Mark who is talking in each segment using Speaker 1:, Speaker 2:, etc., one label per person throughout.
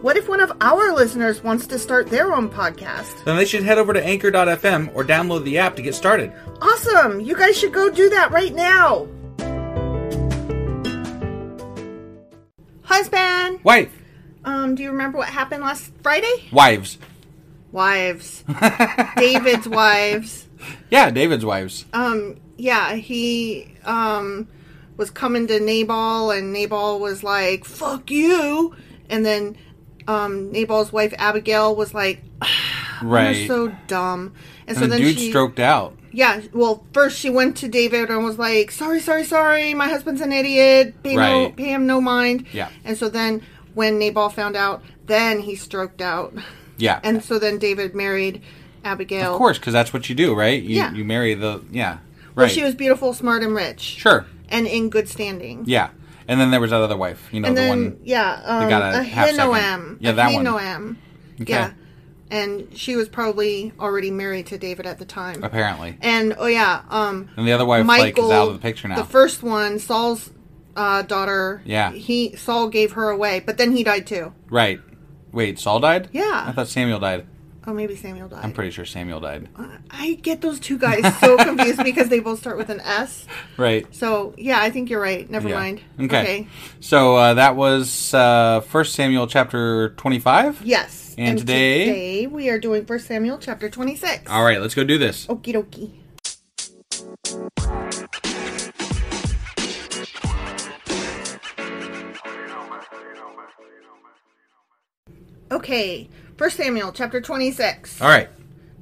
Speaker 1: what if one of our listeners wants to start their own podcast?
Speaker 2: Then they should head over to anchor.fm or download the app to get started.
Speaker 1: Awesome! You guys should go do that right now! Husband!
Speaker 2: Wife,
Speaker 1: Um, do you remember what happened last Friday?
Speaker 2: wives.
Speaker 1: Wives. David's wives.
Speaker 2: Yeah, David's wives.
Speaker 1: Um, yeah, he, um, was coming to Nabal, and Nabal was like, fuck you! And then, um, Nabal's wife Abigail was like,
Speaker 2: right.
Speaker 1: You're so dumb.
Speaker 2: and the dude stroked out.
Speaker 1: Yeah. Well, first she went to David and was like, "Sorry, sorry, sorry. My husband's an idiot. Pay no,
Speaker 2: Right.
Speaker 1: pay him no mind."
Speaker 2: Yeah.
Speaker 1: And so then, when Nabal found out, then he stroked out.
Speaker 2: Yeah.
Speaker 1: And so then David married Abigail.
Speaker 2: Of course, because that's what you do, right? You,
Speaker 1: Yeah.
Speaker 2: You marry the yeah. Right.
Speaker 1: Well, she was beautiful, smart, and rich.
Speaker 2: sure.
Speaker 1: And in good standing.
Speaker 2: Yeah. And then there was that other wife. You know
Speaker 1: and
Speaker 2: the
Speaker 1: then
Speaker 2: one.
Speaker 1: yeah, um,
Speaker 2: got a
Speaker 1: a
Speaker 2: half second.
Speaker 1: Hinoam.
Speaker 2: Yeah,
Speaker 1: a
Speaker 2: that one.
Speaker 1: Hinoam.
Speaker 2: Okay.
Speaker 1: Yeah. And she was probably already married to David at the time.
Speaker 2: Apparently.
Speaker 1: And oh yeah, um,
Speaker 2: And the other wife, like, is out of the picture now.
Speaker 1: The first one, Saul's uh, daughter.
Speaker 2: Yeah.
Speaker 1: he Saul gave her away, but then he died too.
Speaker 2: Right. Wait, Saul died?
Speaker 1: Yeah.
Speaker 2: I thought Samuel died.
Speaker 1: Oh, maybe Samuel died.
Speaker 2: I'm pretty sure Samuel died.
Speaker 1: I get those two guys so confused because they both start with an S.
Speaker 2: Right.
Speaker 1: So yeah, I think you're right. Never
Speaker 2: Yeah.
Speaker 1: mind.
Speaker 2: Okay. So uh, that was uh, 1 Samuel chapter 25.
Speaker 1: Yes.
Speaker 2: And today-
Speaker 1: today we are doing First Samuel chapter 26.
Speaker 2: All right, let's go do this.
Speaker 1: Okie dokie. Okay, First Samuel chapter 26.
Speaker 2: All right.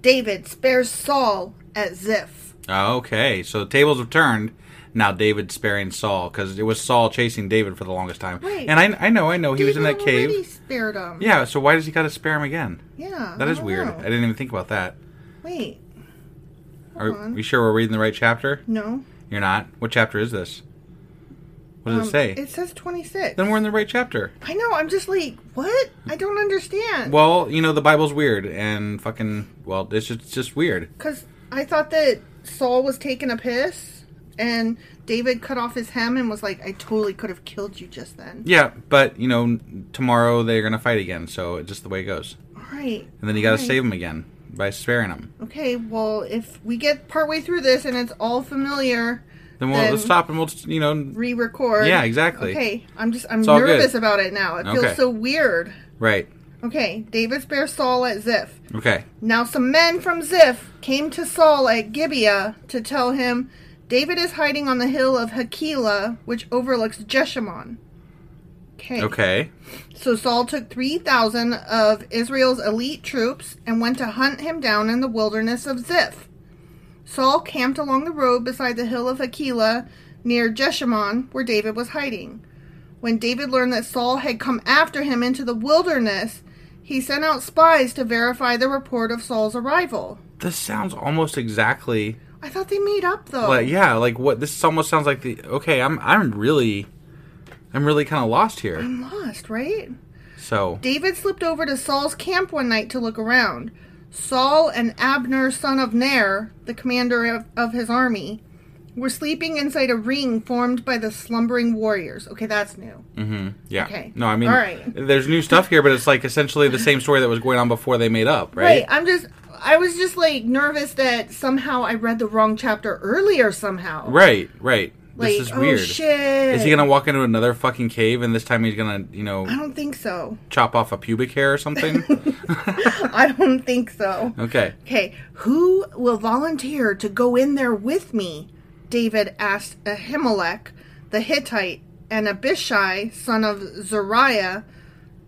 Speaker 1: David spares Saul at Ziph.
Speaker 2: Okay, so the tables have turned. Now David sparing Saul because it was Saul chasing David for the longest time.
Speaker 1: Right.
Speaker 2: And I, I know, I know he was in that
Speaker 1: David
Speaker 2: cave.
Speaker 1: already spared him.
Speaker 2: Yeah. So why does he got to spare him again?
Speaker 1: Yeah.
Speaker 2: That
Speaker 1: I
Speaker 2: is
Speaker 1: don't
Speaker 2: weird.
Speaker 1: know.
Speaker 2: I didn't even think about that.
Speaker 1: Wait,
Speaker 2: Are we sure we're reading the right chapter?
Speaker 1: no.
Speaker 2: You're not. What chapter is this? What does
Speaker 1: Um,
Speaker 2: it say?
Speaker 1: It says 26.
Speaker 2: Then we're in the right chapter.
Speaker 1: I know, I'm just like, what? I don't understand.
Speaker 2: Well, you know the Bible's weird and fucking. Well, it's just, it's just weird.
Speaker 1: Because I thought that Saul was taking a piss and David cut off his hem and was like, I totally could have killed you just then.
Speaker 2: Yeah, but you know tomorrow they're gonna fight again, so it's just the way it goes.
Speaker 1: All right.
Speaker 2: And then you got to
Speaker 1: Right.
Speaker 2: save him again by sparing him.
Speaker 1: Okay, well, if we get partway through this and it's all familiar,
Speaker 2: Then we'll
Speaker 1: Then-
Speaker 2: let's stop and we'll just, you know
Speaker 1: re record.
Speaker 2: Yeah, exactly.
Speaker 1: Okay, I'm just, I'm
Speaker 2: It's all
Speaker 1: nervous
Speaker 2: good.
Speaker 1: about it now. It feels
Speaker 2: Okay.
Speaker 1: so weird.
Speaker 2: right.
Speaker 1: Okay, David spares Saul at Ziph.
Speaker 2: Okay.
Speaker 1: Now some men from Ziph came to Saul at Gibeah to tell him, David is hiding on the hill of Hakilah, which overlooks Jeshimon. Okay.
Speaker 2: Okay.
Speaker 1: So Saul took 3,000 of Israel's elite troops and went to hunt him down in the wilderness of Ziph. Saul camped along the road beside the hill of Hakilah near Jeshimon, where David was hiding. When David learned that Saul had come after him into the wilderness, he sent out spies to verify the report of Saul's arrival.
Speaker 2: This sounds almost exactly
Speaker 1: I thought they made up though.
Speaker 2: like yeah, like what this almost sounds like the okay, I'm I'm really I'm really kind of lost here.
Speaker 1: I'm lost, right?
Speaker 2: So
Speaker 1: David slipped over to Saul's camp one night to look around. Saul and Abner, son of Ner, the commander of, of his army, were sleeping inside a ring formed by the slumbering warriors. Okay, that's new.
Speaker 2: yeah.
Speaker 1: Okay.
Speaker 2: No, I mean
Speaker 1: All right.
Speaker 2: there's new stuff here, but it's like essentially the same story that was going on before they made up, right?
Speaker 1: Right. I'm just, I was just like nervous that somehow I read the wrong chapter earlier somehow.
Speaker 2: Right, right.
Speaker 1: Like,
Speaker 2: this is
Speaker 1: oh,
Speaker 2: weird.
Speaker 1: shit.
Speaker 2: Is he gonna walk into another fucking cave and this time he's gonna, you know,
Speaker 1: I don't think so.
Speaker 2: chop off a pubic hair or something?
Speaker 1: I don't think so.
Speaker 2: okay.
Speaker 1: Okay, who will volunteer to go in there with me? David asked Ahimelech, the Hittite, and Abishai, son of Zariah,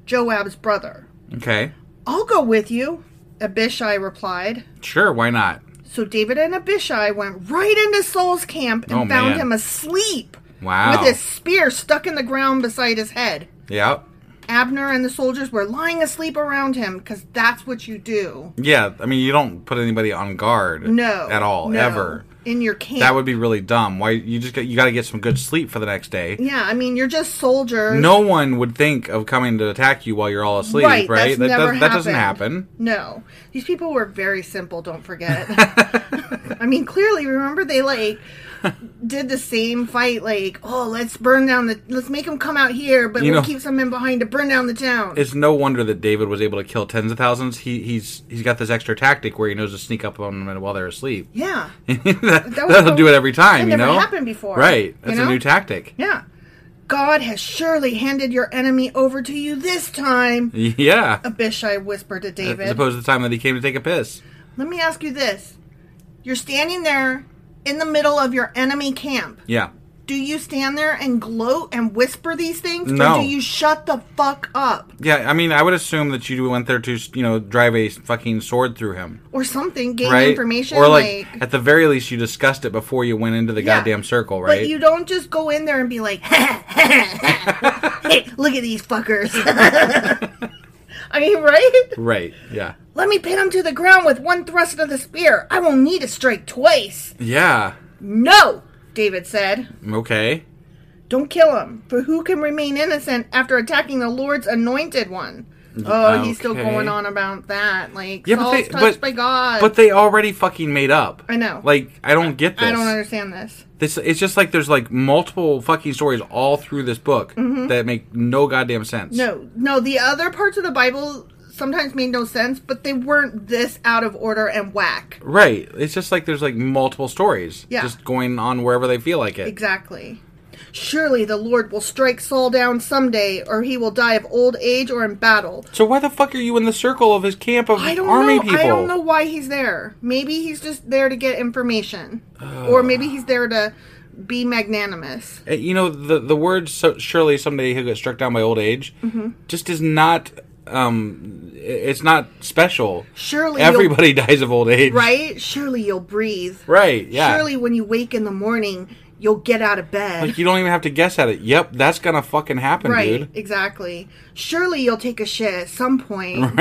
Speaker 1: Joab's brother.
Speaker 2: Okay.
Speaker 1: I'll go with you, Abishai replied.
Speaker 2: Sure, why not?
Speaker 1: So David and Abishai went right into Saul's camp and
Speaker 2: Oh,
Speaker 1: found
Speaker 2: man.
Speaker 1: him asleep
Speaker 2: Wow.
Speaker 1: with his spear stuck in the ground beside his head.
Speaker 2: Yeah.
Speaker 1: Abner and the soldiers were lying asleep around him because that's what you do.
Speaker 2: Yeah, I mean, you don't put anybody on guard.
Speaker 1: No.
Speaker 2: at all,
Speaker 1: no,
Speaker 2: ever.
Speaker 1: In your camp.
Speaker 2: That would be really dumb. Why you just got, you got to get some good sleep for the next day.
Speaker 1: Yeah, I mean, you're just soldiers.
Speaker 2: No one would think of coming to attack you while you're all asleep,
Speaker 1: right?
Speaker 2: right?
Speaker 1: That's
Speaker 2: that,
Speaker 1: never
Speaker 2: does, that doesn't
Speaker 1: happened.
Speaker 2: happen.
Speaker 1: No, these people were very simple. Don't forget. I mean, clearly, remember they like did the same fight. Like, oh, let's burn down the. Let's make them come out here, but
Speaker 2: You
Speaker 1: we'll
Speaker 2: know-
Speaker 1: keep some men behind to burn down the town.
Speaker 2: It's no wonder that David was able to kill tens of thousands. He he's he's got this extra tactic where he knows to sneak up on them while they're asleep.
Speaker 1: yeah,
Speaker 2: that,
Speaker 1: was
Speaker 2: will
Speaker 1: so-
Speaker 2: do it every time.
Speaker 1: that
Speaker 2: you
Speaker 1: never
Speaker 2: know,
Speaker 1: happened before,
Speaker 2: Right?
Speaker 1: you
Speaker 2: That's
Speaker 1: know?
Speaker 2: a new tactic.
Speaker 1: yeah. God has surely handed your enemy over to you this time.
Speaker 2: Yeah.
Speaker 1: Abishai whispered to David.
Speaker 2: As opposed to the time that he came to take a piss.
Speaker 1: Let me ask you this: You're standing there in the middle of your enemy camp.
Speaker 2: Yeah.
Speaker 1: Do you stand there and gloat and whisper these things? Or
Speaker 2: No.
Speaker 1: do you shut the fuck up
Speaker 2: Yeah, I mean, I would assume that you went there to, you know, drive a fucking sword through him.
Speaker 1: or something? Gain
Speaker 2: right?
Speaker 1: information,
Speaker 2: or like, at the very least, you discussed it before you went into the
Speaker 1: Yeah.
Speaker 2: goddamn circle, right?
Speaker 1: But you don't just go in there and be like, "Hey, look at these fuckers." I mean, right?
Speaker 2: right? Yeah,
Speaker 1: Let me pin him to the ground with one thrust of the spear. I won't need to strike twice.
Speaker 2: yeah.
Speaker 1: No, David said.
Speaker 2: Okay.
Speaker 1: Don't kill him, for who can remain innocent after attacking the Lord's anointed one? Oh, he's still
Speaker 2: Okay.
Speaker 1: going on about that. Like,
Speaker 2: Yeah, but
Speaker 1: Saul's
Speaker 2: they,
Speaker 1: touched
Speaker 2: but,
Speaker 1: by God.
Speaker 2: but they already fucking made up.
Speaker 1: I know.
Speaker 2: Like, I don't get this.
Speaker 1: I don't understand this.
Speaker 2: This it's just like there's like multiple fucking stories all through this book that make no goddamn sense.
Speaker 1: Mm-hmm. No, no, the other parts of the Bible sometimes made no sense, but they weren't this out of order and whack.
Speaker 2: Right. It's just like there's like multiple stories
Speaker 1: Yeah.
Speaker 2: just going on wherever they feel like it.
Speaker 1: Exactly. Surely the Lord will strike Saul down someday, or he will die of old age or in battle.
Speaker 2: So why the fuck are you in the circle of his camp of
Speaker 1: I don't
Speaker 2: army
Speaker 1: know.
Speaker 2: people?
Speaker 1: I don't know why he's there. Maybe he's just there to get information, or maybe he's there to be magnanimous.
Speaker 2: Uh, You know the the word so, surely someday he'll get struck down by old age
Speaker 1: Mm-hmm.
Speaker 2: just is not um i- it's not special.
Speaker 1: Surely you'll-
Speaker 2: Everybody dies of old age.
Speaker 1: Right? Surely you'll breathe.
Speaker 2: Right, yeah.
Speaker 1: Surely when you wake in the morning, you'll get out of bed.
Speaker 2: Like you don't even have to guess at it. Yep, that's gonna fucking happen,
Speaker 1: right,
Speaker 2: dude.
Speaker 1: exactly. Surely you'll take a shit at some point.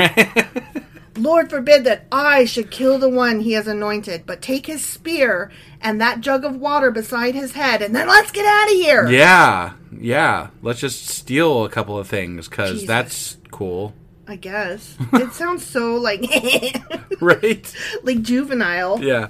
Speaker 1: Lord forbid that I should kill the one he has anointed, but take his spear and that jug of water beside his head, and then let's get out of here.
Speaker 2: Yeah, yeah. Let's just steal a couple of things because
Speaker 1: Jesus.
Speaker 2: that's cool,
Speaker 1: I guess. It sounds so like
Speaker 2: right?
Speaker 1: like juvenile.
Speaker 2: yeah.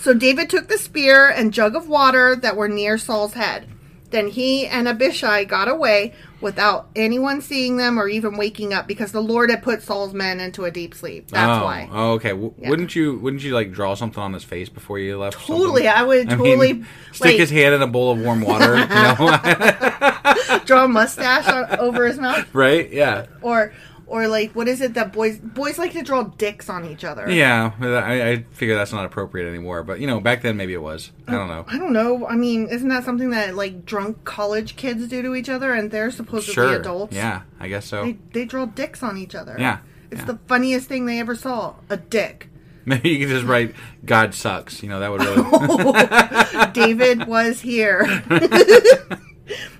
Speaker 1: So David took the spear and jug of water that were near Saul's head. Then he and Abishai got away without anyone seeing them or even waking up because the Lord had put Saul's men into a deep sleep. That's
Speaker 2: oh,
Speaker 1: why.
Speaker 2: oh, okay. W- Wouldn't you? Wouldn't you like draw something on his face before you left? or
Speaker 1: Totally,
Speaker 2: something?
Speaker 1: I would
Speaker 2: mean,
Speaker 1: totally,
Speaker 2: stick
Speaker 1: like-
Speaker 2: his hand in a bowl of warm water. you know?
Speaker 1: Draw a mustache on, over his mouth,
Speaker 2: right? Yeah.
Speaker 1: or or like what is it that boys boys like to draw dicks on each other?
Speaker 2: Yeah. I, I figure that's not appropriate anymore, but you know, back then maybe it was. I don't know.
Speaker 1: I don't know. I mean, isn't that something that like drunk college kids do to each other, and they're supposedly
Speaker 2: Sure.
Speaker 1: adults?
Speaker 2: Yeah, I guess so.
Speaker 1: They, they draw dicks on each other.
Speaker 2: Yeah,
Speaker 1: It's
Speaker 2: yeah.
Speaker 1: the funniest thing they ever saw. A dick.
Speaker 2: Maybe you could just write "God sucks." You know, that would really.
Speaker 1: David was here.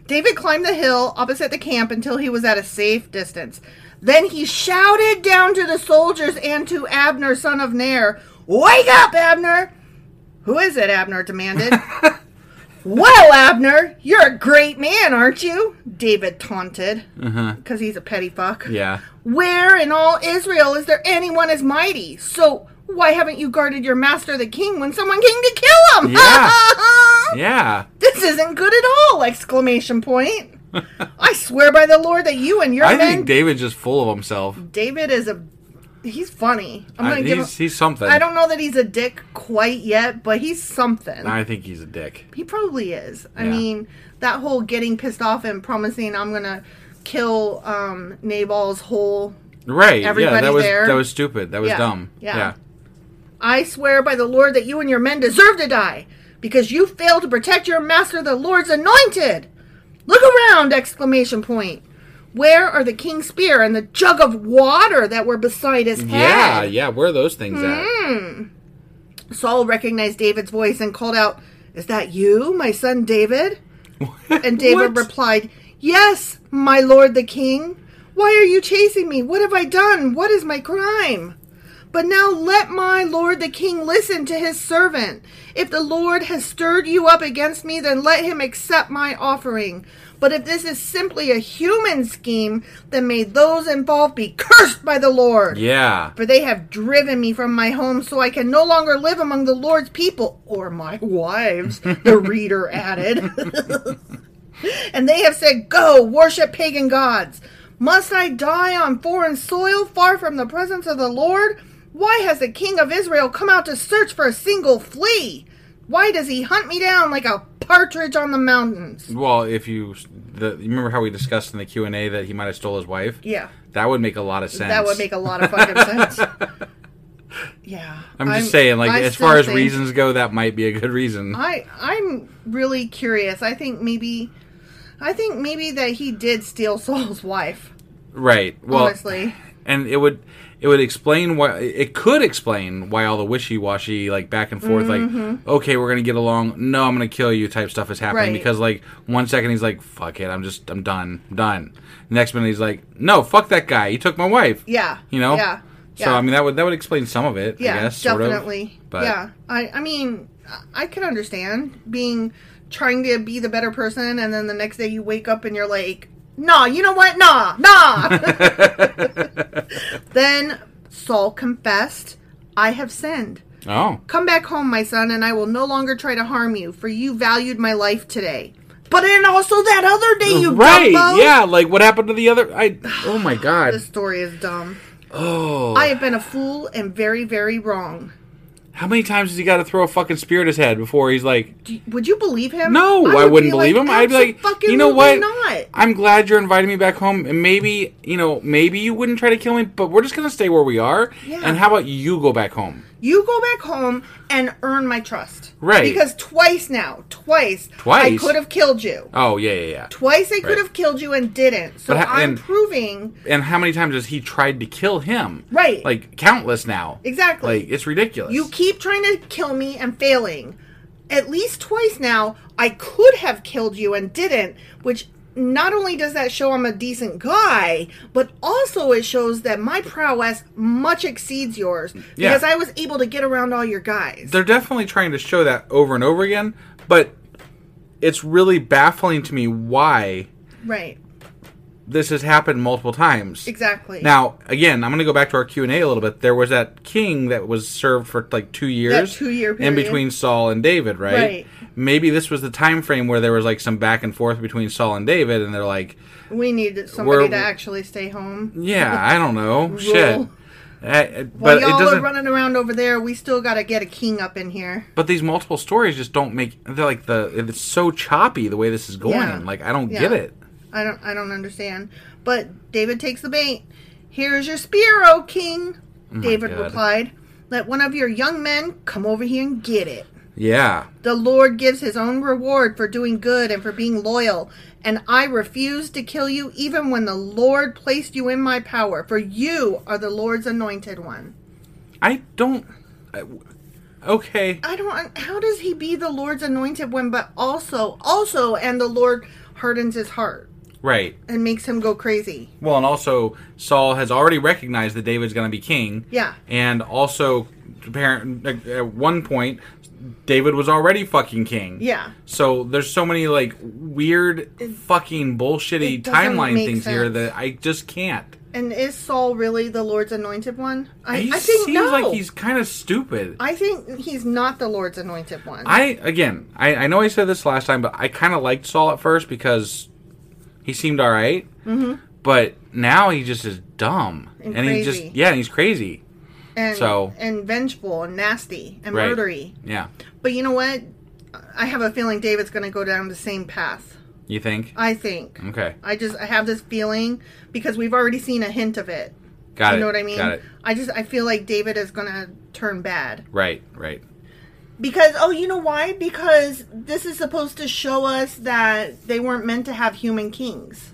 Speaker 1: David climbed the hill opposite the camp until he was at a safe distance. Then he shouted down to the soldiers and to Abner, son of Ner, Wake up, Abner! Who is it? Abner demanded. well, Abner, you're a great man, aren't you? David taunted, because he's a petty fuck.
Speaker 2: yeah.
Speaker 1: Where in all Israel is there anyone as mighty? So why haven't you guarded your master the king when someone came to kill him?
Speaker 2: Yeah. Yeah.
Speaker 1: This isn't good at all! Exclamation point. I swear by the Lord that you and your
Speaker 2: I
Speaker 1: men
Speaker 2: think David's just full of himself.
Speaker 1: David is a he's funny. I'm
Speaker 2: I,
Speaker 1: gonna give him,
Speaker 2: he's, he's something.
Speaker 1: I don't know that he's a dick quite yet, but he's something.
Speaker 2: I think he's a dick.
Speaker 1: He probably is. I
Speaker 2: Yeah.
Speaker 1: mean, that whole getting pissed off and promising I'm gonna kill um Nabal's whole
Speaker 2: Right. yeah,
Speaker 1: Everybody
Speaker 2: that was
Speaker 1: there.
Speaker 2: that was stupid. That was
Speaker 1: Yeah,
Speaker 2: dumb.
Speaker 1: yeah. I swear by the Lord that you and your men deserve to die, because you failed to protect your master, the Lord's anointed. Look around! Exclamation point. Where are the king's spear and the jug of water that were beside his head?
Speaker 2: Yeah, yeah, where are those things
Speaker 1: Hmm.
Speaker 2: at?
Speaker 1: Saul recognized David's voice and called out, Is that you, my son David? And David
Speaker 2: What?
Speaker 1: replied, Yes, my lord the king. Why are you chasing me? What have I done? What is my crime? But now let my lord the king listen to his servant. If the Lord has stirred you up against me, then let him accept my offering. But if this is simply a human scheme, then may those involved be cursed by the Lord
Speaker 2: Yeah.
Speaker 1: for they have driven me from my home so I can no longer live among the Lord's people or my wives, the reader added. and they have said, Go, worship pagan gods. Must I die on foreign soil, far from the presence of the Lord? Why has the king of Israel come out to search for a single flea? Why does he hunt me down like a partridge on the mountains?
Speaker 2: Well, if you the, you remember how we discussed in the Q&A that he might have stole his wife?
Speaker 1: Yeah.
Speaker 2: That would make a lot of sense.
Speaker 1: That would make a lot of fucking sense. Yeah.
Speaker 2: I'm just saying like
Speaker 1: I
Speaker 2: as
Speaker 1: still
Speaker 2: far as
Speaker 1: think-
Speaker 2: reasons go, that might be a good reason.
Speaker 1: I I'm really curious. I think maybe I think maybe that he did steal Saul's wife.
Speaker 2: right. Well,
Speaker 1: honestly.
Speaker 2: and it would it would explain why it could explain why all the wishy-washy like back and forth like okay we're gonna get along no i'm gonna kill you type stuff is happening
Speaker 1: Mm-hmm. Right.
Speaker 2: because like one second he's like fuck it i'm just i'm done I'm done next minute he's like no fuck that guy he took my wife
Speaker 1: Yeah.
Speaker 2: you know
Speaker 1: Yeah.
Speaker 2: so
Speaker 1: yeah.
Speaker 2: i mean that would that would explain some of it
Speaker 1: yeah,
Speaker 2: i guess sort of.
Speaker 1: definitely.
Speaker 2: but
Speaker 1: yeah. I I mean I can understand being trying to be the better person and then the next day you wake up and you're like Nah, you know what? Nah, nah. then Saul confessed, I have sinned.
Speaker 2: Oh.
Speaker 1: Come back home, my son, and I will no longer try to harm you, for you valued my life today. But and also that other day, you
Speaker 2: right.
Speaker 1: Dumbo.
Speaker 2: Yeah, like what happened to the other I Oh my god.
Speaker 1: This story is dumb.
Speaker 2: Oh.
Speaker 1: I have been a fool and very, very wrong.
Speaker 2: How many times has he got to throw a fucking spear at his head before he's like,
Speaker 1: Do you- would you believe him?
Speaker 2: "No, I,
Speaker 1: would
Speaker 2: wouldn't
Speaker 1: be
Speaker 2: believe him." I'd be like, "You know what?
Speaker 1: "Absolutely Not.
Speaker 2: I'm glad you're inviting me back home, and maybe you know, maybe you wouldn't try to kill me, but we're just gonna stay where we are.
Speaker 1: Yeah.
Speaker 2: And how about you go back home?
Speaker 1: You go back home and earn my trust.
Speaker 2: Right.
Speaker 1: Because twice now, twice, I
Speaker 2: Twice?
Speaker 1: could have killed you.
Speaker 2: Oh yeah, yeah, yeah.
Speaker 1: Twice I could
Speaker 2: Right.
Speaker 1: have killed you and didn't. So
Speaker 2: But ha-
Speaker 1: I'm
Speaker 2: and-
Speaker 1: proving
Speaker 2: And how many times has he tried to kill him?
Speaker 1: Right.
Speaker 2: like countless now.
Speaker 1: Exactly.
Speaker 2: Like it's ridiculous.
Speaker 1: you keep trying to kill me and failing. At least twice now, I could have killed you and didn't, which not only does that show I'm a decent guy, but also it shows that my prowess much exceeds yours
Speaker 2: Yeah.
Speaker 1: because I was able to get around all your guys.
Speaker 2: They're definitely trying to show that over and over again, but it's really baffling to me why
Speaker 1: right.
Speaker 2: this has happened multiple times.
Speaker 1: Exactly.
Speaker 2: Now, again, I'm going to go back to our Q and A a little bit. There was that king that was served for like two years,
Speaker 1: two-year
Speaker 2: in
Speaker 1: period.
Speaker 2: between Saul and David, right?
Speaker 1: Right.
Speaker 2: Maybe this was the time frame where there was like some back and forth between Saul and David, and they're like,
Speaker 1: we need somebody
Speaker 2: We're-
Speaker 1: to actually stay home.
Speaker 2: "Yeah, I don't know, shit."
Speaker 1: Rule.
Speaker 2: Uh, uh,
Speaker 1: While
Speaker 2: but it
Speaker 1: y'all are
Speaker 2: doesn't.
Speaker 1: running around over there, we still got to get a king up in here.
Speaker 2: but these multiple stories just don't make. They're like the. It's so choppy the way this is going.
Speaker 1: Yeah.
Speaker 2: Like I don't
Speaker 1: Yeah.
Speaker 2: get it.
Speaker 1: I don't I don't understand. But David takes the bait. Here's your spear, O king, David
Speaker 2: God.
Speaker 1: replied. Let one of your young men come over here and get it.
Speaker 2: Yeah.
Speaker 1: The Lord gives his own reward for doing good and for being loyal, and I refuse to kill you even when the Lord placed you in my power, for you are the Lord's anointed one.
Speaker 2: I don't. I- okay.
Speaker 1: I don't how does he be the Lord's anointed one but also also and the Lord hardens his heart
Speaker 2: Right.
Speaker 1: and makes him go crazy.
Speaker 2: Well, and also Saul has already recognized that David's going to be king.
Speaker 1: Yeah.
Speaker 2: And also, apparent uh, at one point, David was already fucking king.
Speaker 1: Yeah.
Speaker 2: So there's so many like weird fucking
Speaker 1: it
Speaker 2: bullshitty
Speaker 1: doesn't
Speaker 2: timeline
Speaker 1: make
Speaker 2: things here
Speaker 1: sense.
Speaker 2: that I just can't.
Speaker 1: And is Saul really the Lord's anointed one? I,
Speaker 2: he
Speaker 1: I think
Speaker 2: seems
Speaker 1: no.
Speaker 2: like he's kind of stupid. I,
Speaker 1: I think he's not the Lord's anointed one.
Speaker 2: again, I, I know I said this last time, but I kind of liked Saul at first because he seemed all Mm-hmm. But now he just is dumb,
Speaker 1: And
Speaker 2: he
Speaker 1: crazy.
Speaker 2: just yeah, and he's crazy.
Speaker 1: and,
Speaker 2: so-
Speaker 1: and vengeful and nasty and
Speaker 2: Right.
Speaker 1: murdery.
Speaker 2: Yeah.
Speaker 1: But you know what? I have a feeling David's going to go down the same path.
Speaker 2: You think?
Speaker 1: I think.
Speaker 2: Okay.
Speaker 1: I just I have this feeling because we've already seen a hint of it.
Speaker 2: Got it.
Speaker 1: you know what I mean?
Speaker 2: Got it.
Speaker 1: I just I feel like David is going to turn bad.
Speaker 2: Right, right.
Speaker 1: Because oh, you know why? Because this is supposed to show us that they weren't meant to have human kings.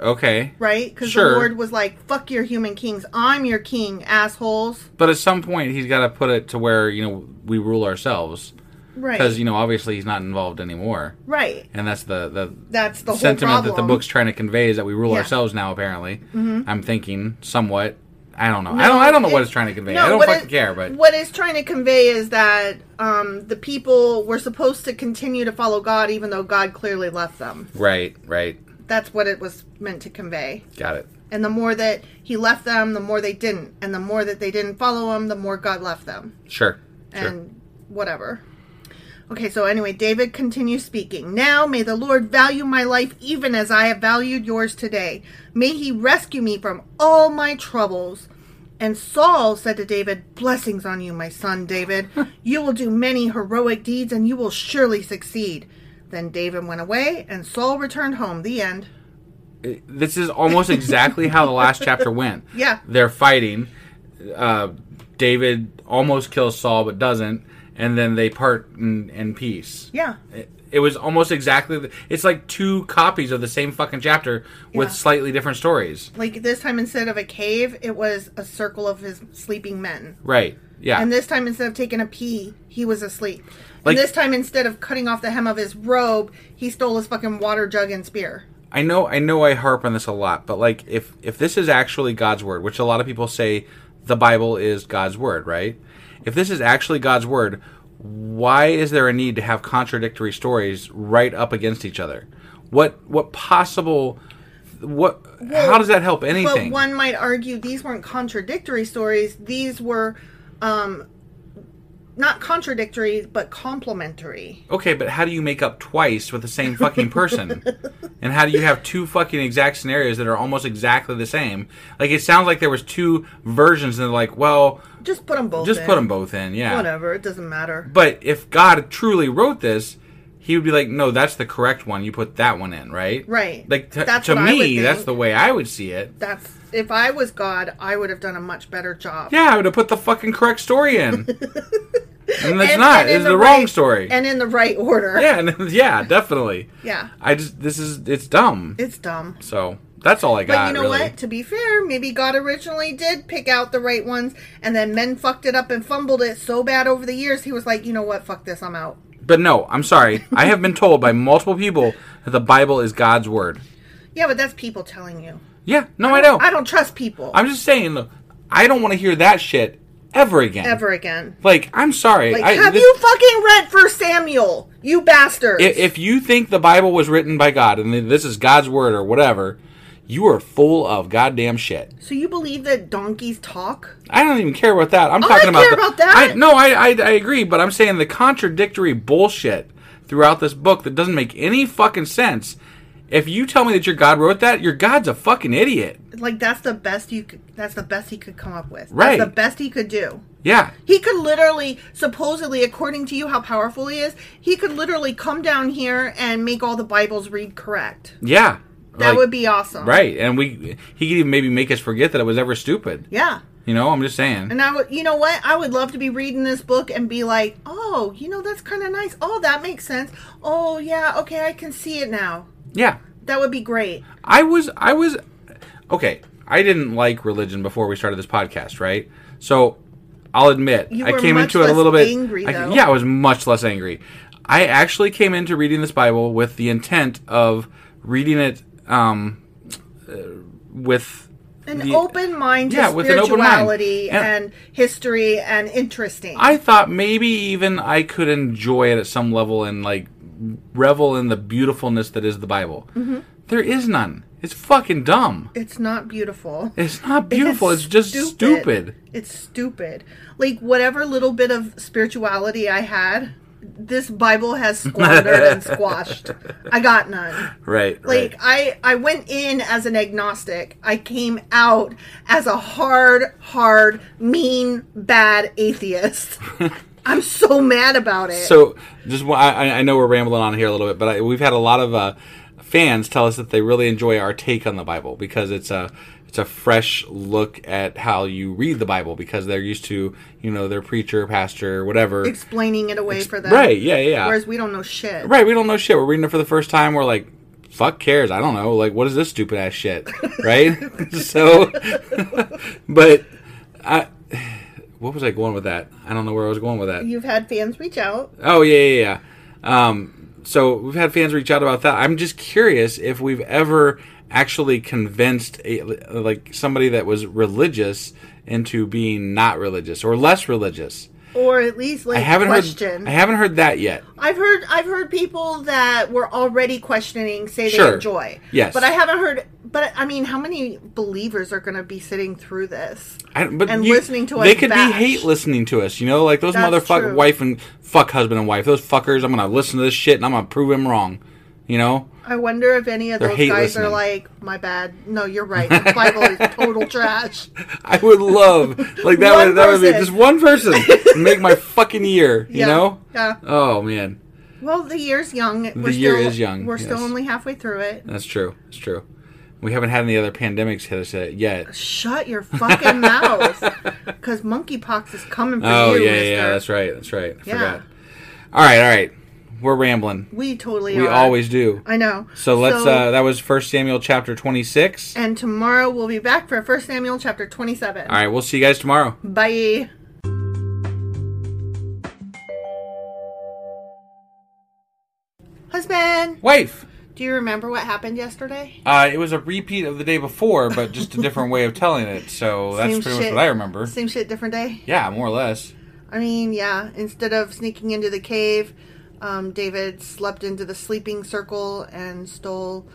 Speaker 2: Okay.
Speaker 1: right? Because
Speaker 2: Sure.
Speaker 1: the Lord was like, "Fuck your human kings, I'm your king, assholes."
Speaker 2: But at some point, he's got to put it to where, you know, we rule ourselves.
Speaker 1: Right?
Speaker 2: Because, you know, obviously he's not involved anymore.
Speaker 1: right.
Speaker 2: And that's the, the
Speaker 1: That's the whole
Speaker 2: sentiment that the
Speaker 1: problem.
Speaker 2: book's trying to convey is that we rule
Speaker 1: Yeah. Mm-hmm.
Speaker 2: ourselves now, apparently. I'm thinking somewhat. I don't know. I don't I don't know what it's trying to convey. I don't
Speaker 1: what
Speaker 2: fucking
Speaker 1: it-
Speaker 2: care, but.
Speaker 1: what it's trying to convey is that um, the people were supposed to continue to follow God, even though God clearly left them.
Speaker 2: Right, right.
Speaker 1: That's what it was meant to convey.
Speaker 2: Got it.
Speaker 1: And the more that He left them, the more they didn't, and the more that they didn't follow Him, the more God left them.
Speaker 2: Sure. Sure.
Speaker 1: and whatever. Okay, so anyway, David continues speaking. Now may the Lord value my life even as I have valued yours today. May he rescue me from all my troubles. And Saul said to David, Blessings on you, my son David. You will do many heroic deeds and you will surely succeed. Then David went away and Saul returned home. The end.
Speaker 2: this is almost exactly how the last chapter went.
Speaker 1: Yeah.
Speaker 2: They're fighting. Uh, David almost kills Saul but doesn't, and then they part in, in peace.
Speaker 1: Yeah.
Speaker 2: It, it was almost exactly. The, it's like two copies of the same fucking chapter with
Speaker 1: Yeah.
Speaker 2: slightly different stories.
Speaker 1: Like this time, instead of a cave, it was a circle of his sleeping men.
Speaker 2: Right. Yeah.
Speaker 1: And this time, instead of taking a pee, he was asleep.
Speaker 2: Like-
Speaker 1: and this time, instead of cutting off the hem of his robe, he stole his fucking water jug and spear.
Speaker 2: I know I know I harp on this a lot, but like if if this is actually God's word, which a lot of people say the Bible is God's word, right? If this is actually God's word, why is there a need to have contradictory stories right up against each other? What what possible what? how does that help anything?
Speaker 1: But one might argue these weren't contradictory stories. These were um, not contradictory, but complementary.
Speaker 2: Okay, but how do you make up twice with the same fucking person? and how do you have two fucking exact scenarios that are almost exactly the same? Like it sounds like there was two versions, and they're like, well,
Speaker 1: Just put them both
Speaker 2: just
Speaker 1: in.
Speaker 2: put them both in, yeah.
Speaker 1: Whatever, it doesn't matter.
Speaker 2: But if God truly wrote this, He would be like, no, that's the correct one. You put that one in, right?
Speaker 1: Right.
Speaker 2: Like t-
Speaker 1: That's
Speaker 2: to
Speaker 1: what I would
Speaker 2: me, that's
Speaker 1: think.
Speaker 2: the way I would see it.
Speaker 1: That's if I was God, I would have done a much better job.
Speaker 2: Yeah, I would have put the fucking correct story in. and it's
Speaker 1: And-
Speaker 2: not.
Speaker 1: and in
Speaker 2: It's the, wrong
Speaker 1: right-
Speaker 2: story.
Speaker 1: And in the right order.
Speaker 2: yeah, and, yeah, definitely.
Speaker 1: Yeah.
Speaker 2: I just this is it's dumb.
Speaker 1: It's dumb.
Speaker 2: so that's all I
Speaker 1: But
Speaker 2: got.
Speaker 1: you know
Speaker 2: really.
Speaker 1: what? To be fair, maybe God originally did pick out the right ones, and then men fucked it up and fumbled it so bad over the years, he was like, you know what? Fuck this, I'm out.
Speaker 2: But no, I'm sorry. I have been told by multiple people that the Bible is God's word.
Speaker 1: Yeah, but that's people telling you.
Speaker 2: Yeah, no, I, know.
Speaker 1: I don't trust people
Speaker 2: I'm just saying. Look, I don't want to hear that shit ever again.
Speaker 1: ever again.
Speaker 2: Like, I'm sorry.
Speaker 1: Like,
Speaker 2: I-
Speaker 1: have
Speaker 2: this-
Speaker 1: you fucking read First Samuel? You bastards!
Speaker 2: i- If you think the Bible was written by God and this is God's word or whatever, you are full of goddamn shit.
Speaker 1: so you believe that donkeys talk?
Speaker 2: I don't even care about that. I'm
Speaker 1: Oh, I
Speaker 2: talking about,
Speaker 1: care
Speaker 2: the-
Speaker 1: about that.
Speaker 2: I, no, I, I I agree, but I'm saying the contradictory bullshit throughout this book that doesn't make any fucking sense. If you tell me that your God wrote that, your God's a fucking idiot.
Speaker 1: Like that's the best you could. That's the best he could come up with.
Speaker 2: Right.
Speaker 1: That's the best he could do.
Speaker 2: Yeah.
Speaker 1: He could literally, supposedly, according to you, how powerful he is. He could literally come down here and make all the Bibles read correct.
Speaker 2: Yeah.
Speaker 1: That
Speaker 2: Like,
Speaker 1: would be awesome.
Speaker 2: right. And we he could even maybe make us forget that it was ever stupid.
Speaker 1: Yeah.
Speaker 2: You know, I'm just saying.
Speaker 1: And I would, you know what? I would love to be reading this book and be like, oh, you know, that's kind of nice. Oh, that makes sense. Oh, yeah, okay, I can see it now.
Speaker 2: yeah.
Speaker 1: That would be great.
Speaker 2: I was I was okay. I didn't like religion before we started this podcast, right? So I'll admit
Speaker 1: You
Speaker 2: I
Speaker 1: were
Speaker 2: came
Speaker 1: much
Speaker 2: into it a
Speaker 1: less
Speaker 2: little bit
Speaker 1: angry,
Speaker 2: I-
Speaker 1: though.
Speaker 2: yeah, I was much less angry. I actually came into reading this Bible with the intent of reading it um, uh, with
Speaker 1: An
Speaker 2: the-
Speaker 1: open mind to
Speaker 2: Yeah, with an open mind.
Speaker 1: spirituality
Speaker 2: And-
Speaker 1: and history and interesting.
Speaker 2: I thought maybe even I could enjoy it at some level and like revel in the beautifulness that is the Bible.
Speaker 1: Mm-hmm.
Speaker 2: There is none. It's fucking dumb.
Speaker 1: it's not beautiful.
Speaker 2: It's not beautiful. It's, just stupid.
Speaker 1: It's stupid. Like whatever little bit of spirituality I had, this Bible has squandered and squashed. I got none.
Speaker 2: Right.
Speaker 1: Like
Speaker 2: right.
Speaker 1: I I went in as an agnostic. I came out as a hard, hard, mean, bad atheist. I'm so mad about it.
Speaker 2: So, just wa- I, I- I know we're rambling on here a little bit, but I, we've had a lot of uh, fans tell us that they really enjoy our take on the Bible because it's a it's a fresh look at how you read the Bible because they're used to you know their preacher, pastor, whatever.
Speaker 1: explaining it away for them.
Speaker 2: right, yeah, yeah.
Speaker 1: Whereas we don't know shit.
Speaker 2: right, we don't know shit. We're reading it for the first time. We're like, fuck cares. I don't know. Like, what is this stupid ass shit? Right. so, but I. What was I going with that? I don't know where I was going with that.
Speaker 1: You've had fans reach out.
Speaker 2: Oh yeah, yeah, yeah. Um, so we've had fans reach out about that. I'm just curious if we've ever actually convinced a, like somebody that was religious into being not religious or less religious.
Speaker 1: Or at least like
Speaker 2: I haven't
Speaker 1: question.
Speaker 2: heard. I haven't heard that yet.
Speaker 1: I've heard I've heard people that were already questioning say they
Speaker 2: Sure.
Speaker 1: enjoy.
Speaker 2: Yes.
Speaker 1: But I haven't heard but I mean how many believers are going to be sitting through this?
Speaker 2: I, don't- but
Speaker 1: And
Speaker 2: you-
Speaker 1: listening to
Speaker 2: they
Speaker 1: us
Speaker 2: could be
Speaker 1: bash.
Speaker 2: hate listening to us. You know, like those
Speaker 1: That's
Speaker 2: motherfucker
Speaker 1: true.
Speaker 2: wife and fuck husband and wife. Those fuckers. I'm gonna listen to this shit and I'm gonna prove him wrong. You know.
Speaker 1: I wonder if any of
Speaker 2: They're
Speaker 1: those
Speaker 2: hate
Speaker 1: guys
Speaker 2: listening.
Speaker 1: are like, "My bad. No, you're right. The Bible is total trash."
Speaker 2: I would love like that.
Speaker 1: One
Speaker 2: would, that would be
Speaker 1: person.
Speaker 2: just one person make my fucking year. You
Speaker 1: Yeah,
Speaker 2: know?
Speaker 1: yeah.
Speaker 2: Oh man,
Speaker 1: Well, the year's young. The
Speaker 2: year is young,
Speaker 1: We're still
Speaker 2: yes. Uh.
Speaker 1: only halfway through it.
Speaker 2: that's true. That's true. We haven't had any other pandemics hit us yet.
Speaker 1: Shut your fucking mouth, because monkeypox is coming for
Speaker 2: Oh
Speaker 1: you.
Speaker 2: yeah,
Speaker 1: mister.
Speaker 2: yeah. That's right. That's right. I
Speaker 1: Yeah.
Speaker 2: Forgot. All right, all right. We're rambling.
Speaker 1: We totally.
Speaker 2: We
Speaker 1: are.
Speaker 2: always do.
Speaker 1: I know.
Speaker 2: So let's. uh That was First Samuel chapter twenty six. All
Speaker 1: and tomorrow we'll be back for 1 Samuel chapter 27.
Speaker 2: right, we'll see you guys tomorrow.
Speaker 1: Bye. Husband,
Speaker 2: Wife.
Speaker 1: do you remember what happened yesterday?
Speaker 2: Uh, it was a repeat of the day before, but just a different way of telling it. So that's
Speaker 1: Same
Speaker 2: pretty much
Speaker 1: shit-
Speaker 2: what I remember.
Speaker 1: Same shit, different day.
Speaker 2: Yeah, more or less.
Speaker 1: I mean, yeah. Instead of sneaking into the cave, um, David slept into the sleeping circle and stole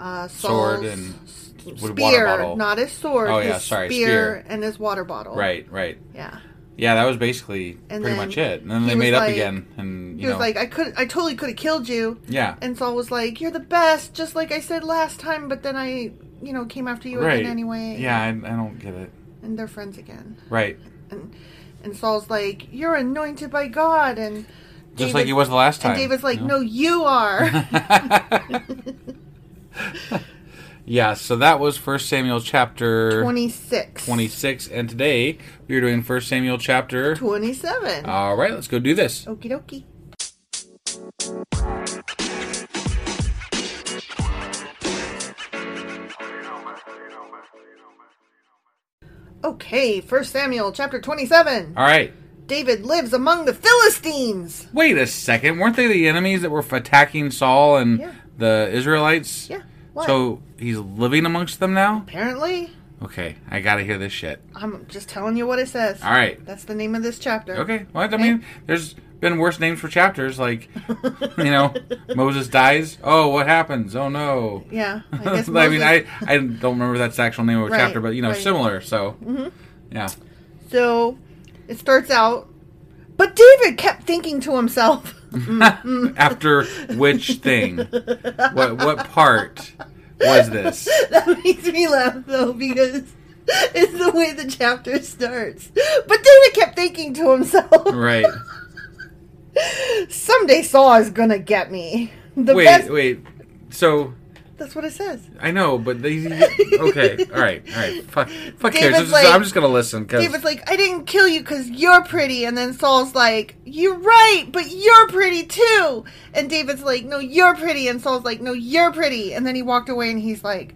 Speaker 1: uh,
Speaker 2: Sword
Speaker 1: Saul's
Speaker 2: and
Speaker 1: s-
Speaker 2: with
Speaker 1: spear,
Speaker 2: water bottle.
Speaker 1: not his sword.
Speaker 2: Oh, yeah,
Speaker 1: his
Speaker 2: sorry,
Speaker 1: spear,
Speaker 2: spear.
Speaker 1: and his water bottle.
Speaker 2: Right, right.
Speaker 1: Yeah.
Speaker 2: Yeah, that was basically pretty
Speaker 1: And then
Speaker 2: much it. And then
Speaker 1: he
Speaker 2: they made
Speaker 1: was
Speaker 2: up
Speaker 1: like-
Speaker 2: again, and
Speaker 1: He
Speaker 2: you
Speaker 1: was
Speaker 2: know,
Speaker 1: like, I could, I totally could have killed you.
Speaker 2: yeah,
Speaker 1: And Saul was like, "You're the best," just like I said last time. But then I, you know, came after you
Speaker 2: right.
Speaker 1: again anyway.
Speaker 2: Yeah, I, I don't get it.
Speaker 1: And they're friends again.
Speaker 2: Right,
Speaker 1: And and Saul's like, "You're anointed by God," and
Speaker 2: just like he was the last time.
Speaker 1: And David's like, "No, you are."
Speaker 2: Yeah, so that was First Samuel chapter
Speaker 1: Twenty six.
Speaker 2: 26, and today we are doing First Samuel chapter.
Speaker 1: Twenty seven.
Speaker 2: All right, let's go do this.
Speaker 1: Okie dokie. Okay, First Samuel chapter 27.
Speaker 2: All right.
Speaker 1: David lives among the Philistines.
Speaker 2: Wait a second. Weren't they the enemies that were f- attacking Saul and
Speaker 1: Yeah.
Speaker 2: the Israelites?
Speaker 1: Yeah, what?
Speaker 2: So he's living amongst them now?
Speaker 1: Apparently,
Speaker 2: Okay, I gotta hear this shit.
Speaker 1: I'm just telling you what it says.
Speaker 2: All right.
Speaker 1: That's the name of this chapter.
Speaker 2: Okay. Well, I mean, there's been worse names for chapters, like, you know, Moses dies. Oh, what happens? Oh, no.
Speaker 1: Yeah. I,
Speaker 2: I,
Speaker 1: guess
Speaker 2: mean,
Speaker 1: Moses-
Speaker 2: I, I don't remember if that's the actual name of a
Speaker 1: Right,
Speaker 2: chapter, but, you know,
Speaker 1: right. Mm-hmm.
Speaker 2: similar, so. Yeah.
Speaker 1: So it starts out, but David kept thinking to himself.
Speaker 2: After which thing? what what part was this?
Speaker 1: that makes me laugh though because it's the way the chapter starts. But David kept thinking to himself,
Speaker 2: Right.
Speaker 1: "Someday Saul is gonna get me." The
Speaker 2: wait,
Speaker 1: best.
Speaker 2: wait. So
Speaker 1: That's what it says.
Speaker 2: I know, but they, okay, all right, all right. Fuck, fuck cares.
Speaker 1: David's
Speaker 2: I'm just,
Speaker 1: like-
Speaker 2: I'm just gonna listen because
Speaker 1: David's like, "I didn't kill you because you're pretty," and then Saul's like, "You're right, but you're pretty too." And David's like, "No, you're pretty," and Saul's like, "No, you're pretty," and then he walked away, and he's like,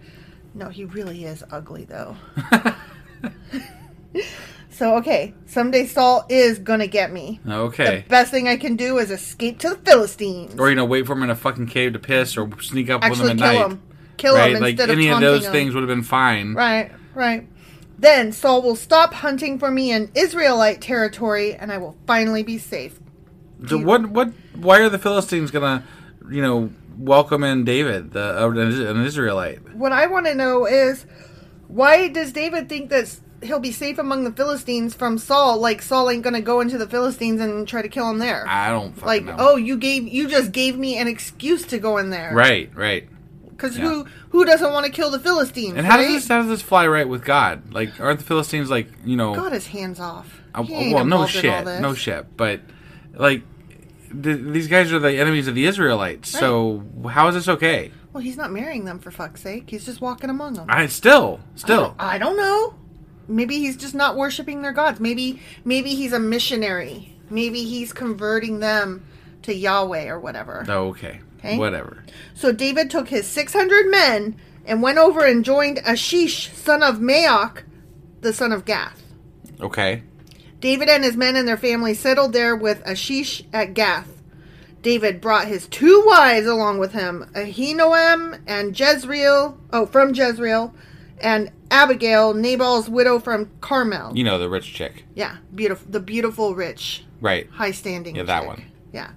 Speaker 1: "No, he really is ugly though." so okay, someday Saul is gonna get me.
Speaker 2: okay,
Speaker 1: The best thing I can do is escape to the Philistines.
Speaker 2: or you know, wait for him in a fucking cave to piss, or sneak up on
Speaker 1: Actually,
Speaker 2: them
Speaker 1: kill
Speaker 2: at night.
Speaker 1: him. Kill
Speaker 2: right,
Speaker 1: him
Speaker 2: like
Speaker 1: instead
Speaker 2: any
Speaker 1: of
Speaker 2: of
Speaker 1: taunting
Speaker 2: those
Speaker 1: him.
Speaker 2: things would have been fine.
Speaker 1: Right, right. Then Saul will stop hunting for me in Israelite territory, and I will finally be safe.
Speaker 2: So what? What? Why are the Philistines gonna, you know, welcome in David, the uh, an Israelite?
Speaker 1: What I want to know is why does David think that s- he'll be safe among the Philistines from Saul? Like Saul ain't gonna go into the Philistines and try to kill him there.
Speaker 2: I don't fucking
Speaker 1: like,
Speaker 2: know.
Speaker 1: oh, you gave you just gave me an excuse to go in there,
Speaker 2: right, right.
Speaker 1: Because
Speaker 2: yeah.
Speaker 1: who who doesn't want to kill the Philistines?
Speaker 2: And how
Speaker 1: right?
Speaker 2: does this? How does this fly right with God? Like, aren't the Philistines like you know?
Speaker 1: God is hands off.
Speaker 2: Uh,
Speaker 1: He ain't
Speaker 2: well, no
Speaker 1: involved in all
Speaker 2: shit,
Speaker 1: this.
Speaker 2: no shit. But like, th- these guys are the enemies of the Israelites. So how is this okay?
Speaker 1: Well, he's not marrying them for fuck's sake. He's just walking among them.
Speaker 2: I still, still,
Speaker 1: I don't know. Maybe he's just not worshiping their gods. Maybe maybe he's a missionary. Maybe he's converting them to Yahweh or whatever.
Speaker 2: oh, okay,
Speaker 1: Okay.
Speaker 2: whatever.
Speaker 1: So David took his 600 men and went over and joined Ashish, son of Maok, the son of Gath.
Speaker 2: Okay,
Speaker 1: David and his men and their family settled there with Ashish at Gath. David brought his two wives along with him, Ahinoam and Jezreel, oh, from Jezreel, and Abigail, Nabal's widow from Carmel.
Speaker 2: you know the rich chick,
Speaker 1: Yeah, beautiful. The beautiful, rich,
Speaker 2: right?
Speaker 1: high standing.
Speaker 2: Yeah, that
Speaker 1: chick.
Speaker 2: one.
Speaker 1: Yeah.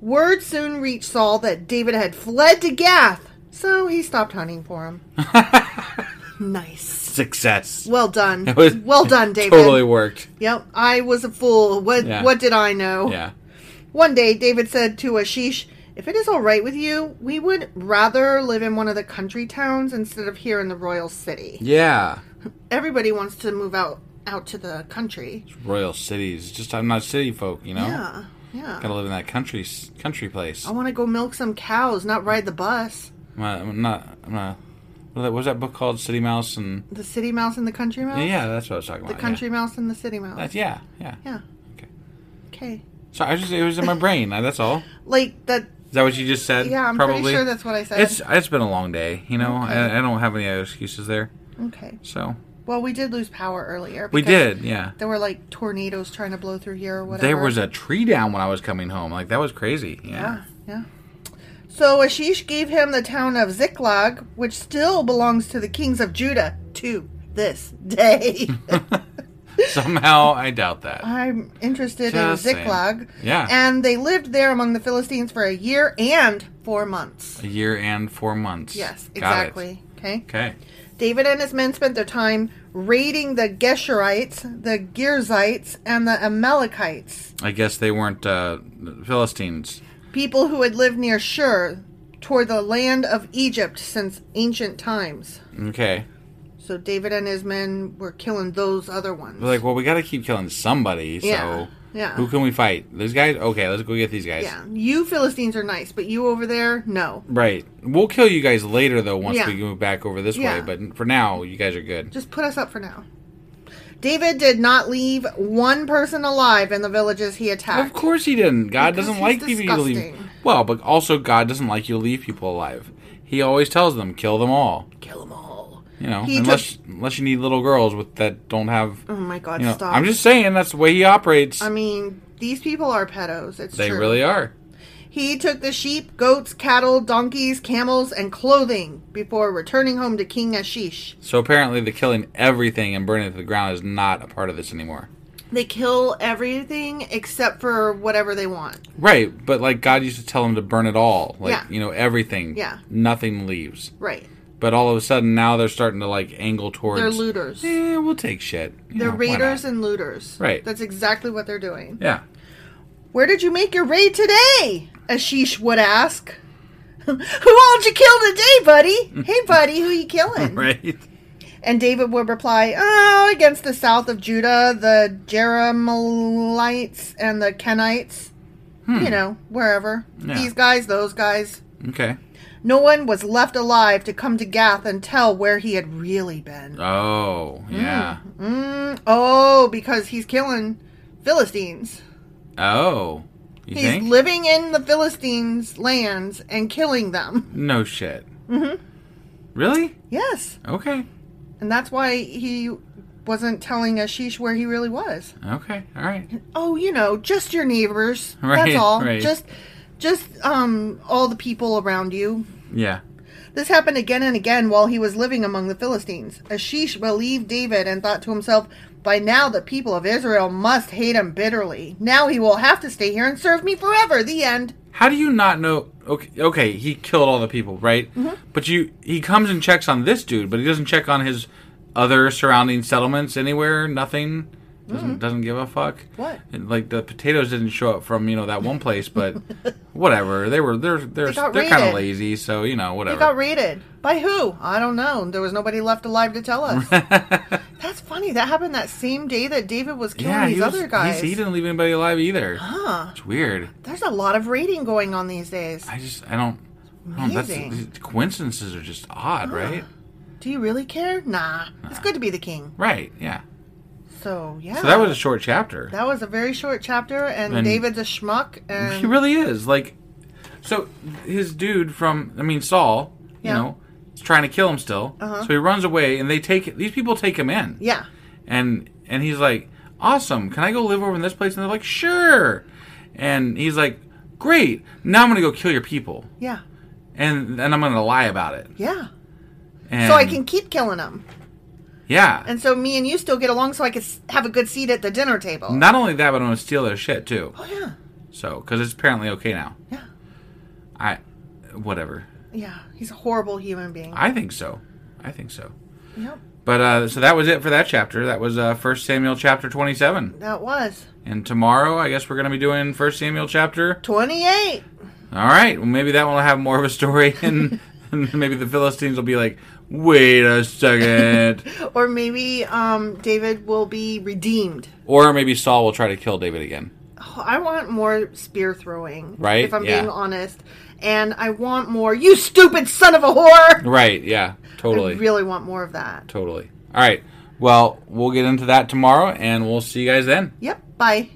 Speaker 1: Word soon reached Saul that David had fled to Gath, so he stopped hunting for him. nice.
Speaker 2: Success.
Speaker 1: Well done.
Speaker 2: It was-
Speaker 1: well done, David.
Speaker 2: Totally worked.
Speaker 1: Yep, I was a fool. What
Speaker 2: Yeah.
Speaker 1: what did I know?
Speaker 2: Yeah.
Speaker 1: One day David said to Ashish, "If it is all right with you, we would rather live in one of the country towns instead of here in the royal city.
Speaker 2: Yeah.
Speaker 1: Everybody wants to move out out to the country."
Speaker 2: Royal cities. Just I'm not city folk, you know.
Speaker 1: Yeah. Oh. Yeah.
Speaker 2: Oh. Gotta live in that country s- country place.
Speaker 1: I want to go milk some cows, not ride the bus.
Speaker 2: I'm not. I'm not. I'm not what was that- what was that book called? City Mouse and
Speaker 1: The city mouse and the country mouse?
Speaker 2: yeah, Oh, yeah, that's what I was talking
Speaker 1: The
Speaker 2: about.
Speaker 1: country mouse and the city mouse.
Speaker 2: Yeah. That's, yeah, yeah.
Speaker 1: yeah.
Speaker 2: Okay.
Speaker 1: Okay.
Speaker 2: So I was just it was in my brain. That's all.
Speaker 1: Like that
Speaker 2: Is that what you just said?
Speaker 1: yeah, I'm pretty sure that's what I said.
Speaker 2: It's it's been a long day, you know. I, I don't have any other excuses there.
Speaker 1: okay.
Speaker 2: So
Speaker 1: Well, we did lose power earlier.
Speaker 2: we
Speaker 1: because
Speaker 2: did, yeah.
Speaker 1: There were like tornadoes trying to blow through here or whatever.
Speaker 2: There was a tree down when I was coming home. Like that was crazy. Yeah.
Speaker 1: Yeah, yeah. So Ashish gave him the town of Ziklag, which still belongs to the kings of Judah to this day.
Speaker 2: Somehow I doubt that.
Speaker 1: I'm interested
Speaker 2: Just
Speaker 1: in
Speaker 2: saying.
Speaker 1: Ziklag.
Speaker 2: Yeah.
Speaker 1: And they lived there among the Philistines for a year and four months.
Speaker 2: A year and four months. Got
Speaker 1: Yes,
Speaker 2: it.
Speaker 1: exactly. Okay.
Speaker 2: Okay.
Speaker 1: David and his men spent their time raiding the Geshurites, the Gerzites, and the Amalekites,
Speaker 2: I guess they weren't uh, Philistines.
Speaker 1: people who had lived near Shur, toward the land of Egypt since ancient times.
Speaker 2: Okay.
Speaker 1: So David and his men were killing those other ones.
Speaker 2: They're like, well, we got to keep killing somebody. So
Speaker 1: Yeah, yeah.
Speaker 2: who can we fight? These guys? Okay, let's go get these guys.
Speaker 1: yeah, you Philistines are nice, but you over there, no.
Speaker 2: Right. We'll kill you guys later, though, once
Speaker 1: Yeah.
Speaker 2: we move back over this way.
Speaker 1: Yeah.
Speaker 2: But for now, you guys are good.
Speaker 1: Just put us up for now. David did not leave one person alive in the villages he attacked.
Speaker 2: Of course he didn't. God
Speaker 1: Because
Speaker 2: doesn't
Speaker 1: he's
Speaker 2: like people to leave.
Speaker 1: disgusting.
Speaker 2: Well, but also God doesn't like you to leave people alive. He always tells them, kill them all.
Speaker 1: Kill them all.
Speaker 2: You know,
Speaker 1: He
Speaker 2: unless
Speaker 1: took-
Speaker 2: unless you need little girls with that don't have.
Speaker 1: Oh my God!
Speaker 2: you know,
Speaker 1: stop.
Speaker 2: I'm just saying that's the way he operates.
Speaker 1: I mean, these people are pedos. It's
Speaker 2: they
Speaker 1: true.
Speaker 2: really are.
Speaker 1: He took the sheep, goats, cattle, donkeys, camels, and clothing before returning home to King Ashish.
Speaker 2: So apparently, the killing everything and burning it to the ground is not a part of this anymore.
Speaker 1: They kill everything except for whatever they want.
Speaker 2: Right, but like God used to tell him to burn it all, like
Speaker 1: Yeah.
Speaker 2: you know everything.
Speaker 1: Yeah.
Speaker 2: nothing leaves.
Speaker 1: Right.
Speaker 2: But all of a sudden now they're starting to like angle towards.
Speaker 1: They're looters.
Speaker 2: Yeah, we'll take shit. You
Speaker 1: They're
Speaker 2: know, why not?
Speaker 1: raiders and looters.
Speaker 2: Right.
Speaker 1: That's exactly what they're doing.
Speaker 2: Yeah,
Speaker 1: Where did you make your raid today? Ashish would ask. who all'd you kill today, buddy? Hey, buddy, who you killing?
Speaker 2: right.
Speaker 1: And David would reply, Oh, against the south of Judah, the Jeremelites and the Kenites. You know, wherever.
Speaker 2: Hmm. Yeah.
Speaker 1: These guys, those guys.
Speaker 2: Okay.
Speaker 1: No one was left alive to come to Gath and tell where he had really been. Mm.
Speaker 2: Oh yeah.
Speaker 1: Oh, because he's killing Philistines.
Speaker 2: Oh, you
Speaker 1: He's
Speaker 2: think?
Speaker 1: living in the Philistines' lands and killing them.
Speaker 2: no shit. Mm-hmm. Really?
Speaker 1: Yes.
Speaker 2: Okay.
Speaker 1: And that's why he wasn't telling Ashish where he really was.
Speaker 2: Okay. All right.
Speaker 1: oh, you know, just your neighbors.
Speaker 2: Right,
Speaker 1: That's all.
Speaker 2: right.
Speaker 1: Just just um all the people around you.
Speaker 2: Yeah.
Speaker 1: This happened again and again while he was living among the Philistines. Ashish believed David and thought to himself, by now the people of Israel must hate him bitterly. Now he will have to stay here and serve me forever. The end.
Speaker 2: How do you not know? Okay, okay, he killed all the people, right?
Speaker 1: Mm-hmm.
Speaker 2: But you, he comes and checks on this dude, but he doesn't check on his other surrounding settlements anywhere. Nothing. Doesn't doesn't give a fuck.
Speaker 1: Mm-hmm. What?
Speaker 2: And, like the potatoes didn't show up from you know that one place, but whatever. They were they're they're
Speaker 1: got
Speaker 2: they are kind of
Speaker 1: raided.
Speaker 2: lazy, so you know whatever.
Speaker 1: He got raided. By who? I don't know. There was nobody left alive to tell us. That's funny. That happened that same day that David was killing
Speaker 2: yeah,
Speaker 1: these
Speaker 2: he was-
Speaker 1: other guys.
Speaker 2: he's- He didn't leave anybody alive either. Huh? It's weird.
Speaker 1: There's a lot of raiding going on these days.
Speaker 2: I just I don't. I don't that's,
Speaker 1: Amazing.
Speaker 2: these coincidences are just odd, right?
Speaker 1: Do you really care? Nah. It's good to be the king.
Speaker 2: Right. Yeah.
Speaker 1: So yeah.
Speaker 2: So that was a short chapter.
Speaker 1: that was a very short chapter, and,
Speaker 2: And-
Speaker 1: David's a schmuck, and
Speaker 2: He really is. Like, so his dude from, I mean, Saul,
Speaker 1: Yeah. Uh-huh.
Speaker 2: you know, is trying to kill him still. So he runs away, and they take these people take him in.
Speaker 1: yeah,
Speaker 2: And and he's like, awesome. Can I go live over in this place? And they're like, sure. And he's like, great. Now I'm gonna go kill your people,
Speaker 1: yeah,
Speaker 2: and and I'm gonna lie about it.
Speaker 1: yeah.
Speaker 2: And,
Speaker 1: so I can keep killing him,
Speaker 2: Yeah.
Speaker 1: and so me and you still get along, so I could s- have a good seat at the dinner table.
Speaker 2: Not only that, but I'm gonna steal their shit too.
Speaker 1: Oh yeah,
Speaker 2: So because it's apparently okay now.
Speaker 1: yeah,
Speaker 2: I, whatever.
Speaker 1: yeah. He's a horrible human being.
Speaker 2: I think so. I think so.
Speaker 1: yep,
Speaker 2: But uh, so that was it for that chapter. That was uh, 1 Samuel chapter 27.
Speaker 1: that was
Speaker 2: And tomorrow, I guess we're going to be doing 1 Samuel chapter.
Speaker 1: twenty-eight.
Speaker 2: All right. Well, maybe that one will have more of a story. And, and maybe the Philistines will be like, wait a second.
Speaker 1: Or maybe um, David will be redeemed.
Speaker 2: or maybe Saul will try to kill David again.
Speaker 1: Oh, I want more spear throwing,
Speaker 2: Right?
Speaker 1: If I'm
Speaker 2: Yeah.
Speaker 1: being honest, and I want more. You stupid son of a whore!
Speaker 2: Right. Yeah. Totally.
Speaker 1: I really want more of that.
Speaker 2: totally. All right. Well, we'll get into that tomorrow, and we'll see you guys then.
Speaker 1: Yep. Bye.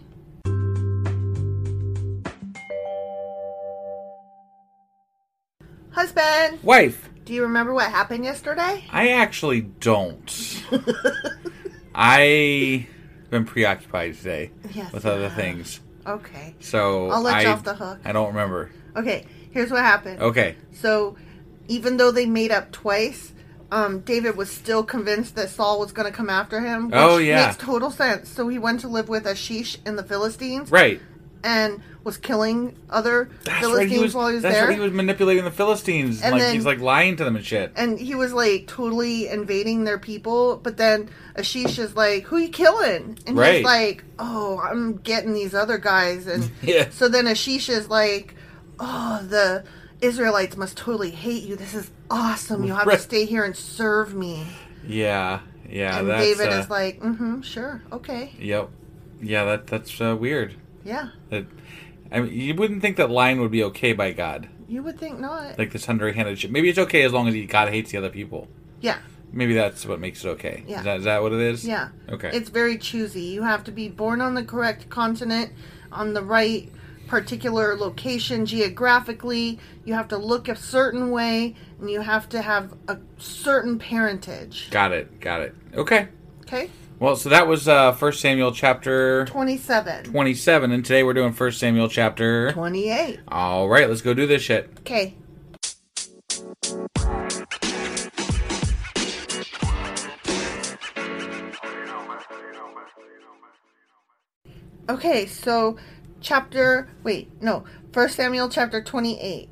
Speaker 1: Husband,
Speaker 2: Wife,
Speaker 1: do you remember what happened yesterday?
Speaker 2: I actually don't. I've been preoccupied today
Speaker 1: Yes,
Speaker 2: with
Speaker 1: you
Speaker 2: other
Speaker 1: have.
Speaker 2: things.
Speaker 1: Okay.
Speaker 2: So
Speaker 1: I'll let you
Speaker 2: I-
Speaker 1: off the hook.
Speaker 2: I don't remember.
Speaker 1: Okay, here's what happened.
Speaker 2: Okay.
Speaker 1: So, even though they made up twice, um, David was still convinced that Saul was going to come after him. Which
Speaker 2: Oh, yeah.
Speaker 1: makes total sense. So he went to live with Ashish in the Philistines,
Speaker 2: Right.
Speaker 1: and was killing other
Speaker 2: That's
Speaker 1: Philistines
Speaker 2: right. He was,
Speaker 1: while he was
Speaker 2: that's
Speaker 1: there.
Speaker 2: right. He was manipulating the Philistines.
Speaker 1: And
Speaker 2: like
Speaker 1: then-
Speaker 2: he's like lying to them and shit.
Speaker 1: and he was like totally invading their people. But then Ashish is like, "Who you killing?" And
Speaker 2: Right.
Speaker 1: he's like, "Oh, I'm getting these other guys." And
Speaker 2: Yeah.
Speaker 1: so then Ashish is like, "Oh, the Israelites must totally hate you. This is awesome. You have
Speaker 2: Right.
Speaker 1: to stay here and serve me."
Speaker 2: yeah. Yeah.
Speaker 1: and
Speaker 2: that's,
Speaker 1: David
Speaker 2: uh,
Speaker 1: is like, "Mm-hmm, sure, okay,
Speaker 2: Yep. Yeah. That that's uh, weird.
Speaker 1: yeah."
Speaker 2: That I mean, you wouldn't think that lying would be okay by God.
Speaker 1: You would think not.
Speaker 2: Like this underhanded shit. Maybe it's okay as long as he, God hates the other people.
Speaker 1: yeah,
Speaker 2: Maybe that's what makes it okay.
Speaker 1: Yeah.
Speaker 2: Is, that, is that what it is?
Speaker 1: yeah.
Speaker 2: Okay.
Speaker 1: It's very choosy. You have to be born on the correct continent, on the right particular location geographically. You have to look a certain way, and you have to have a certain parentage.
Speaker 2: Got it. Got it. Okay.
Speaker 1: Okay?
Speaker 2: Well, so that was uh First Samuel chapter
Speaker 1: 27.
Speaker 2: 27, and today we're doing First Samuel chapter.
Speaker 1: 28.
Speaker 2: All right, let's go do this shit.
Speaker 1: Okay. Okay, so chapter wait, no, First Samuel chapter 28.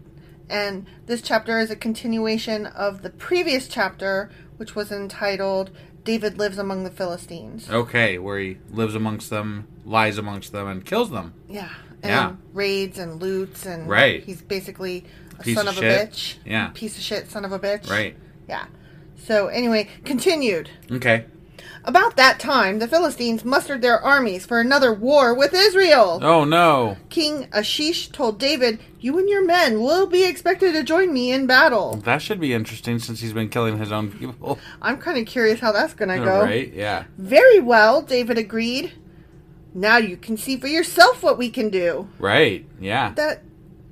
Speaker 1: And this chapter is a continuation of the previous chapter, which was entitled David Lives Among the Philistines.
Speaker 2: Okay, where he lives amongst them, lies amongst them, and kills them.
Speaker 1: Yeah. And
Speaker 2: Yeah.
Speaker 1: raids and loots and
Speaker 2: Right.
Speaker 1: he's basically a
Speaker 2: Piece
Speaker 1: son
Speaker 2: of
Speaker 1: of, a
Speaker 2: shit.
Speaker 1: bitch.
Speaker 2: Yeah.
Speaker 1: Piece of shit, son of a bitch.
Speaker 2: Right.
Speaker 1: Yeah. So anyway, continued.
Speaker 2: Okay.
Speaker 1: About that time, the Philistines mustered their armies for another war with Israel.
Speaker 2: Oh no.
Speaker 1: King Ashish told David, "You and your men will be expected to join me in battle."
Speaker 2: That should be interesting since he's been killing his own people.
Speaker 1: I'm kind of curious how that's going to go.
Speaker 2: Right? Yeah.
Speaker 1: Very well, David agreed. Now you can see for yourself what we can do.
Speaker 2: Right. Yeah.
Speaker 1: That,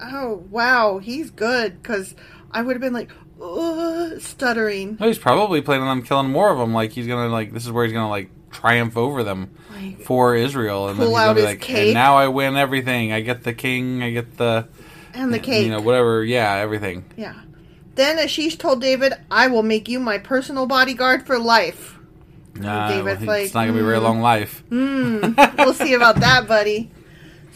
Speaker 1: oh wow, he's good because I would have been like, Ugh, stuttering.
Speaker 2: No, he's probably planning on killing more of them. Like he's gonna like this is where he's gonna like triumph over them
Speaker 1: Like,
Speaker 2: for Israel, and then
Speaker 1: pull
Speaker 2: he's gonna
Speaker 1: out
Speaker 2: be
Speaker 1: his
Speaker 2: like,
Speaker 1: cake."
Speaker 2: and now I win everything. I get the king. I get the
Speaker 1: And the cake.
Speaker 2: You know, whatever. Yeah, everything.
Speaker 1: Yeah. Then Ashish told David, I will make you my personal bodyguard for life.
Speaker 2: Nah,
Speaker 1: David's
Speaker 2: it's
Speaker 1: like, mm.
Speaker 2: not gonna be a very long life.
Speaker 1: We'll see about that, buddy.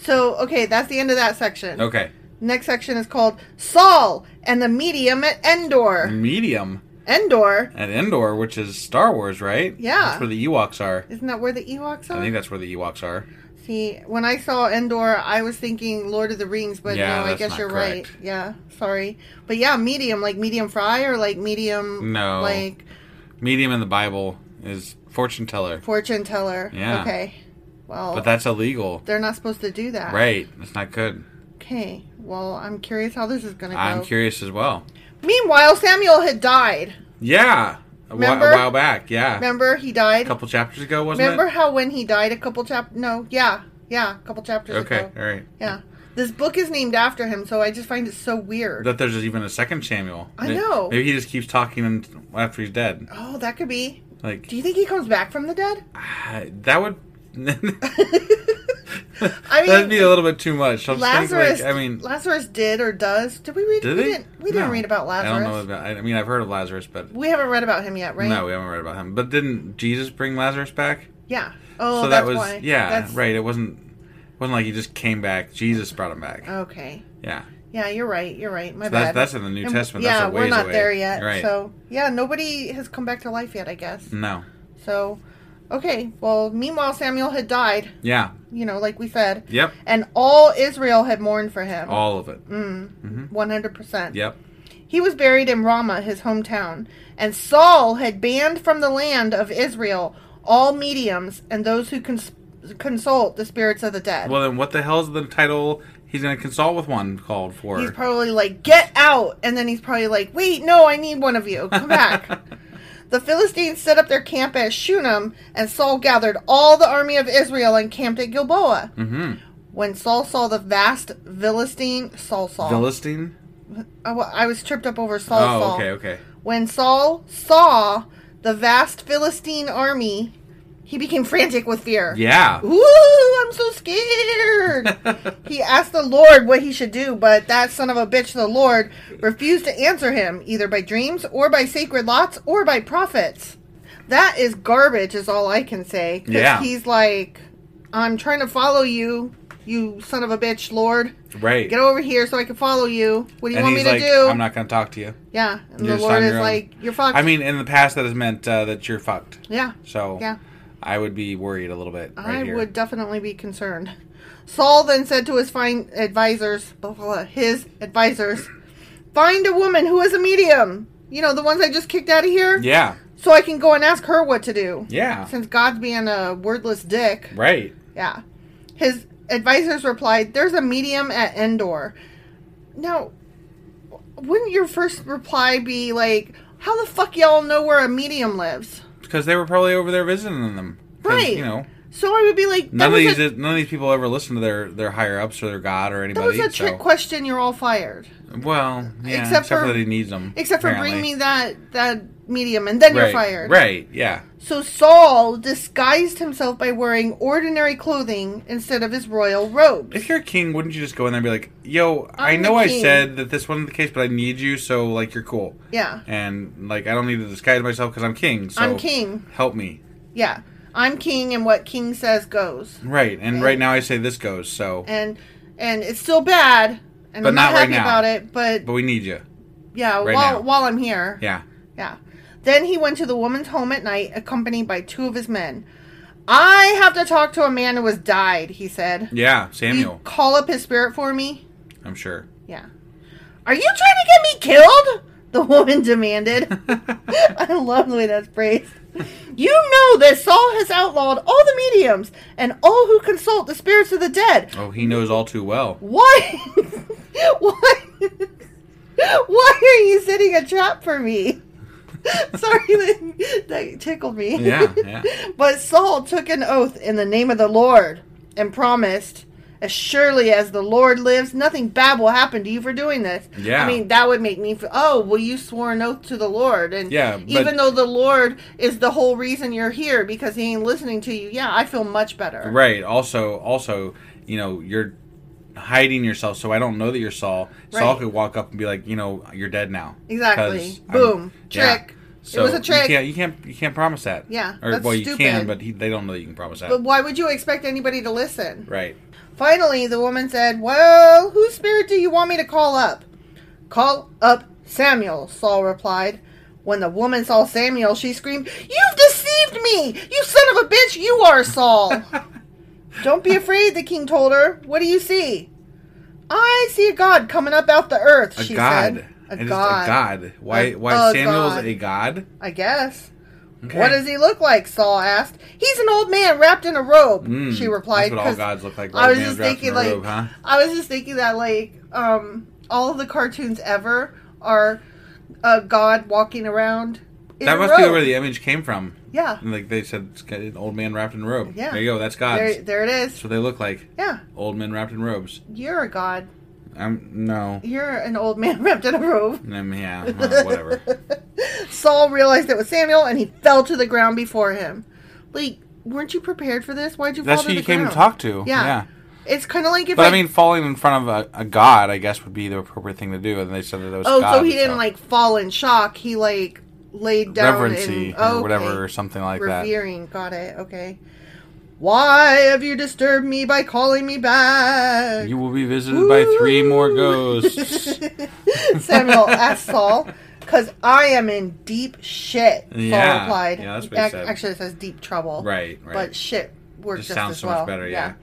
Speaker 1: So, okay, that's the end of that section.
Speaker 2: Okay.
Speaker 1: Next section is called Saul and the Medium at
Speaker 2: Mm.
Speaker 1: Endor.
Speaker 2: Medium
Speaker 1: Endor?
Speaker 2: at Endor, which is Star Wars, right?
Speaker 1: Yeah.
Speaker 2: That's where the Ewoks are.
Speaker 1: Isn't that where the Ewoks
Speaker 2: I
Speaker 1: are?
Speaker 2: think that's where the Ewoks are.
Speaker 1: see, when I saw Endor, I was thinking Lord of the Rings, but
Speaker 2: Yeah,
Speaker 1: no, I
Speaker 2: that's
Speaker 1: guess
Speaker 2: not
Speaker 1: you're
Speaker 2: correct.
Speaker 1: right. Yeah, sorry. But yeah, medium, like medium fry or like medium,
Speaker 2: No.
Speaker 1: like
Speaker 2: Medium in the Bible is fortune teller,
Speaker 1: fortune teller.
Speaker 2: Yeah.
Speaker 1: Okay. Well,
Speaker 2: but that's illegal.
Speaker 1: they're not supposed to do that.
Speaker 2: Right. That's not good.
Speaker 1: Okay, well, I'm curious how this is going to go.
Speaker 2: I'm curious as well.
Speaker 1: Meanwhile, Samuel had died.
Speaker 2: Yeah. A, whi-
Speaker 1: Remember?
Speaker 2: a while back. Yeah.
Speaker 1: Remember, he died.
Speaker 2: A couple chapters ago, wasn't
Speaker 1: Remember
Speaker 2: it?
Speaker 1: how when he died, a couple chap? No, yeah, yeah, a couple chapters
Speaker 2: Okay.
Speaker 1: ago.
Speaker 2: All right.
Speaker 1: Yeah, this book is named after him, so I just find it so weird.
Speaker 2: That there's even a second Samuel.
Speaker 1: I
Speaker 2: May-
Speaker 1: know.
Speaker 2: Maybe he just keeps talking and- after he's dead.
Speaker 1: oh, that could be.
Speaker 2: Like
Speaker 1: Do you think he comes back from the dead?
Speaker 2: I- that would.
Speaker 1: I
Speaker 2: That'd
Speaker 1: mean,
Speaker 2: be a little bit too much. I'm just thinking,
Speaker 1: Lazarus.
Speaker 2: like, I mean,
Speaker 1: Lazarus did or does? Did we read?
Speaker 2: Did
Speaker 1: we
Speaker 2: he?
Speaker 1: Didn't, we didn't
Speaker 2: No.
Speaker 1: read about Lazarus.
Speaker 2: I don't know about. I mean, I've heard of Lazarus, but
Speaker 1: We haven't read about him yet, right?
Speaker 2: no, we haven't read about him. But didn't Jesus bring Lazarus back?
Speaker 1: Yeah.
Speaker 2: so
Speaker 1: Oh,
Speaker 2: that
Speaker 1: that's
Speaker 2: was
Speaker 1: why.
Speaker 2: yeah,
Speaker 1: That's-
Speaker 2: right. It wasn't wasn't like he just came back. Jesus brought him back.
Speaker 1: Okay.
Speaker 2: yeah,
Speaker 1: Yeah, you're right. You're right. My
Speaker 2: So that's-
Speaker 1: bad.
Speaker 2: that's in the New Testament,
Speaker 1: Yeah,
Speaker 2: that's a
Speaker 1: we're
Speaker 2: ways
Speaker 1: not
Speaker 2: away.
Speaker 1: there yet.
Speaker 2: Right. Mm.
Speaker 1: So yeah, nobody has come back to life yet. I guess.
Speaker 2: no,
Speaker 1: So, okay. Well, meanwhile, Samuel had died.
Speaker 2: yeah,
Speaker 1: You know, like we said.
Speaker 2: Yep.
Speaker 1: And all Israel had mourned for him.
Speaker 2: all of it.
Speaker 1: Mm. One hundred percent.
Speaker 2: Yep.
Speaker 1: He was buried in Ramah, his hometown, and Saul had banned from the land of Israel all mediums and those who cons- consult the spirits of the dead.
Speaker 2: Well, then what the hell is the title? He's gonna consult with one called for.
Speaker 1: He's probably like, get out. And then he's probably like, wait, no, I need one of you. Come back. the Philistines set up their camp at Shunem, and Saul gathered all the army of Israel and camped at Gilboa. Mm-hmm. When Saul saw the vast Philistine, Saul saw.
Speaker 2: Philistine.
Speaker 1: I, wa- I was tripped up over Saul.
Speaker 2: Oh,
Speaker 1: saw.
Speaker 2: okay, okay.
Speaker 1: When Saul saw the vast Philistine army, He became frantic with fear.
Speaker 2: Yeah.
Speaker 1: Ooh, I'm so scared. he asked the Lord what he should do, but that son of a bitch, the Lord, refused to answer him, either by dreams or by sacred lots or by prophets. That is garbage, is all I can say. 'Cause
Speaker 2: Yeah.
Speaker 1: He's like, I'm trying to follow you, you son of a bitch, Lord.
Speaker 2: Right.
Speaker 1: Get over here so I can follow you. What do you
Speaker 2: and
Speaker 1: want me
Speaker 2: he's
Speaker 1: to
Speaker 2: like,
Speaker 1: do?
Speaker 2: I'm not going to talk to you.
Speaker 1: yeah. And
Speaker 2: You're
Speaker 1: the
Speaker 2: just
Speaker 1: Lord
Speaker 2: on
Speaker 1: is
Speaker 2: your own.
Speaker 1: like, you're fucked.
Speaker 2: I mean, in the past, that has meant uh, that you're fucked.
Speaker 1: yeah.
Speaker 2: So
Speaker 1: Yeah.
Speaker 2: I would be worried a little bit. Right
Speaker 1: I
Speaker 2: here.
Speaker 1: would definitely be concerned. Saul then said to his fine advisors, blah, blah, blah, his advisors, find a woman who is a medium. You know, the ones I just kicked out of here?
Speaker 2: Yeah.
Speaker 1: So I can go and ask her what to do.
Speaker 2: Yeah.
Speaker 1: Since God's being a wordless dick.
Speaker 2: Right.
Speaker 1: Yeah. His advisors replied, There's a medium at Endor. Now, wouldn't your first reply be like, How the fuck y'all know where a medium lives?
Speaker 2: Because they were probably over there visiting them. 'Cause,
Speaker 1: Right.
Speaker 2: You know,
Speaker 1: So I would be like, that
Speaker 2: none of
Speaker 1: was a-
Speaker 2: these none of these people ever listen to their their higher ups or their god or
Speaker 1: That
Speaker 2: anybody.
Speaker 1: was a
Speaker 2: so.
Speaker 1: trick question. You're all fired.
Speaker 2: Well, yeah,
Speaker 1: Except
Speaker 2: except,
Speaker 1: for-
Speaker 2: for, that he needs them.
Speaker 1: Except for bring
Speaker 2: apparently.
Speaker 1: me that that medium, and then you're
Speaker 2: Right,
Speaker 1: fired.
Speaker 2: Right. Yeah.
Speaker 1: So Saul disguised himself by wearing ordinary clothing instead of his royal robes.
Speaker 2: If you're a king, wouldn't you just go in there and be like, "Yo, i
Speaker 1: I'm the
Speaker 2: know I
Speaker 1: king."
Speaker 2: said that this wasn't the case, but I need you, so like you're cool."
Speaker 1: Yeah.
Speaker 2: And like I don't need to disguise myself because I'm king. So
Speaker 1: I'm king.
Speaker 2: Help me.
Speaker 1: Yeah, I'm king, and what king says goes.
Speaker 2: Right. And right now I say this goes. So,
Speaker 1: And and it's still bad, and
Speaker 2: But
Speaker 1: I'm
Speaker 2: not
Speaker 1: not,
Speaker 2: right
Speaker 1: happy
Speaker 2: now.
Speaker 1: about it. But,
Speaker 2: but we need you.
Speaker 1: yeah,
Speaker 2: right
Speaker 1: while
Speaker 2: now.
Speaker 1: while I'm here,
Speaker 2: Yeah.
Speaker 1: Yeah. Then he went to the woman's home at night, accompanied by two of his men. I have to talk to a man who has died, he said.
Speaker 2: Yeah.
Speaker 1: Will you
Speaker 2: Samuel.
Speaker 1: call up his spirit for me?
Speaker 2: I'm sure.
Speaker 1: Yeah. Are you trying to get me killed? The woman demanded. I love the way that's phrased. You know that Saul has outlawed all the mediums and all who consult the spirits of the dead.
Speaker 2: Oh, he knows all too well.
Speaker 1: Why? Why? Why are you setting a trap for me? Sorry, that, that tickled me.
Speaker 2: Yeah. Yeah.
Speaker 1: But Saul took an oath in the name of the Lord and promised, As surely as the Lord lives, nothing bad will happen to you for doing this.
Speaker 2: Yeah.
Speaker 1: I mean, that would make me feel, oh, well, you swore an oath to the Lord. And
Speaker 2: Yeah, but-
Speaker 1: even though the Lord is the whole reason you're here because he ain't listening to you, yeah, I feel much better.
Speaker 2: Right. Also, also, you know, you're hiding yourself, so I don't know that you're Saul. Saul
Speaker 1: Right.
Speaker 2: could walk up and be like, you know, you're dead now.
Speaker 1: Exactly.
Speaker 2: 'Cause I'm-
Speaker 1: Boom. Trick.
Speaker 2: So
Speaker 1: It was a trick.
Speaker 2: You can't, you can't, you can't promise that.
Speaker 1: Yeah,
Speaker 2: Or
Speaker 1: that's
Speaker 2: well, you
Speaker 1: stupid.
Speaker 2: can, but he, they don't know that you can promise that.
Speaker 1: But why would you expect anybody to listen?
Speaker 2: right.
Speaker 1: Finally, the woman said, Well, whose spirit do you want me to call up? Call up Samuel, Saul replied. When the woman saw Samuel, she screamed, You've deceived me! You son of a bitch, you are Saul! Don't be afraid, the king told her. What do you see? I see a god coming up out the earth,
Speaker 2: A
Speaker 1: she
Speaker 2: god.
Speaker 1: said.
Speaker 2: It
Speaker 1: A
Speaker 2: is
Speaker 1: god.
Speaker 2: A god. Why?
Speaker 1: A-
Speaker 2: why
Speaker 1: a
Speaker 2: Samuel's
Speaker 1: god.
Speaker 2: a god?
Speaker 1: I guess.
Speaker 2: Okay.
Speaker 1: What does he look like? Saul asked. He's an old man wrapped in a robe.
Speaker 2: Mm,
Speaker 1: she
Speaker 2: that's
Speaker 1: replied.
Speaker 2: what all
Speaker 1: 'cause
Speaker 2: gods look like,
Speaker 1: I
Speaker 2: old
Speaker 1: was
Speaker 2: man
Speaker 1: just
Speaker 2: wrapped in
Speaker 1: thinking,
Speaker 2: a
Speaker 1: like,
Speaker 2: robe, huh?
Speaker 1: I was just thinking that, like, um, all of the cartoons ever are a god walking around. In
Speaker 2: That
Speaker 1: a
Speaker 2: must
Speaker 1: robe.
Speaker 2: be where the image came from.
Speaker 1: yeah.
Speaker 2: And, Like they said, it's got an old man wrapped in a robe.
Speaker 1: Yeah.
Speaker 2: There you go. That's gods.
Speaker 1: There, there it
Speaker 2: That's
Speaker 1: is.
Speaker 2: what they look like.
Speaker 1: Yeah,
Speaker 2: Old men wrapped in robes.
Speaker 1: you're a god.
Speaker 2: Um, no.
Speaker 1: You're an old man wrapped in a robe.
Speaker 2: Um, yeah. uh, whatever.
Speaker 1: Saul realized it was Samuel, and he fell to the ground before him. Like, weren't you prepared for this? Why'd you
Speaker 2: That's who
Speaker 1: fall to
Speaker 2: you
Speaker 1: the
Speaker 2: came to
Speaker 1: ground?
Speaker 2: talk to.
Speaker 1: Yeah.
Speaker 2: Yeah.
Speaker 1: It's kind of like if
Speaker 2: But
Speaker 1: I,
Speaker 2: I mean, falling in front of a, a god, I guess, would be the appropriate thing to do. And they said that it was.
Speaker 1: Oh,
Speaker 2: God,
Speaker 1: so he didn't like fall in shock. He like laid down
Speaker 2: reverency
Speaker 1: and,
Speaker 2: or
Speaker 1: okay.
Speaker 2: whatever or something like that.
Speaker 1: Revering, got it. Okay. Why have you disturbed me by calling me back?
Speaker 2: You will be visited by three more ghosts.
Speaker 1: Samuel asked Saul, "Cause I am in deep shit." Saul
Speaker 2: Yeah.
Speaker 1: replied.
Speaker 2: Yeah, that's what he
Speaker 1: Ac-
Speaker 2: said.
Speaker 1: Actually, it says deep trouble.
Speaker 2: Right, right.
Speaker 1: But shit works
Speaker 2: Just
Speaker 1: just,
Speaker 2: sounds
Speaker 1: as
Speaker 2: so much
Speaker 1: well.
Speaker 2: better, yeah.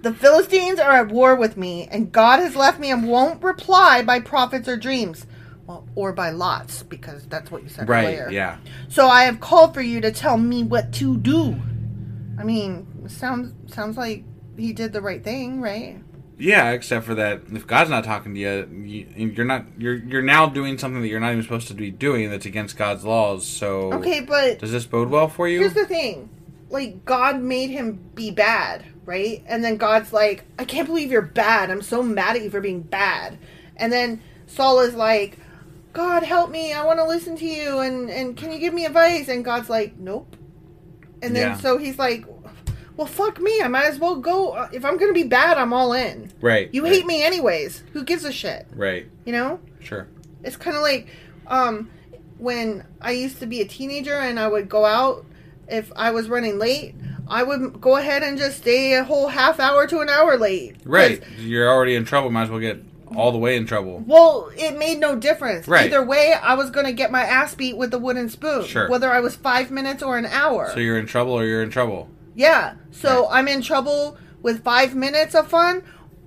Speaker 1: The Philistines are at war with me, and God has left me and won't reply by prophets or dreams, well, or by lots, because that's what you said earlier.
Speaker 2: right? Yeah.
Speaker 1: So I have called for you to tell me what to do. I mean, sounds sounds like he did the right thing, right?
Speaker 2: Yeah, except for that, if God's not talking to you, you, and you're not you're you're now doing something that you're not even supposed to be doing that's against God's laws. So
Speaker 1: Okay, but
Speaker 2: does this bode well for you?
Speaker 1: here's the thing. Like God made him be bad, right? And then God's like, "I can't believe you're bad. I'm so mad at you for being bad." And then Saul is like, "God, help me. I want to listen to you and and can you give me advice?" And God's like, "Nope." And then
Speaker 2: Yeah.
Speaker 1: so he's like, well, fuck me. I might as well go. If I'm going to be bad, I'm all in.
Speaker 2: Right.
Speaker 1: You
Speaker 2: right,
Speaker 1: hate me anyways. Who gives a shit?
Speaker 2: Right.
Speaker 1: You know?
Speaker 2: Sure.
Speaker 1: It's kind of like um, when I used to be a teenager and I would go out. If I was running late, I would go ahead and just stay a whole half hour to an hour late. 'Cause-
Speaker 2: Right. You're already in trouble. Might as well get all the way in trouble.
Speaker 1: Well, it made no difference.
Speaker 2: Right.
Speaker 1: Either way, I was going to get my ass beat with the wooden spoon.
Speaker 2: Sure.
Speaker 1: Whether I was five minutes or an hour.
Speaker 2: So you're in trouble or you're in trouble.
Speaker 1: yeah. So I'm in trouble with five minutes of fun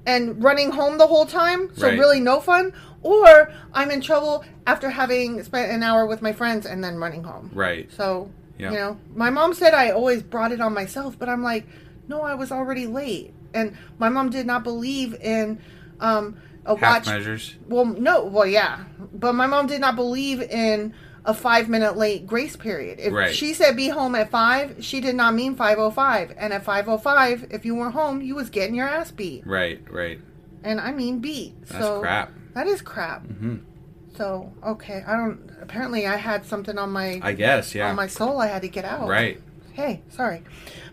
Speaker 1: and running home the whole time. So
Speaker 2: Right.
Speaker 1: really no fun. Or I'm in trouble after having spent an hour with my friends and then running home.
Speaker 2: Right.
Speaker 1: So,
Speaker 2: Yeah.
Speaker 1: you know, my mom said I always brought it on myself, but I'm like, no, I was already late. And my mom did not believe in um, a
Speaker 2: Half
Speaker 1: watch.
Speaker 2: measures.
Speaker 1: Well, no, well, yeah, but my mom did not believe in a five minute late grace period. If
Speaker 2: Right.
Speaker 1: she said be home at five, she did not mean five oh five. And at five oh five, if you were home, you was getting your ass beat,
Speaker 2: Right. Right.
Speaker 1: and I mean beat.
Speaker 2: That's
Speaker 1: so
Speaker 2: crap.
Speaker 1: That is crap. Mm-hmm. So okay, I don't. Apparently, I had something on my
Speaker 2: I guess. Yeah.
Speaker 1: on my soul. I had to get out.
Speaker 2: Right.
Speaker 1: Hey, sorry.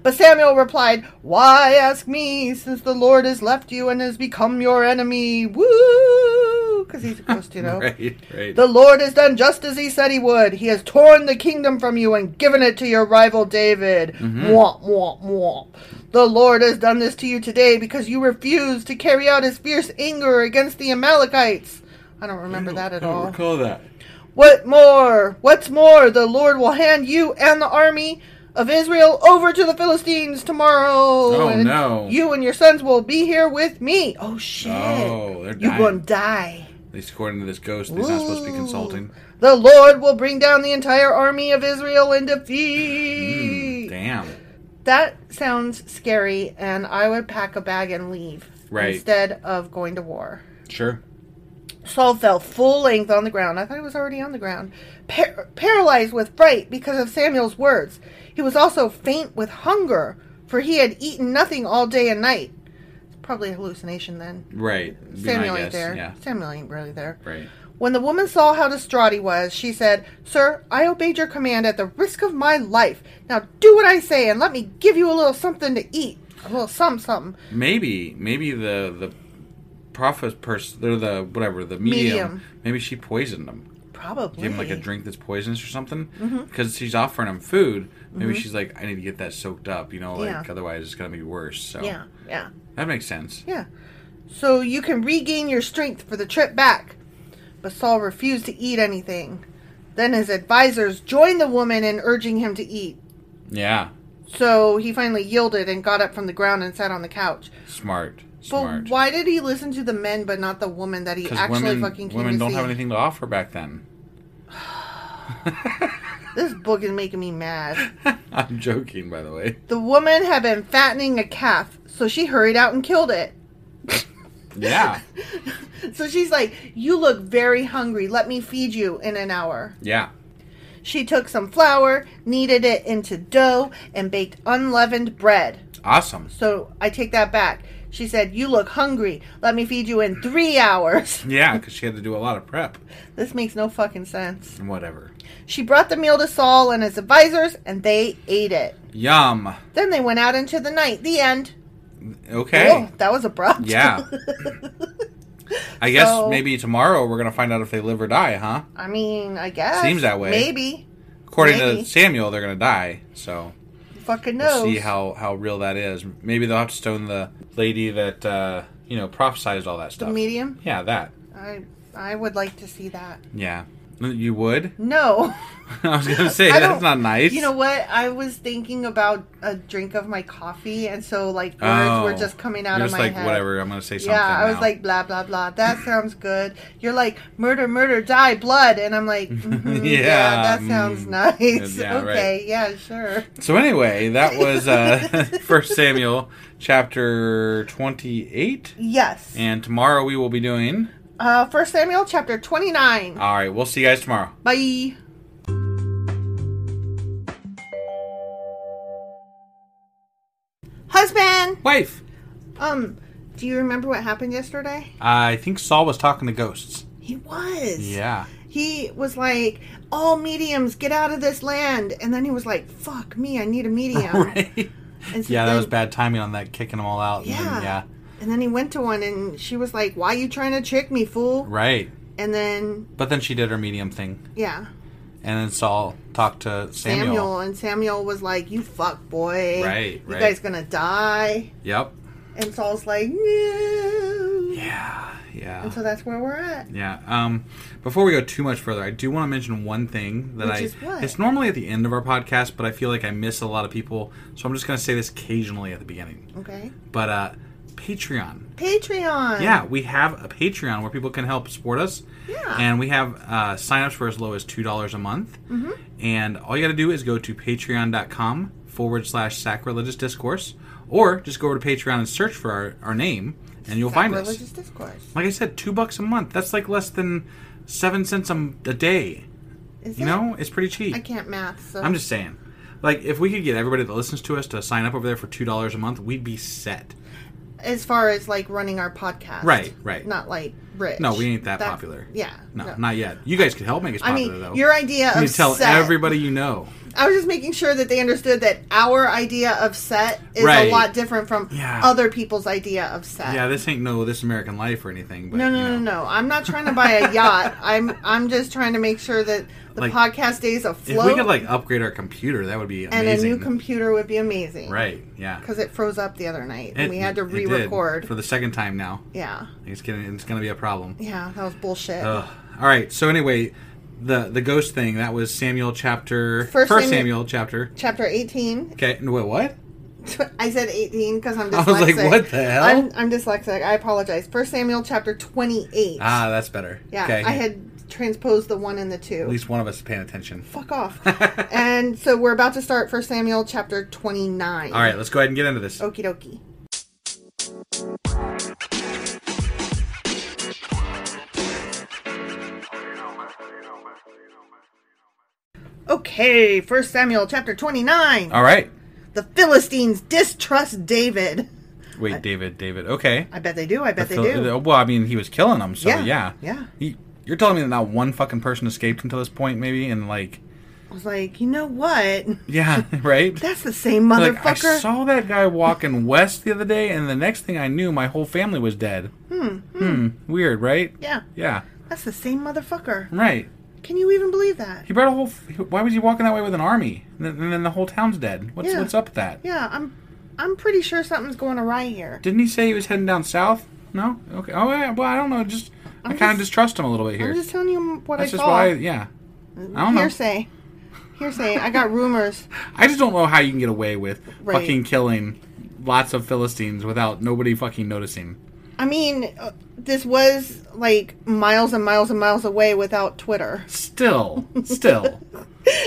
Speaker 1: But Samuel replied, Why ask me, since the Lord has left you and has become your enemy? Woo! Because he's a ghost, you know.
Speaker 2: Right. Right.
Speaker 1: The Lord has done just as he said he would. He has torn the kingdom from you and given it to your rival David.
Speaker 2: Mm-hmm.
Speaker 1: Womp, womp, womp. The Lord has done this to you today because you refused to carry out his fierce anger against the Amalekites. I don't remember that at
Speaker 2: I don't
Speaker 1: all.
Speaker 2: recall that.
Speaker 1: What more? What's more? The Lord will hand you and the army of Israel over to the Philistines tomorrow.
Speaker 2: Oh,
Speaker 1: and
Speaker 2: no.
Speaker 1: You and your sons will be here with me. Oh shit!
Speaker 2: Oh, they're
Speaker 1: You're
Speaker 2: dying.
Speaker 1: gonna die.
Speaker 2: At least according to this ghost, he's not supposed to be consulting.
Speaker 1: The Lord will bring down the entire army of Israel in defeat.
Speaker 2: Damn.
Speaker 1: that sounds scary, and I would pack a bag and leave
Speaker 2: Right.
Speaker 1: instead of going to war.
Speaker 2: Sure.
Speaker 1: Saul fell full length on the ground. I thought he was already on the ground. Par- paralyzed with fright because of Samuel's words. He was also faint with hunger, for he had eaten nothing all day and night. It's probably a hallucination then.
Speaker 2: Right. Be my
Speaker 1: Samuel ain't
Speaker 2: guess,
Speaker 1: there.
Speaker 2: Yeah.
Speaker 1: Samuel ain't really there.
Speaker 2: Right.
Speaker 1: When the woman saw how distraught he was, she said, Sir, I obeyed your command at the risk of my life. Now do what I say and let me give you a little something to eat. A little some something.
Speaker 2: Maybe maybe the the prophet person or the whatever the medium,
Speaker 1: Medium.
Speaker 2: maybe she poisoned him.
Speaker 1: Probably.
Speaker 2: Give him like a drink that's poisonous or something.
Speaker 1: Mm-hmm.
Speaker 2: Because she's offering him food. Maybe she's like, I need to get that soaked up. You know, like
Speaker 1: Yeah.
Speaker 2: otherwise it's gonna be worse. So
Speaker 1: Yeah, yeah.
Speaker 2: that makes sense.
Speaker 1: Yeah. So you can regain your strength for the trip back. But Saul refused to eat anything. Then his advisors joined the woman in urging him to eat.
Speaker 2: Yeah.
Speaker 1: So he finally yielded and got up from the ground and sat on the couch.
Speaker 2: Smart.
Speaker 1: But
Speaker 2: Smart.
Speaker 1: why did he listen to the men but not the woman that he
Speaker 2: Because
Speaker 1: actually
Speaker 2: women
Speaker 1: fucking came
Speaker 2: women
Speaker 1: to
Speaker 2: don't
Speaker 1: see?
Speaker 2: have anything to offer back then.
Speaker 1: This book is making me mad.
Speaker 2: I'm joking, by the way.
Speaker 1: the woman had been fattening a calf, so she hurried out and killed it.
Speaker 2: Yeah.
Speaker 1: So she's like, You look very hungry. Let me feed you in an hour.
Speaker 2: yeah.
Speaker 1: She took some flour, kneaded it into dough, and baked unleavened bread.
Speaker 2: Awesome.
Speaker 1: So I take that back. She said, You look hungry. Let me feed you in three hours.
Speaker 2: Yeah, because she had to do a lot of prep
Speaker 1: This makes no fucking sense.
Speaker 2: and whatever.
Speaker 1: She brought the meal to Saul and his advisors, and they ate it.
Speaker 2: Yum.
Speaker 1: Then they went out into the night. The end.
Speaker 2: Okay.
Speaker 1: Oh, that was abrupt.
Speaker 2: Yeah. I guess
Speaker 1: So-
Speaker 2: maybe tomorrow we're going to find out if they live or die, huh?
Speaker 1: I mean, I guess.
Speaker 2: Seems that way.
Speaker 1: Maybe.
Speaker 2: According
Speaker 1: Maybe.
Speaker 2: to Samuel, they're going to die. So
Speaker 1: Fucking
Speaker 2: we'll
Speaker 1: knows.
Speaker 2: see how, how real that is. Maybe they'll have to stone the lady that, uh, you know, prophesized all that
Speaker 1: the
Speaker 2: stuff.
Speaker 1: medium.
Speaker 2: Yeah, that.
Speaker 1: I I would like to see that.
Speaker 2: Yeah. You would?
Speaker 1: No.
Speaker 2: I was going to say,
Speaker 1: I
Speaker 2: that's
Speaker 1: don't-
Speaker 2: not nice.
Speaker 1: You know what? I was thinking about a drink of my coffee, and so like words
Speaker 2: Oh.
Speaker 1: were just coming out
Speaker 2: You're
Speaker 1: of
Speaker 2: just
Speaker 1: my
Speaker 2: like,
Speaker 1: head.
Speaker 2: whatever, I'm going to say something.
Speaker 1: Yeah, I was
Speaker 2: now.
Speaker 1: like blah blah blah. That sounds good. You're like murder, murder, die, blood, and I'm like, mhm, yeah,
Speaker 2: Yeah,
Speaker 1: that sounds nice.
Speaker 2: Yeah, right.
Speaker 1: okay, yeah, sure.
Speaker 2: So anyway, that was uh First Samuel chapter twenty-eight,
Speaker 1: Yes.
Speaker 2: and tomorrow we will be doing.
Speaker 1: Uh, First Samuel chapter twenty nine.
Speaker 2: All right, we'll see you guys tomorrow.
Speaker 1: Bye. Husband,
Speaker 2: Wife,
Speaker 1: um, do you remember what happened yesterday?
Speaker 2: I think Saul was talking to ghosts.
Speaker 1: He was.
Speaker 2: Yeah,
Speaker 1: he was like, "All mediums, get out of this land," and then he was like, "Fuck me, I need a medium."
Speaker 2: Right.
Speaker 1: And so
Speaker 2: Yeah, that
Speaker 1: then-
Speaker 2: was bad timing on that, kicking them all out. and then-
Speaker 1: Yeah.
Speaker 2: yeah.
Speaker 1: And then he went to one, and she was like, "Why you trying to trick me, fool?"
Speaker 2: Right.
Speaker 1: And then,
Speaker 2: But then she did her medium thing,
Speaker 1: yeah,
Speaker 2: and then Saul talked to Samuel.
Speaker 1: Samuel, and Samuel was like, "You fuck boy,
Speaker 2: Right,
Speaker 1: You
Speaker 2: right.
Speaker 1: guys gonna die."
Speaker 2: Yep.
Speaker 1: And Saul's like, "No."
Speaker 2: Yeah. Yeah.
Speaker 1: And so that's where we're at.
Speaker 2: Yeah. Um, before we go too much further, I do want to mention one thing that
Speaker 1: Which
Speaker 2: I.
Speaker 1: is what?
Speaker 2: It's normally at the end of our podcast, but I feel like I miss a lot of people, so I'm just going to say this occasionally at the beginning.
Speaker 1: Okay.
Speaker 2: But uh, Patreon.
Speaker 1: Patreon.
Speaker 2: Yeah, we have a Patreon where people can help support us.
Speaker 1: Yeah.
Speaker 2: And we have uh, signups for as low as $2 a month. Mm-hmm. And all you got to do is go to patreon.com forward slash sacrilegious discourse or just go over to Patreon and search for our, our name and you'll find us.
Speaker 1: Religious discourse.
Speaker 2: Like I said, two bucks a month. That's like less than seven cents a, m- a day.
Speaker 1: Is
Speaker 2: You
Speaker 1: it?
Speaker 2: know, it's pretty cheap.
Speaker 1: I can't math. So
Speaker 2: I'm just saying. Like, if we could get everybody that listens to us to sign up over there for $2 a month, we'd be set.
Speaker 1: as far as like running our podcast,
Speaker 2: Right, right.
Speaker 1: Not like rich.
Speaker 2: No, we ain't that
Speaker 1: That's-
Speaker 2: popular.
Speaker 1: Yeah.
Speaker 2: No, not yet. You guys could help make us
Speaker 1: I
Speaker 2: popular,
Speaker 1: mean,
Speaker 2: though.
Speaker 1: your idea
Speaker 2: You
Speaker 1: of
Speaker 2: need to tell
Speaker 1: set-
Speaker 2: everybody you know.
Speaker 1: I was just making sure that they understood that our idea of set is
Speaker 2: Right.
Speaker 1: a lot different from
Speaker 2: Yeah.
Speaker 1: other people's idea of set.
Speaker 2: Yeah, this ain't no This American Life or anything. But,
Speaker 1: no, no,
Speaker 2: you know,
Speaker 1: no, no. I'm not trying to buy a yacht. I'm I'm just trying to make sure that the
Speaker 2: Like,
Speaker 1: podcast stays
Speaker 2: If
Speaker 1: afloat.
Speaker 2: we could like upgrade our computer, that would be
Speaker 1: and
Speaker 2: amazing.
Speaker 1: a new computer would be amazing.
Speaker 2: right? Yeah,
Speaker 1: Because it froze up the other night, and
Speaker 2: It-
Speaker 1: we had to
Speaker 2: it did
Speaker 1: re-record.
Speaker 2: for the second time now.
Speaker 1: yeah,
Speaker 2: It's gonna it's gonna be a problem.
Speaker 1: yeah, that was bullshit.
Speaker 2: Ugh. All right. So anyway, the the ghost thing that was Samuel chapter
Speaker 1: First
Speaker 2: first
Speaker 1: Samuel-
Speaker 2: Samuel chapter.
Speaker 1: Chapter 18.
Speaker 2: Okay. and Wait, what?
Speaker 1: I said 18 because I'm
Speaker 2: I
Speaker 1: dyslexic.
Speaker 2: was like, what the hell?
Speaker 1: I'm, I'm dyslexic. I apologize. First Samuel chapter 28.
Speaker 2: Ah, that's better.
Speaker 1: yeah,
Speaker 2: Okay.
Speaker 1: I had transposed the one and the two.
Speaker 2: at least one of us is paying attention.
Speaker 1: Fuck off. and so we're about to start First Samuel chapter 29.
Speaker 2: All right. Let's go ahead and get into this.
Speaker 1: Okie dokie. Okay, First Samuel chapter 29.
Speaker 2: All right.
Speaker 1: The Philistines distrust David.
Speaker 2: Wait, David. David. Okay.
Speaker 1: I bet they do. I bet they
Speaker 2: Phil-
Speaker 1: do.
Speaker 2: uh, Well, I mean, he was killing them, so
Speaker 1: Yeah,
Speaker 2: yeah.
Speaker 1: yeah.
Speaker 2: He, you're telling me that not one fucking person escaped until this point, maybe? And, like,
Speaker 1: I was like, you know what?
Speaker 2: yeah, right?
Speaker 1: That's the same
Speaker 2: like, I
Speaker 1: motherfucker.
Speaker 2: saw that guy walking west the other day, and the next thing I knew, my whole family was dead. Hmm. Hmm. Weird, right?
Speaker 1: yeah,
Speaker 2: Yeah.
Speaker 1: that's the same motherfucker.
Speaker 2: Right.
Speaker 1: Can you even believe that?
Speaker 2: He brought a whole. f- Why was he walking that way with an army? And then, and then the whole town's dead. What's
Speaker 1: Yeah.
Speaker 2: what's up with that?
Speaker 1: Yeah, I'm I'm pretty sure something's going awry here.
Speaker 2: Didn't he say he was heading down south? No. Okay. Oh yeah. Well, I don't know. Just i kind
Speaker 1: just-
Speaker 2: of distrust him a little bit here.
Speaker 1: I'm just telling you what
Speaker 2: That's
Speaker 1: I
Speaker 2: just
Speaker 1: saw.
Speaker 2: why. Yeah. I don't know.
Speaker 1: Hearsay. Hearsay. I got rumors.
Speaker 2: I just don't know how you can get away with
Speaker 1: Right.
Speaker 2: fucking killing lots of Philistines without nobody fucking noticing.
Speaker 1: I mean, uh, this was like miles and miles and miles away without Twitter.
Speaker 2: Still, still.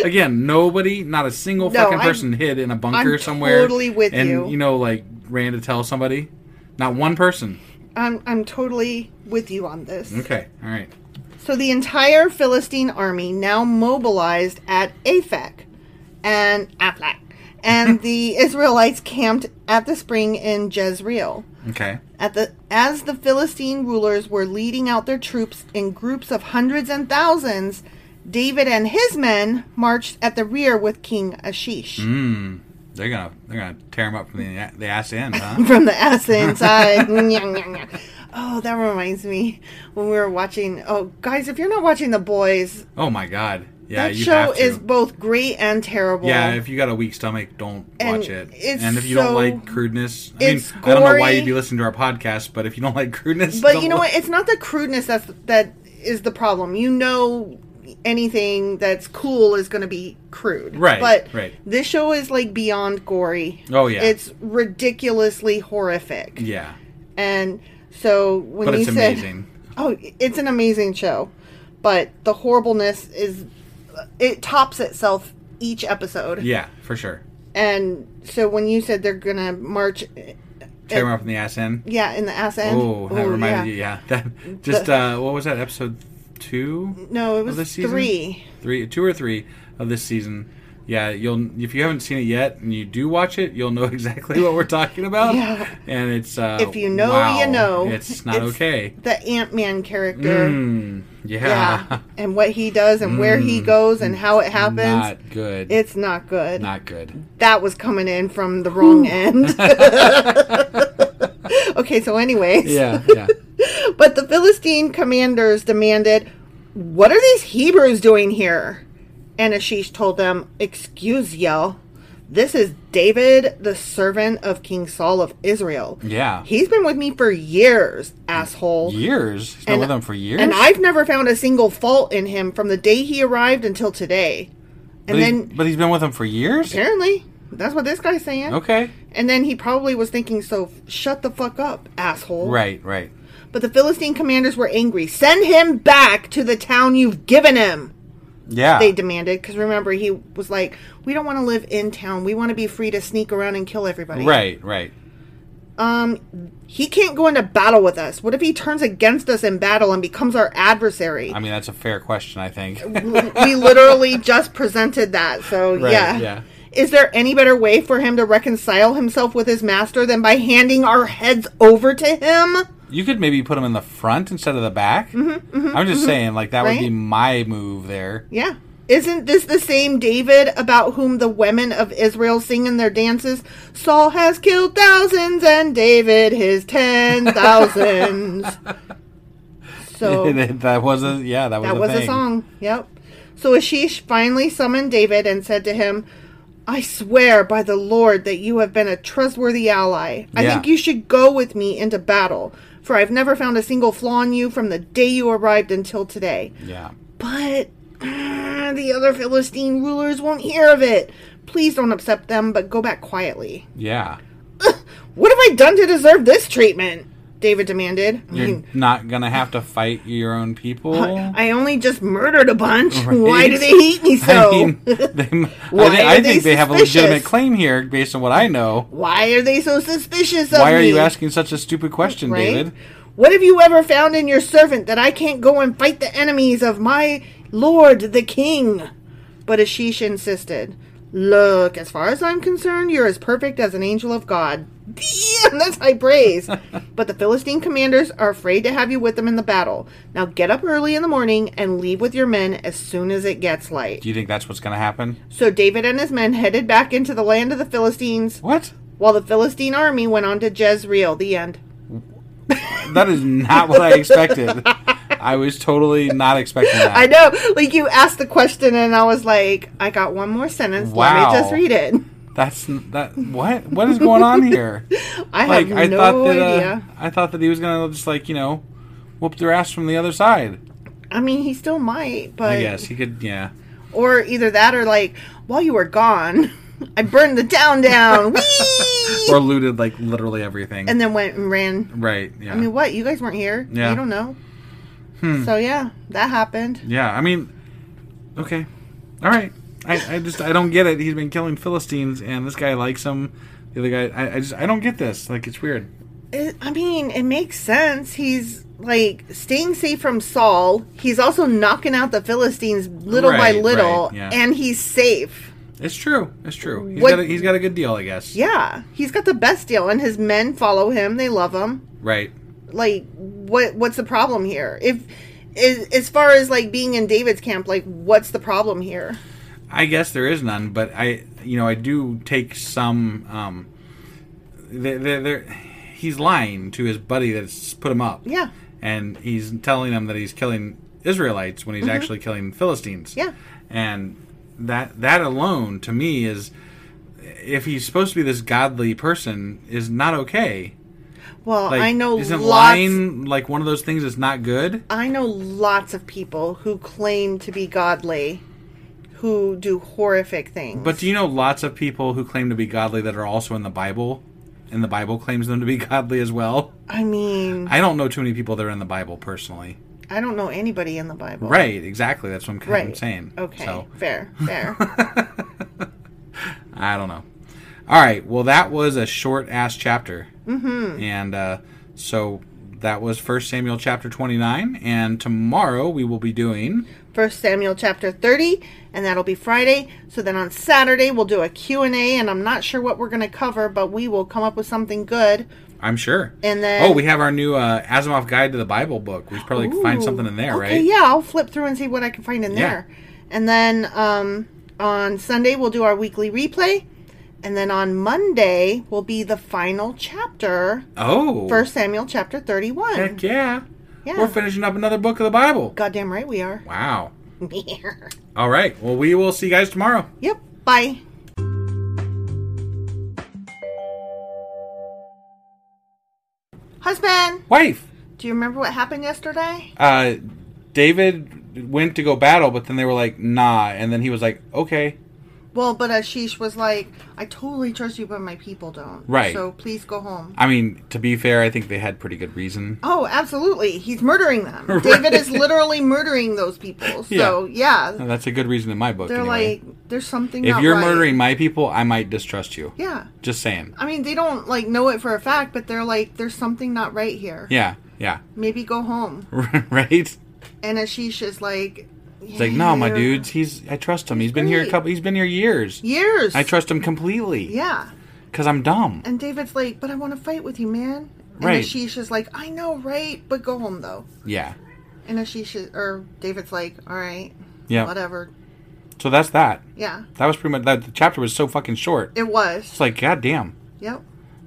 Speaker 2: Again, nobody, not a single
Speaker 1: No,
Speaker 2: fucking
Speaker 1: I'm-
Speaker 2: person hid in a bunker
Speaker 1: I'm
Speaker 2: somewhere.
Speaker 1: totally with
Speaker 2: and,
Speaker 1: you.
Speaker 2: you know, like ran to tell somebody. Not one person.
Speaker 1: I'm I'm totally with you on this.
Speaker 2: Okay, all right.
Speaker 1: So the entire Philistine army now mobilized at Aphek and Aflac, and the Israelites camped at the spring in Jezreel.
Speaker 2: Okay.
Speaker 1: At the as the Philistine rulers were leading out their troops in groups of hundreds and thousands, David and his men marched at the rear with King Ashish
Speaker 2: Mm. They're gonna they're gonna tear him up from the the ass end, huh?
Speaker 1: from the ass inside. Nyah, nyah, nyah. oh, that reminds me when we were watching. Oh, guys, if you're not watching The Boys,
Speaker 2: oh my god. Yeah,
Speaker 1: that
Speaker 2: you
Speaker 1: show
Speaker 2: have to.
Speaker 1: is both great and terrible.
Speaker 2: Yeah, if you got a weak stomach, don't
Speaker 1: And
Speaker 2: watch it.
Speaker 1: it's
Speaker 2: and if you
Speaker 1: so-
Speaker 2: don't like crudeness, I mean,
Speaker 1: it's
Speaker 2: I don't know why
Speaker 1: gory.
Speaker 2: you'd be listening to our podcast, but if you don't like crudeness,
Speaker 1: but
Speaker 2: don't
Speaker 1: you know
Speaker 2: li-
Speaker 1: what? It's not the crudeness that's that is the problem. You know, anything that's cool is going to be crude,
Speaker 2: Right,
Speaker 1: But
Speaker 2: right.
Speaker 1: this show is like beyond gory.
Speaker 2: Oh, yeah.
Speaker 1: it's ridiculously horrific.
Speaker 2: Yeah,
Speaker 1: and so when
Speaker 2: but
Speaker 1: you
Speaker 2: it's
Speaker 1: said,
Speaker 2: amazing.
Speaker 1: "Oh, it's an amazing show," but the horribleness is it tops itself each episode.
Speaker 2: Yeah, for sure.
Speaker 1: And so when you said they're going to march,
Speaker 2: Tear him up in the ass end.
Speaker 1: yeah, in the ass end.
Speaker 2: Oh, that
Speaker 1: Ooh,
Speaker 2: reminded you. Yeah,
Speaker 1: yeah.
Speaker 2: that just uh, what was that episode two?
Speaker 1: No, it
Speaker 2: of
Speaker 1: was
Speaker 2: this season?
Speaker 1: three.
Speaker 2: three, two or three of this season. yeah, you'll if you haven't seen it yet and you do watch it, you'll know exactly what we're talking about.
Speaker 1: Yeah.
Speaker 2: And it's uh,
Speaker 1: If you know,
Speaker 2: wow,
Speaker 1: you know.
Speaker 2: It's not okay.
Speaker 1: The Ant Man character.
Speaker 2: Mm, yeah.
Speaker 1: Yeah. And what he does and where he goes and how it happens.
Speaker 2: Not good.
Speaker 1: it's not good.
Speaker 2: not good.
Speaker 1: that was coming in from the wrong end. okay, so, anyways.
Speaker 2: Yeah, yeah.
Speaker 1: But the Philistine commanders demanded, What are these Hebrews doing here? And Ashish told them, Excuse you. This is David, the servant of King Saul of Israel.
Speaker 2: Yeah.
Speaker 1: He's been with me for years, asshole.
Speaker 2: years. He's been with them for years.
Speaker 1: And I've never found a single fault in him from the day he arrived until today.
Speaker 2: but,
Speaker 1: And
Speaker 2: he-
Speaker 1: then,
Speaker 2: but he's been with them for years.
Speaker 1: apparently, that's what this guy's saying.
Speaker 2: Okay.
Speaker 1: And then he probably was thinking, so shut the fuck up, asshole.
Speaker 2: Right, right.
Speaker 1: But the Philistine commanders were angry. Send him back to the town you've given him,
Speaker 2: Yeah.
Speaker 1: they demanded. Because remember, he was like, we don't want to live in town. We want to be free to sneak around and kill everybody.
Speaker 2: Right, right.
Speaker 1: Um, he can't go into battle with us. What if he turns against us in battle and becomes our adversary?
Speaker 2: I mean, that's a fair question, I think.
Speaker 1: we literally just presented that. So,
Speaker 2: Right,
Speaker 1: yeah.
Speaker 2: yeah.
Speaker 1: Is there any better way for him to reconcile himself with his master than by handing our heads over to him?
Speaker 2: you could maybe put him in the front instead of the back. I'm just saying, like that would be
Speaker 1: Mm-hmm, Right?
Speaker 2: my move there.
Speaker 1: Yeah. Isn't this the same David about whom the women of Israel sing in their dances? Saul has killed thousands and David his ten thousands. so
Speaker 2: that was a yeah. That was
Speaker 1: that
Speaker 2: a
Speaker 1: was
Speaker 2: thing.
Speaker 1: a song. Yep. So Ashish finally summoned David and said to him, I swear by the Lord that you have been a trustworthy ally. I
Speaker 2: Yeah.
Speaker 1: think you should go with me into battle, for I've never found a single flaw in you from the day you arrived until today.
Speaker 2: Yeah.
Speaker 1: But uh, the other Philistine rulers won't hear of it. Please don't upset them, but go back quietly.
Speaker 2: Yeah.
Speaker 1: What have I done to deserve this treatment? David demanded. I
Speaker 2: You're
Speaker 1: mean,
Speaker 2: not gonna have to fight your own people.
Speaker 1: I only just murdered a bunch. Why do they hate me so?
Speaker 2: I mean, they, I think,
Speaker 1: Why
Speaker 2: I
Speaker 1: are they
Speaker 2: think they have a
Speaker 1: suspicious?
Speaker 2: legitimate claim here based on what I know.
Speaker 1: Why are they so suspicious of
Speaker 2: Why
Speaker 1: me?
Speaker 2: are you asking such a stupid question,
Speaker 1: Right?
Speaker 2: David?
Speaker 1: What have you ever found in your servant that I can't go and fight the enemies of my lord the king? But Ashish insisted. Look, as far as I'm concerned, you're as perfect as an angel of God. Damn, that's high praise. but the Philistine commanders are afraid to have you with them in the battle. Now get up early in the morning and leave with your men as soon as it gets light.
Speaker 2: Do you think that's what's gonna happen?
Speaker 1: So David and his men headed back into the land of the Philistines,
Speaker 2: What?
Speaker 1: while the Philistine army went on to Jezreel. The end.
Speaker 2: That is not what I expected. I was totally not expecting that.
Speaker 1: I know. Like you asked the question, and I was like, I got one more sentence. Let
Speaker 2: Wow.
Speaker 1: me just read it.
Speaker 2: That's n- that. What? What is going on here?
Speaker 1: I
Speaker 2: like
Speaker 1: have
Speaker 2: I
Speaker 1: no
Speaker 2: thought that uh,
Speaker 1: idea.
Speaker 2: I thought that he was gonna just like you know whoop their ass from the other side.
Speaker 1: I mean, he still might, but
Speaker 2: I guess he could. Yeah.
Speaker 1: or either that or like while you were gone, I burned the town down, Whee!
Speaker 2: Or looted like literally everything.
Speaker 1: and then went and ran.
Speaker 2: right. Yeah.
Speaker 1: I mean, what? You guys weren't here.
Speaker 2: Yeah. Hmm.
Speaker 1: You don't know. So yeah, that happened.
Speaker 2: yeah. I mean. Okay. All right. I, I just I don't get it. He's been killing Philistines, and this guy likes him. The other guy, I, I just I don't get this. Like it's weird.
Speaker 1: It, I mean, it makes sense. He's like staying safe from Saul. He's also knocking out the Philistines little by
Speaker 2: Right, right,
Speaker 1: little,
Speaker 2: yeah.
Speaker 1: and he's safe.
Speaker 2: It's true. It's true. He's
Speaker 1: What-
Speaker 2: got a, he's got a good deal, I guess.
Speaker 1: Yeah, he's got the best deal, and his men follow him. They love him.
Speaker 2: Right.
Speaker 1: Like, what? What's the problem here? If is, as far as like being in David's camp, like, what's the problem here?
Speaker 2: I guess there is none, but I, you know, I do take some. Um, they're, they're, they're- he's lying to his buddy that's put him up.
Speaker 1: Yeah.
Speaker 2: And he's telling him that he's killing Israelites when he's actually killing Philistines.
Speaker 1: Mm-hmm. Yeah.
Speaker 2: And that that alone to me is, if he's supposed to be this godly person, is not okay.
Speaker 1: Well,
Speaker 2: Like,
Speaker 1: I know
Speaker 2: isn't
Speaker 1: lots.
Speaker 2: lying like one of those things that's not good?
Speaker 1: I know lots of people who claim to be godly, who do horrific things.
Speaker 2: But do you know lots of people who claim to be godly that are also in the Bible, and the Bible claims them to be godly as well?
Speaker 1: I mean, I,
Speaker 2: I don't know too many people that are in the Bible personally.
Speaker 1: don't know anybody in the Bible.
Speaker 2: Right, exactly. That's what I'm kind
Speaker 1: Right.
Speaker 2: of saying.
Speaker 1: Okay.
Speaker 2: So,
Speaker 1: Fair. Fair.
Speaker 2: I don't know. All right. Well, that was a short ass chapter. Mm-hmm. And uh, so That was 1 Samuel chapter 29. And tomorrow we will be doing.
Speaker 1: First Samuel chapter 30, and that'll be Friday. So then on Saturday we'll do a Q&A and I'm not sure what we're going to cover, but we will come up with something good.
Speaker 2: I'm sure.
Speaker 1: And then-
Speaker 2: oh, we have our new uh, Asimov Guide to the Bible book. We should probably find
Speaker 1: Ooh.
Speaker 2: something in there,
Speaker 1: okay,
Speaker 2: right?
Speaker 1: Yeah, I'll flip through and see what I can find in
Speaker 2: Yeah.
Speaker 1: there. And then um, on Sunday, we'll do our weekly replay. And then on Monday will be the final chapter,
Speaker 2: Oh,
Speaker 1: First Samuel chapter 31.
Speaker 2: heck yeah.
Speaker 1: Yeah.
Speaker 2: We're finishing up another book of the Bible.
Speaker 1: Goddamn right we are.
Speaker 2: Wow. All right. Well, we will see you guys tomorrow.
Speaker 1: yep, bye. Husband,
Speaker 2: Wife.
Speaker 1: do you remember what happened yesterday?
Speaker 2: Uh, David went to go battle, but then they were like, "Nah," and then he was like, "Okay."
Speaker 1: Well, but Ashish was like, I totally trust you, but my people don't.
Speaker 2: Right.
Speaker 1: So please go home.
Speaker 2: I mean, to be fair, I think they had pretty good reason.
Speaker 1: Oh, absolutely. He's murdering them. David is literally murdering those people. So, yeah.
Speaker 2: And That's a good reason in my book.
Speaker 1: Oh. They're
Speaker 2: anyway.
Speaker 1: like, there's something
Speaker 2: if
Speaker 1: not
Speaker 2: you're
Speaker 1: right.
Speaker 2: murdering my people, I might distrust you.
Speaker 1: Yeah.
Speaker 2: Just saying.
Speaker 1: I mean, they don't, like, know it for a fact, but they're like, there's something not right here.
Speaker 2: Yeah, yeah.
Speaker 1: Maybe go home.
Speaker 2: right? It's
Speaker 1: And Ashish is like,
Speaker 2: like, no, my
Speaker 1: "Yeah,
Speaker 2: dudes. He's. I trust him. He's been here a
Speaker 1: great.
Speaker 2: couple. He's been here years.
Speaker 1: Years.
Speaker 2: I trust him completely.
Speaker 1: Yeah.
Speaker 2: Because I'm dumb.
Speaker 1: And David's like, but I want to fight with you, man. And
Speaker 2: Right.
Speaker 1: Ashish is like, I know, right? But go home, though.
Speaker 2: Yeah.
Speaker 1: And Ashish is, or David's like, all right,
Speaker 2: Yeah.
Speaker 1: whatever.
Speaker 2: So that's that.
Speaker 1: Yeah.
Speaker 2: That was pretty much that. The chapter was so fucking short.
Speaker 1: It was.
Speaker 2: It's like, goddamn.
Speaker 1: Yep.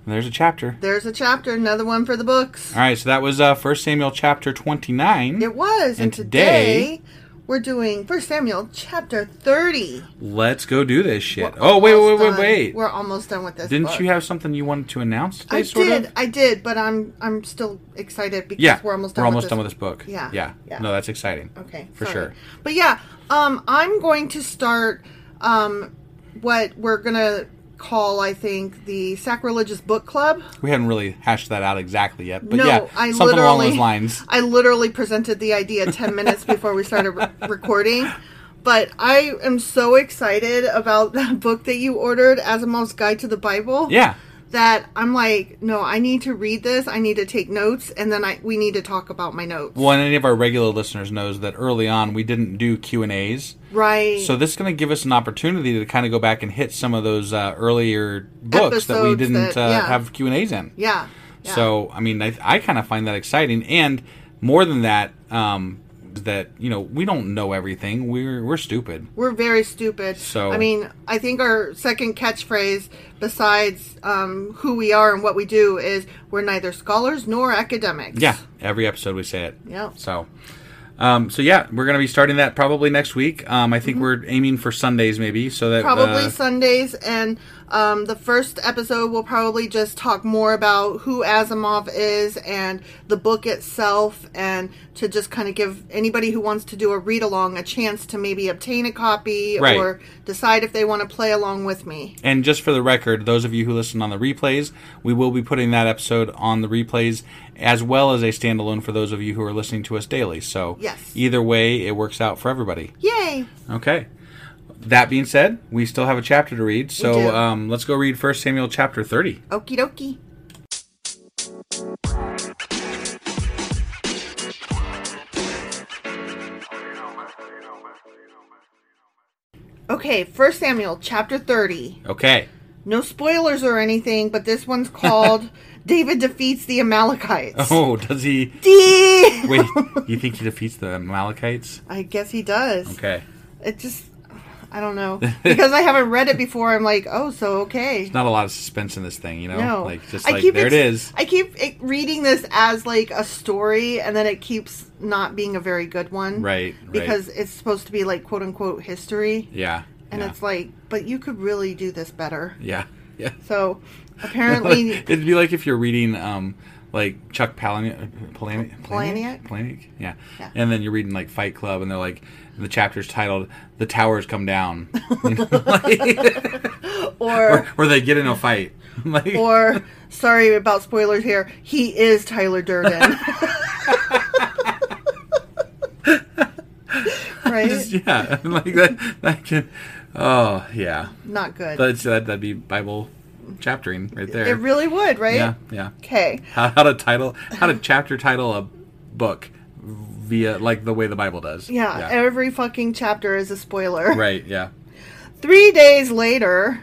Speaker 2: There's a chapter.
Speaker 1: There's a chapter, another one for the books.
Speaker 2: All right, so that was uh, 1 Samuel chapter 29.
Speaker 1: It was. And,
Speaker 2: And
Speaker 1: today,
Speaker 2: today-
Speaker 1: we're doing First Samuel chapter 30.
Speaker 2: Let's go do this shit. oh, wait, wait,
Speaker 1: Almost
Speaker 2: wait,
Speaker 1: done.
Speaker 2: wait.
Speaker 1: We're almost done with this.
Speaker 2: Didn't
Speaker 1: book.
Speaker 2: you have something you wanted to announce today,
Speaker 1: I
Speaker 2: sort
Speaker 1: did.
Speaker 2: of?
Speaker 1: I did, but I'm I'm still excited because
Speaker 2: Yeah,
Speaker 1: we're almost done
Speaker 2: we're
Speaker 1: with
Speaker 2: almost
Speaker 1: this.
Speaker 2: done with this book.
Speaker 1: Yeah,
Speaker 2: yeah,
Speaker 1: yeah.
Speaker 2: No, that's exciting.
Speaker 1: Okay.
Speaker 2: for
Speaker 1: sorry.
Speaker 2: sure.
Speaker 1: But yeah, um I'm going to start um what we're going to call I think the sacrilegious book club.
Speaker 2: We haven't really hashed that out exactly yet, but
Speaker 1: no,
Speaker 2: Oh, yeah,
Speaker 1: I
Speaker 2: something
Speaker 1: literally
Speaker 2: along those lines.
Speaker 1: I literally presented the idea 10 minutes before we started re- recording. But I am so excited about that book that you ordered, Asimov's Guide to the Bible.
Speaker 2: Yeah,
Speaker 1: That I'm like, no, I need to read this. I need to take notes, and then I we need to talk about my notes.
Speaker 2: well, and any of our regular listeners knows that early on we didn't do Q and A's,
Speaker 1: Right.
Speaker 2: so this is going to give us an opportunity to kind of go back and hit some of those uh, earlier books that we
Speaker 1: Episodes
Speaker 2: didn't
Speaker 1: that-
Speaker 2: uh,
Speaker 1: yeah.
Speaker 2: have Q and A's in.
Speaker 1: yeah. yeah.
Speaker 2: So I mean, I, I kind of find that exciting, and more than that, um, that you know we don't know everything. We're we're stupid.
Speaker 1: We're very stupid.
Speaker 2: So-
Speaker 1: I mean, I think our second catchphrase, besides um, who we are and what we do, is we're neither scholars nor academics.
Speaker 2: Yeah, every episode we say it.
Speaker 1: Yep.
Speaker 2: So, um, so yeah, we're gonna be starting that probably next week. Um, I think we're aiming for Sundays maybe, so that
Speaker 1: Mm-hmm. probably
Speaker 2: uh,
Speaker 1: Sundays, and um, the first episode will probably just talk more about who Asimov is and the book itself, and to just kind of give anybody who wants to do a read along a chance to maybe obtain a copy
Speaker 2: Right.
Speaker 1: or decide if they want to play along with me.
Speaker 2: And just for the record, those of you who listen on the replays, we will be putting that episode on the replays as well as a standalone for those of you who are listening to us daily. So,
Speaker 1: Yes.
Speaker 2: either way, it works out for everybody.
Speaker 1: Yay!
Speaker 2: Okay. That being said, we still have a chapter to read,
Speaker 1: do.
Speaker 2: so um, let's go read First Samuel chapter 30.
Speaker 1: Okie dokie. Okay, First Samuel chapter 30.
Speaker 2: Okay.
Speaker 1: No spoilers or anything, but this one's called David Defeats the Amalekites.
Speaker 2: Oh, does he?
Speaker 1: D-
Speaker 2: Wait, you think he defeats the Amalekites?
Speaker 1: I guess he does.
Speaker 2: Okay.
Speaker 1: It just, I don't know. Because I haven't read it before, I'm like, oh, so okay.
Speaker 2: not a lot of suspense in this thing, you know.
Speaker 1: No,
Speaker 2: like just like
Speaker 1: keep
Speaker 2: there it
Speaker 1: ex-
Speaker 2: is.
Speaker 1: I keep it, reading this as like a story, and then it keeps not being a very good one,
Speaker 2: Right, right.
Speaker 1: Because it's supposed to be like quote unquote history,
Speaker 2: Yeah,
Speaker 1: and
Speaker 2: yeah,
Speaker 1: it's like, but you could really do this better.
Speaker 2: yeah, yeah.
Speaker 1: So apparently,
Speaker 2: It'd be like if you're reading um like Chuck Palahniuk, Palahniuk,
Speaker 1: Palahniuk?
Speaker 2: Palahniuk, yeah.
Speaker 1: Yeah.
Speaker 2: and then you're reading like Fight Club, and they're like the chapter's titled "The Towers Come Down," You know, like,
Speaker 1: or
Speaker 2: or they get in a fight. like,
Speaker 1: or sorry about spoilers here, he is Tyler Durden, right?
Speaker 2: yeah, like that. That can. Oh yeah,
Speaker 1: Not good.
Speaker 2: that's that. That'd be Bible chaptering right there.
Speaker 1: It really would, right?
Speaker 2: yeah, yeah.
Speaker 1: Okay.
Speaker 2: How, how to title? How to chapter title a book via like the way the Bible does?
Speaker 1: Yeah, every fucking chapter is a spoiler.
Speaker 2: right. Yeah.
Speaker 1: Three days later,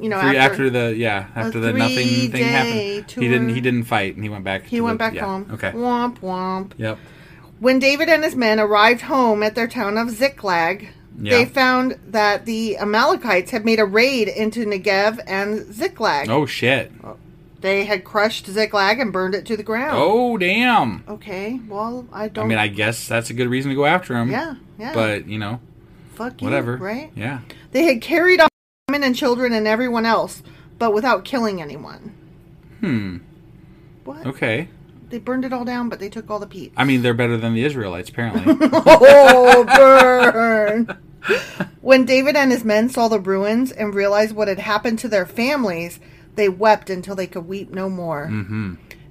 Speaker 1: you know,
Speaker 2: Three,
Speaker 1: after,
Speaker 2: after, the yeah after the nothing thing
Speaker 1: three-day
Speaker 2: happened, he
Speaker 1: tour.
Speaker 2: didn't he didn't fight and he went back.
Speaker 1: he
Speaker 2: to
Speaker 1: went
Speaker 2: the-
Speaker 1: back
Speaker 2: yeah,
Speaker 1: home.
Speaker 2: Okay.
Speaker 1: Womp womp.
Speaker 2: Yep.
Speaker 1: When David and his men arrived home at their town of Ziklag,
Speaker 2: Yeah.
Speaker 1: they found that the Amalekites had made a raid into Negev and Ziklag.
Speaker 2: Oh shit.
Speaker 1: They had crushed Ziklag and burned it to the ground.
Speaker 2: Oh damn.
Speaker 1: Okay, well, I
Speaker 2: I
Speaker 1: don't.
Speaker 2: mean, I guess that's a good reason to go after him.
Speaker 1: Oh. Yeah, yeah.
Speaker 2: But you know,
Speaker 1: Fuck you,
Speaker 2: whatever.
Speaker 1: right?
Speaker 2: Yeah.
Speaker 1: They had carried off women and children and everyone else, but without killing anyone.
Speaker 2: Hmm.
Speaker 1: What?
Speaker 2: Okay.
Speaker 1: They burned it all down, but they took all the peat.
Speaker 2: I mean, they're better than the Israelites, apparently.
Speaker 1: oh, burn! when David and his men saw the ruins and realized what had happened to their families, they wept until they could weep no more.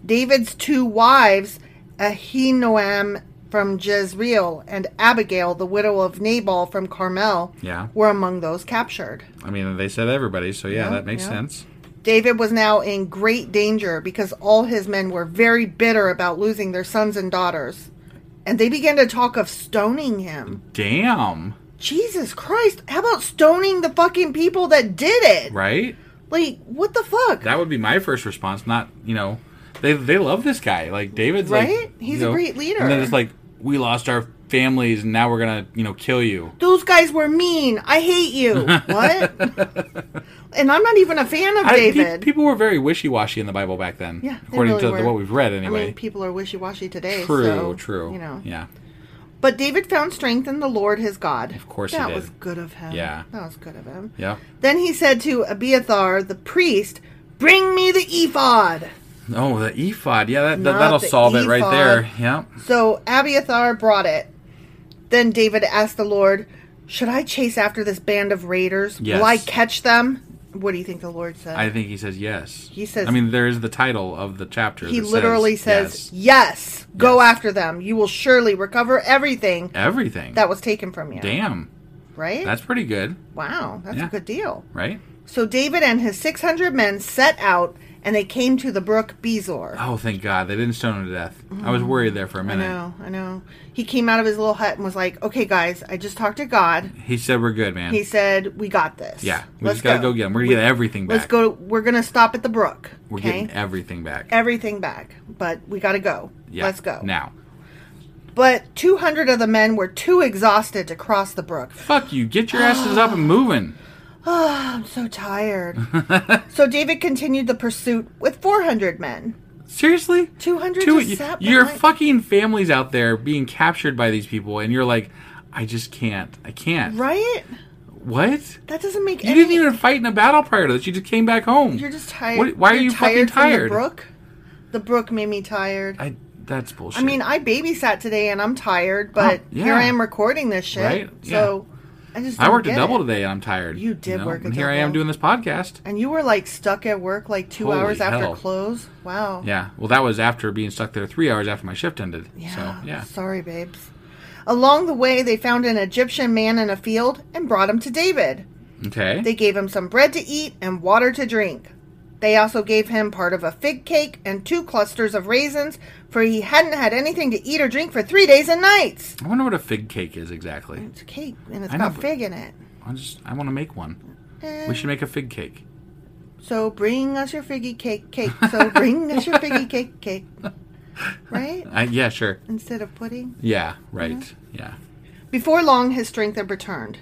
Speaker 1: David's two wives, Ahinoam from Jezreel and Abigail, the widow of Nabal from Carmel,
Speaker 2: Yeah.
Speaker 1: were among those captured.
Speaker 2: I mean, they said everybody, so yeah, that makes
Speaker 1: yeah.
Speaker 2: sense.
Speaker 1: David was now in great danger because all his men were very bitter about losing their sons and daughters. And they began to talk of stoning him.
Speaker 2: Damn.
Speaker 1: Jesus Christ, how about stoning the fucking people that did it?
Speaker 2: Right?
Speaker 1: Like, what the fuck?
Speaker 2: That would be my first response. Not you know, they they love this guy. Like David's
Speaker 1: Right?
Speaker 2: Like,
Speaker 1: He's
Speaker 2: you
Speaker 1: a
Speaker 2: know,
Speaker 1: great leader.
Speaker 2: And then it's like we lost our families, and now we're gonna you know kill you.
Speaker 1: Those guys were mean. I hate you. what? and I'm not even a fan of
Speaker 2: I- pe-
Speaker 1: David.
Speaker 2: people were very wishy washy in the Bible back then.
Speaker 1: yeah, they
Speaker 2: according
Speaker 1: really
Speaker 2: to
Speaker 1: were.
Speaker 2: the- what we've read,
Speaker 1: I
Speaker 2: anyway.
Speaker 1: mean, people are wishy washy today.
Speaker 2: true,
Speaker 1: so,
Speaker 2: true.
Speaker 1: You know.
Speaker 2: yeah.
Speaker 1: But David found strength in the Lord his God. Of
Speaker 2: course he
Speaker 1: that
Speaker 2: did.
Speaker 1: was good of him.
Speaker 2: Yeah.
Speaker 1: that was good of him.
Speaker 2: Yeah.
Speaker 1: Then he said to Abiathar the priest, "Bring me the ephod."
Speaker 2: Oh, the ephod. Yeah, that, that
Speaker 1: Not
Speaker 2: that'll
Speaker 1: the
Speaker 2: solve it right
Speaker 1: ephod.
Speaker 2: there. Yeah.
Speaker 1: So Abiathar brought it. Then David asked the Lord, Should I chase after this band of raiders?
Speaker 2: Yes.
Speaker 1: Will I catch them? What do you think the Lord said?
Speaker 2: I think he says yes.
Speaker 1: He says-
Speaker 2: I mean, there is the title of the chapter.
Speaker 1: he
Speaker 2: that
Speaker 1: literally says,
Speaker 2: yes,
Speaker 1: yes. go
Speaker 2: Yes.
Speaker 1: after them. You will surely recover everything
Speaker 2: everything.
Speaker 1: that was taken from you.
Speaker 2: Damn,
Speaker 1: Right?
Speaker 2: that's pretty good,
Speaker 1: wow, that's
Speaker 2: Yeah.
Speaker 1: a good deal.
Speaker 2: right?
Speaker 1: So David and his 600 men set out and they came to the brook Bezor.
Speaker 2: Oh, thank God they didn't stone him to death. I was worried there for a
Speaker 1: Mm. I
Speaker 2: minute.
Speaker 1: know, I know. He came out of his little hut and was like, Okay, guys, I just talked to God.
Speaker 2: He said we're good, man.
Speaker 1: He said, "We got this.
Speaker 2: yeah, we
Speaker 1: let's
Speaker 2: just gotta go. get him. We're gonna get everything back.
Speaker 1: Let's go. We're gonna stop at the brook.
Speaker 2: We're
Speaker 1: okay,
Speaker 2: getting e- everything back.
Speaker 1: everything back, but we gotta go.
Speaker 2: yeah,
Speaker 1: Let's go
Speaker 2: now.
Speaker 1: But two hundred of the men were too exhausted to cross the brook.
Speaker 2: Fuck you! Get your asses up and moving.
Speaker 1: I'm so tired. so David continued the pursuit with four hundred men.
Speaker 2: Seriously,
Speaker 1: 200
Speaker 2: Two-
Speaker 1: just sat
Speaker 2: your
Speaker 1: behind-
Speaker 2: fucking families out there being captured by these people, and you're like, I just can't. I can't.
Speaker 1: Right?
Speaker 2: What?
Speaker 1: That doesn't make.
Speaker 2: You
Speaker 1: any...
Speaker 2: didn't even fight in a battle prior to this. You just came back home.
Speaker 1: You're just tired.
Speaker 2: What- why are
Speaker 1: You're
Speaker 2: you fucking
Speaker 1: from
Speaker 2: tired? Oh,
Speaker 1: the brook. The brook made me tired. I,
Speaker 2: I, that's bullshit.
Speaker 1: mean, I babysat today and I'm tired, but
Speaker 2: Oh, yeah.
Speaker 1: here I am recording this shit.
Speaker 2: Right?
Speaker 1: So I just
Speaker 2: I
Speaker 1: don't
Speaker 2: worked a
Speaker 1: get
Speaker 2: double
Speaker 1: it.
Speaker 2: today and I'm tired.
Speaker 1: You did work a
Speaker 2: and here I am
Speaker 1: double.
Speaker 2: doing this podcast.
Speaker 1: And you were like stuck at work like two
Speaker 2: Holy
Speaker 1: hours after
Speaker 2: hell.
Speaker 1: close. Wow.
Speaker 2: Yeah. Well, that was after being stuck there three hours after my shift ended.
Speaker 1: Yeah.
Speaker 2: So yeah.
Speaker 1: Sorry, babes. Along the way, they found an Egyptian man in a field and brought him to David.
Speaker 2: Okay.
Speaker 1: They gave him some bread to eat and water to drink. They also gave him part of a fig cake and two clusters of raisins, for he hadn't had anything to eat or drink for three days and nights.
Speaker 2: I wonder what a fig cake is exactly.
Speaker 1: It's a cake, and it's
Speaker 2: I know,
Speaker 1: got
Speaker 2: but-
Speaker 1: fig in it.
Speaker 2: I just I want to make one.
Speaker 1: Eh.
Speaker 2: We should make a fig cake.
Speaker 1: So bring us your figgy cake, cake. So bring us your figgy cake, cake. Right?
Speaker 2: I, Uh, yeah, sure.
Speaker 1: Instead of pudding.
Speaker 2: Yeah, right.
Speaker 1: Mm-hmm.
Speaker 2: Yeah.
Speaker 1: Before long, his strength had returned.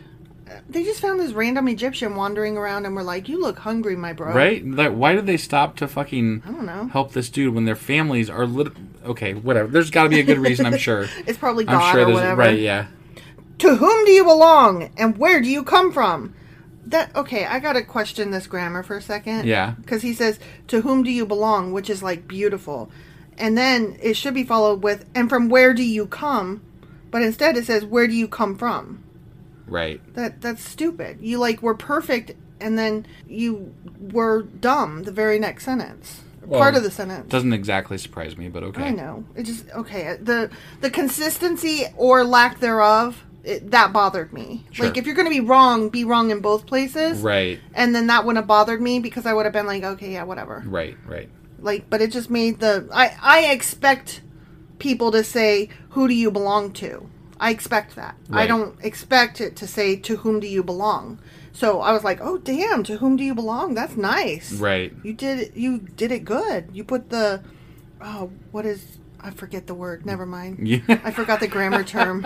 Speaker 1: Uh, They just found this random Egyptian wandering around and were like, You look hungry, my bro.
Speaker 2: Right? Like, why did they stop to fucking I
Speaker 1: don't know.
Speaker 2: help this dude when their families are lit? Okay, whatever. There's got to be a good reason. I'm sure.
Speaker 1: It's probably
Speaker 2: I'm
Speaker 1: God
Speaker 2: sure
Speaker 1: or
Speaker 2: there's
Speaker 1: whatever.
Speaker 2: right. Yeah.
Speaker 1: To whom do you belong and where do you come from? That okay, I gotta question this grammar for a second.
Speaker 2: Yeah.
Speaker 1: Because he says, To whom do you belong? which is like beautiful. And then it should be followed with, and from where do you come? But instead it says, Where do you come from?
Speaker 2: Right.
Speaker 1: That that's stupid. You like were perfect and then you were dumb the very next sentence. Part
Speaker 2: Well,
Speaker 1: of the sentence.
Speaker 2: Doesn't exactly surprise me, but okay.
Speaker 1: uh, I know. It just okay. The the consistency or lack thereof it, that bothered me.
Speaker 2: Sure.
Speaker 1: Like if you're going to be wrong, be wrong in both places.
Speaker 2: Right.
Speaker 1: And then that wouldn't have bothered me because I would have been like, okay, yeah, whatever.
Speaker 2: Right. Right.
Speaker 1: Like, but it just made the I I expect people to say, "Who do you belong to?" I expect that. I
Speaker 2: Right.
Speaker 1: don't expect it to say, "To whom do you belong?" So I was like, "Oh, damn! To whom do you belong?" That's nice.
Speaker 2: Right.
Speaker 1: You did it. You did it good. You put the, oh, what is? I forget the word. Never mind.
Speaker 2: Yeah.
Speaker 1: I forgot the grammar term.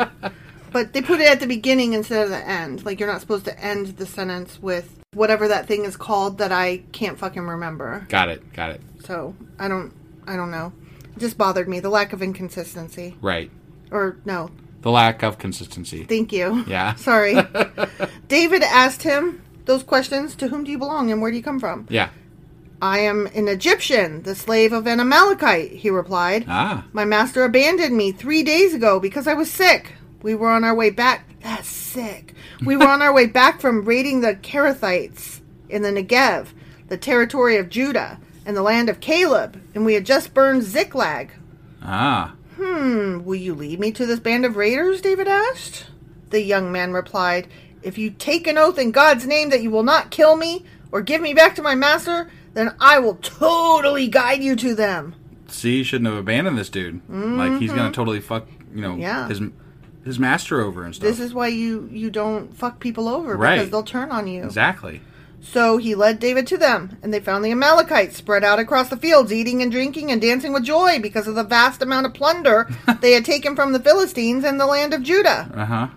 Speaker 1: But they put it at the beginning instead of the end. Like you're not supposed to end the sentence with whatever that thing is called that I can't fucking remember.
Speaker 2: Got it. Got it.
Speaker 1: So I don't. I don't know. It just bothered me the lack of inconsistency.
Speaker 2: Right.
Speaker 1: Or no,
Speaker 2: The lack of consistency.
Speaker 1: thank you.
Speaker 2: Yeah.
Speaker 1: Sorry. David asked him those questions. To whom do you belong and where do you come from?
Speaker 2: Yeah.
Speaker 1: I am an Egyptian, the slave of an Amalekite, he replied.
Speaker 2: Ah.
Speaker 1: My master abandoned me three days ago because I was sick. We were on our way back. That's sick. We were on our way back from raiding the Carathites in the Negev, the territory of Judah, and the land of Caleb, and we had just burned Ziklag.
Speaker 2: Ah.
Speaker 1: Will you lead me to this band of raiders? David asked. The young man replied, If you take an oath in God's name that you will not kill me or give me back to my master, then I will totally guide you to them.
Speaker 2: See, you shouldn't have abandoned this dude. Like he's gonna totally fuck. You know.
Speaker 1: Mm-hmm. Yeah.
Speaker 2: His his master over and stuff.
Speaker 1: This is why you, you don't fuck people over because
Speaker 2: Right.
Speaker 1: they'll turn on you.
Speaker 2: exactly.
Speaker 1: So he led David to them, and they found the Amalekites spread out across the fields, eating and drinking and dancing with joy because of the vast amount of plunder they had taken from the Philistines and the land of Judah.
Speaker 2: Uh huh.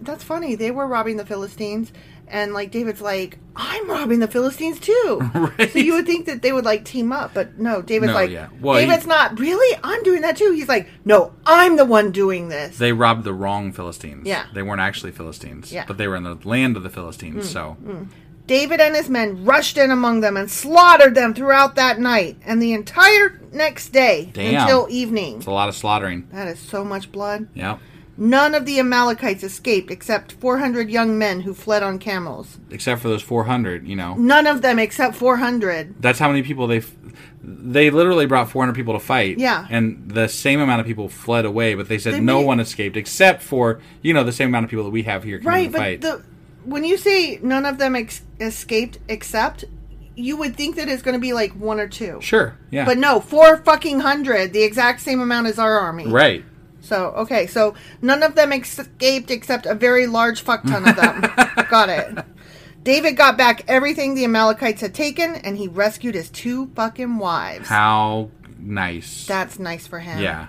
Speaker 1: That's funny. They were robbing the Philistines, and like David's like, I'm robbing the Philistines too.
Speaker 2: Right.
Speaker 1: So you would think that they would like team up, but no. David's
Speaker 2: No,
Speaker 1: like,
Speaker 2: yeah. Well,
Speaker 1: David's
Speaker 2: he-
Speaker 1: not really. I'm doing that too. He's like, no, I'm the one doing this.
Speaker 2: They robbed the wrong Philistines.
Speaker 1: Yeah.
Speaker 2: They weren't actually Philistines.
Speaker 1: Yeah. Mm.
Speaker 2: But they were in the land of the Philistines. So.
Speaker 1: David and his men rushed in among them and slaughtered them throughout that night and the entire next day
Speaker 2: Damn.
Speaker 1: until evening.
Speaker 2: It's a lot of slaughtering.
Speaker 1: That is so much blood.
Speaker 2: Yeah.
Speaker 1: None of the Amalekites escaped except 400 young men who fled on camels.
Speaker 2: Except for those 400, you know.
Speaker 1: None of them except 400.
Speaker 2: That's how many people they f- they literally brought 400 people to fight.
Speaker 1: Yeah.
Speaker 2: And the same amount of people fled away, but they said
Speaker 1: They
Speaker 2: no
Speaker 1: made-
Speaker 2: one escaped except for, you know, the same amount of people that we have here coming
Speaker 1: Right,
Speaker 2: to
Speaker 1: but
Speaker 2: fight.
Speaker 1: the when you say none of them ex- escaped except, you would think that it's going to be like one or two.
Speaker 2: sure. Yeah.
Speaker 1: But no, four fucking hundred, the exact same amount as our army.
Speaker 2: Right.
Speaker 1: So okay, so none of them escaped except a very large fuck ton of them. got it. David got back everything the Amalekites had taken, and he rescued his two fucking wives.
Speaker 2: How nice.
Speaker 1: That's nice for him.
Speaker 2: yeah.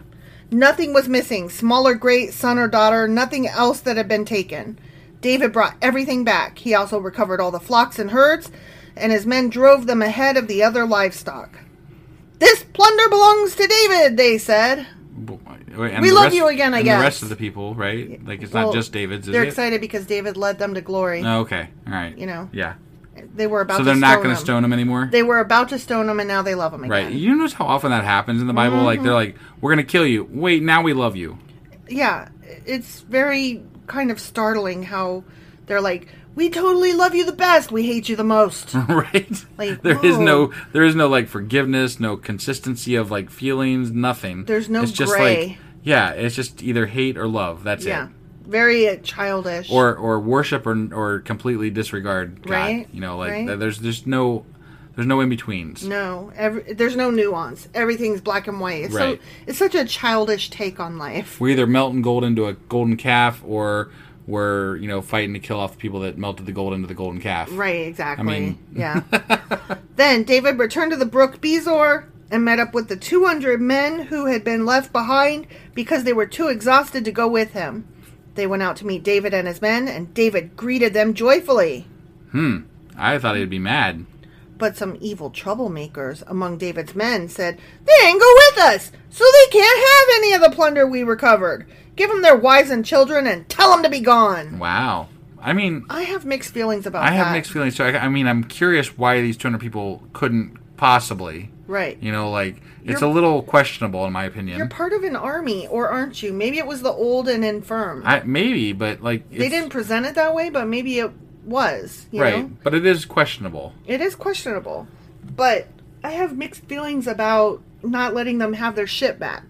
Speaker 1: Nothing was missing small or great, son or daughter, nothing else that had been taken. David brought everything back. He also recovered all the flocks and herds, and his men drove them ahead of the other livestock. This plunder belongs to David, they said.
Speaker 2: uh, And
Speaker 1: We
Speaker 2: the
Speaker 1: love
Speaker 2: rest-
Speaker 1: you again, I
Speaker 2: and
Speaker 1: guess.
Speaker 2: The rest of the people, right? Like it's
Speaker 1: Well,
Speaker 2: not just David's. Is
Speaker 1: They're
Speaker 2: it?
Speaker 1: excited because David led them to glory.
Speaker 2: Oh, okay. All right.
Speaker 1: You know.
Speaker 2: Yeah.
Speaker 1: They were about
Speaker 2: So
Speaker 1: to
Speaker 2: they're
Speaker 1: stone
Speaker 2: not going to
Speaker 1: him.
Speaker 2: stone him anymore.
Speaker 1: They were about to stone him, and now they love him again.
Speaker 2: Right. You notice how often that happens in the Bible? Like they're
Speaker 1: Mm-hmm.
Speaker 2: like, "We're gonna kill you." Wait, now we love you.
Speaker 1: yeah, it's very kind of startling how they're like, "We totally love you the best. We hate you the most."
Speaker 2: right?
Speaker 1: Like,
Speaker 2: there is
Speaker 1: whoa.
Speaker 2: no, there is no like forgiveness, no consistency of like feelings, nothing.
Speaker 1: There's no
Speaker 2: It's just
Speaker 1: gray.
Speaker 2: like, yeah, it's just either hate or love. That's
Speaker 1: yeah,
Speaker 2: it.
Speaker 1: very uh, childish.
Speaker 2: Or or worship or or completely disregard God.
Speaker 1: Right,
Speaker 2: You know, like
Speaker 1: right.
Speaker 2: th- there's just no, there's no in betweens.
Speaker 1: no, every, there's no nuance. Everything's black and white. It's
Speaker 2: Right.
Speaker 1: so it's such a childish take on life.
Speaker 2: We're either melting gold into a golden calf or we're you know fighting to kill off the people that melted the gold into the golden calf.
Speaker 1: Right, exactly.
Speaker 2: mean-
Speaker 1: yeah. then David returned to the brook Bezor and met up with the 200 men who had been left behind because they were too exhausted to go with him. They went out to meet David and his men, and David greeted them joyfully.
Speaker 2: I thought he'd be mad.
Speaker 1: But some evil troublemakers among David's men said, They ain't go with us, so they can't have any of the plunder we recovered. Give them their wives and children and tell them to be gone.
Speaker 2: Wow. I mean,
Speaker 1: I have mixed feelings about
Speaker 2: I
Speaker 1: that.
Speaker 2: have mixed feelings. So I, I mean, I'm curious why these 200 people couldn't possibly.
Speaker 1: Right.
Speaker 2: You know, like it's
Speaker 1: You're-
Speaker 2: a little questionable in my
Speaker 1: You're
Speaker 2: opinion.
Speaker 1: part of an army, or aren't you? Maybe it was the old and infirm.
Speaker 2: I, maybe, but like
Speaker 1: they
Speaker 2: it's-
Speaker 1: didn't present it that way, but maybe it was. You
Speaker 2: right,
Speaker 1: Know?
Speaker 2: but it is questionable.
Speaker 1: It is questionable. But I have mixed feelings about not letting them have their shit back.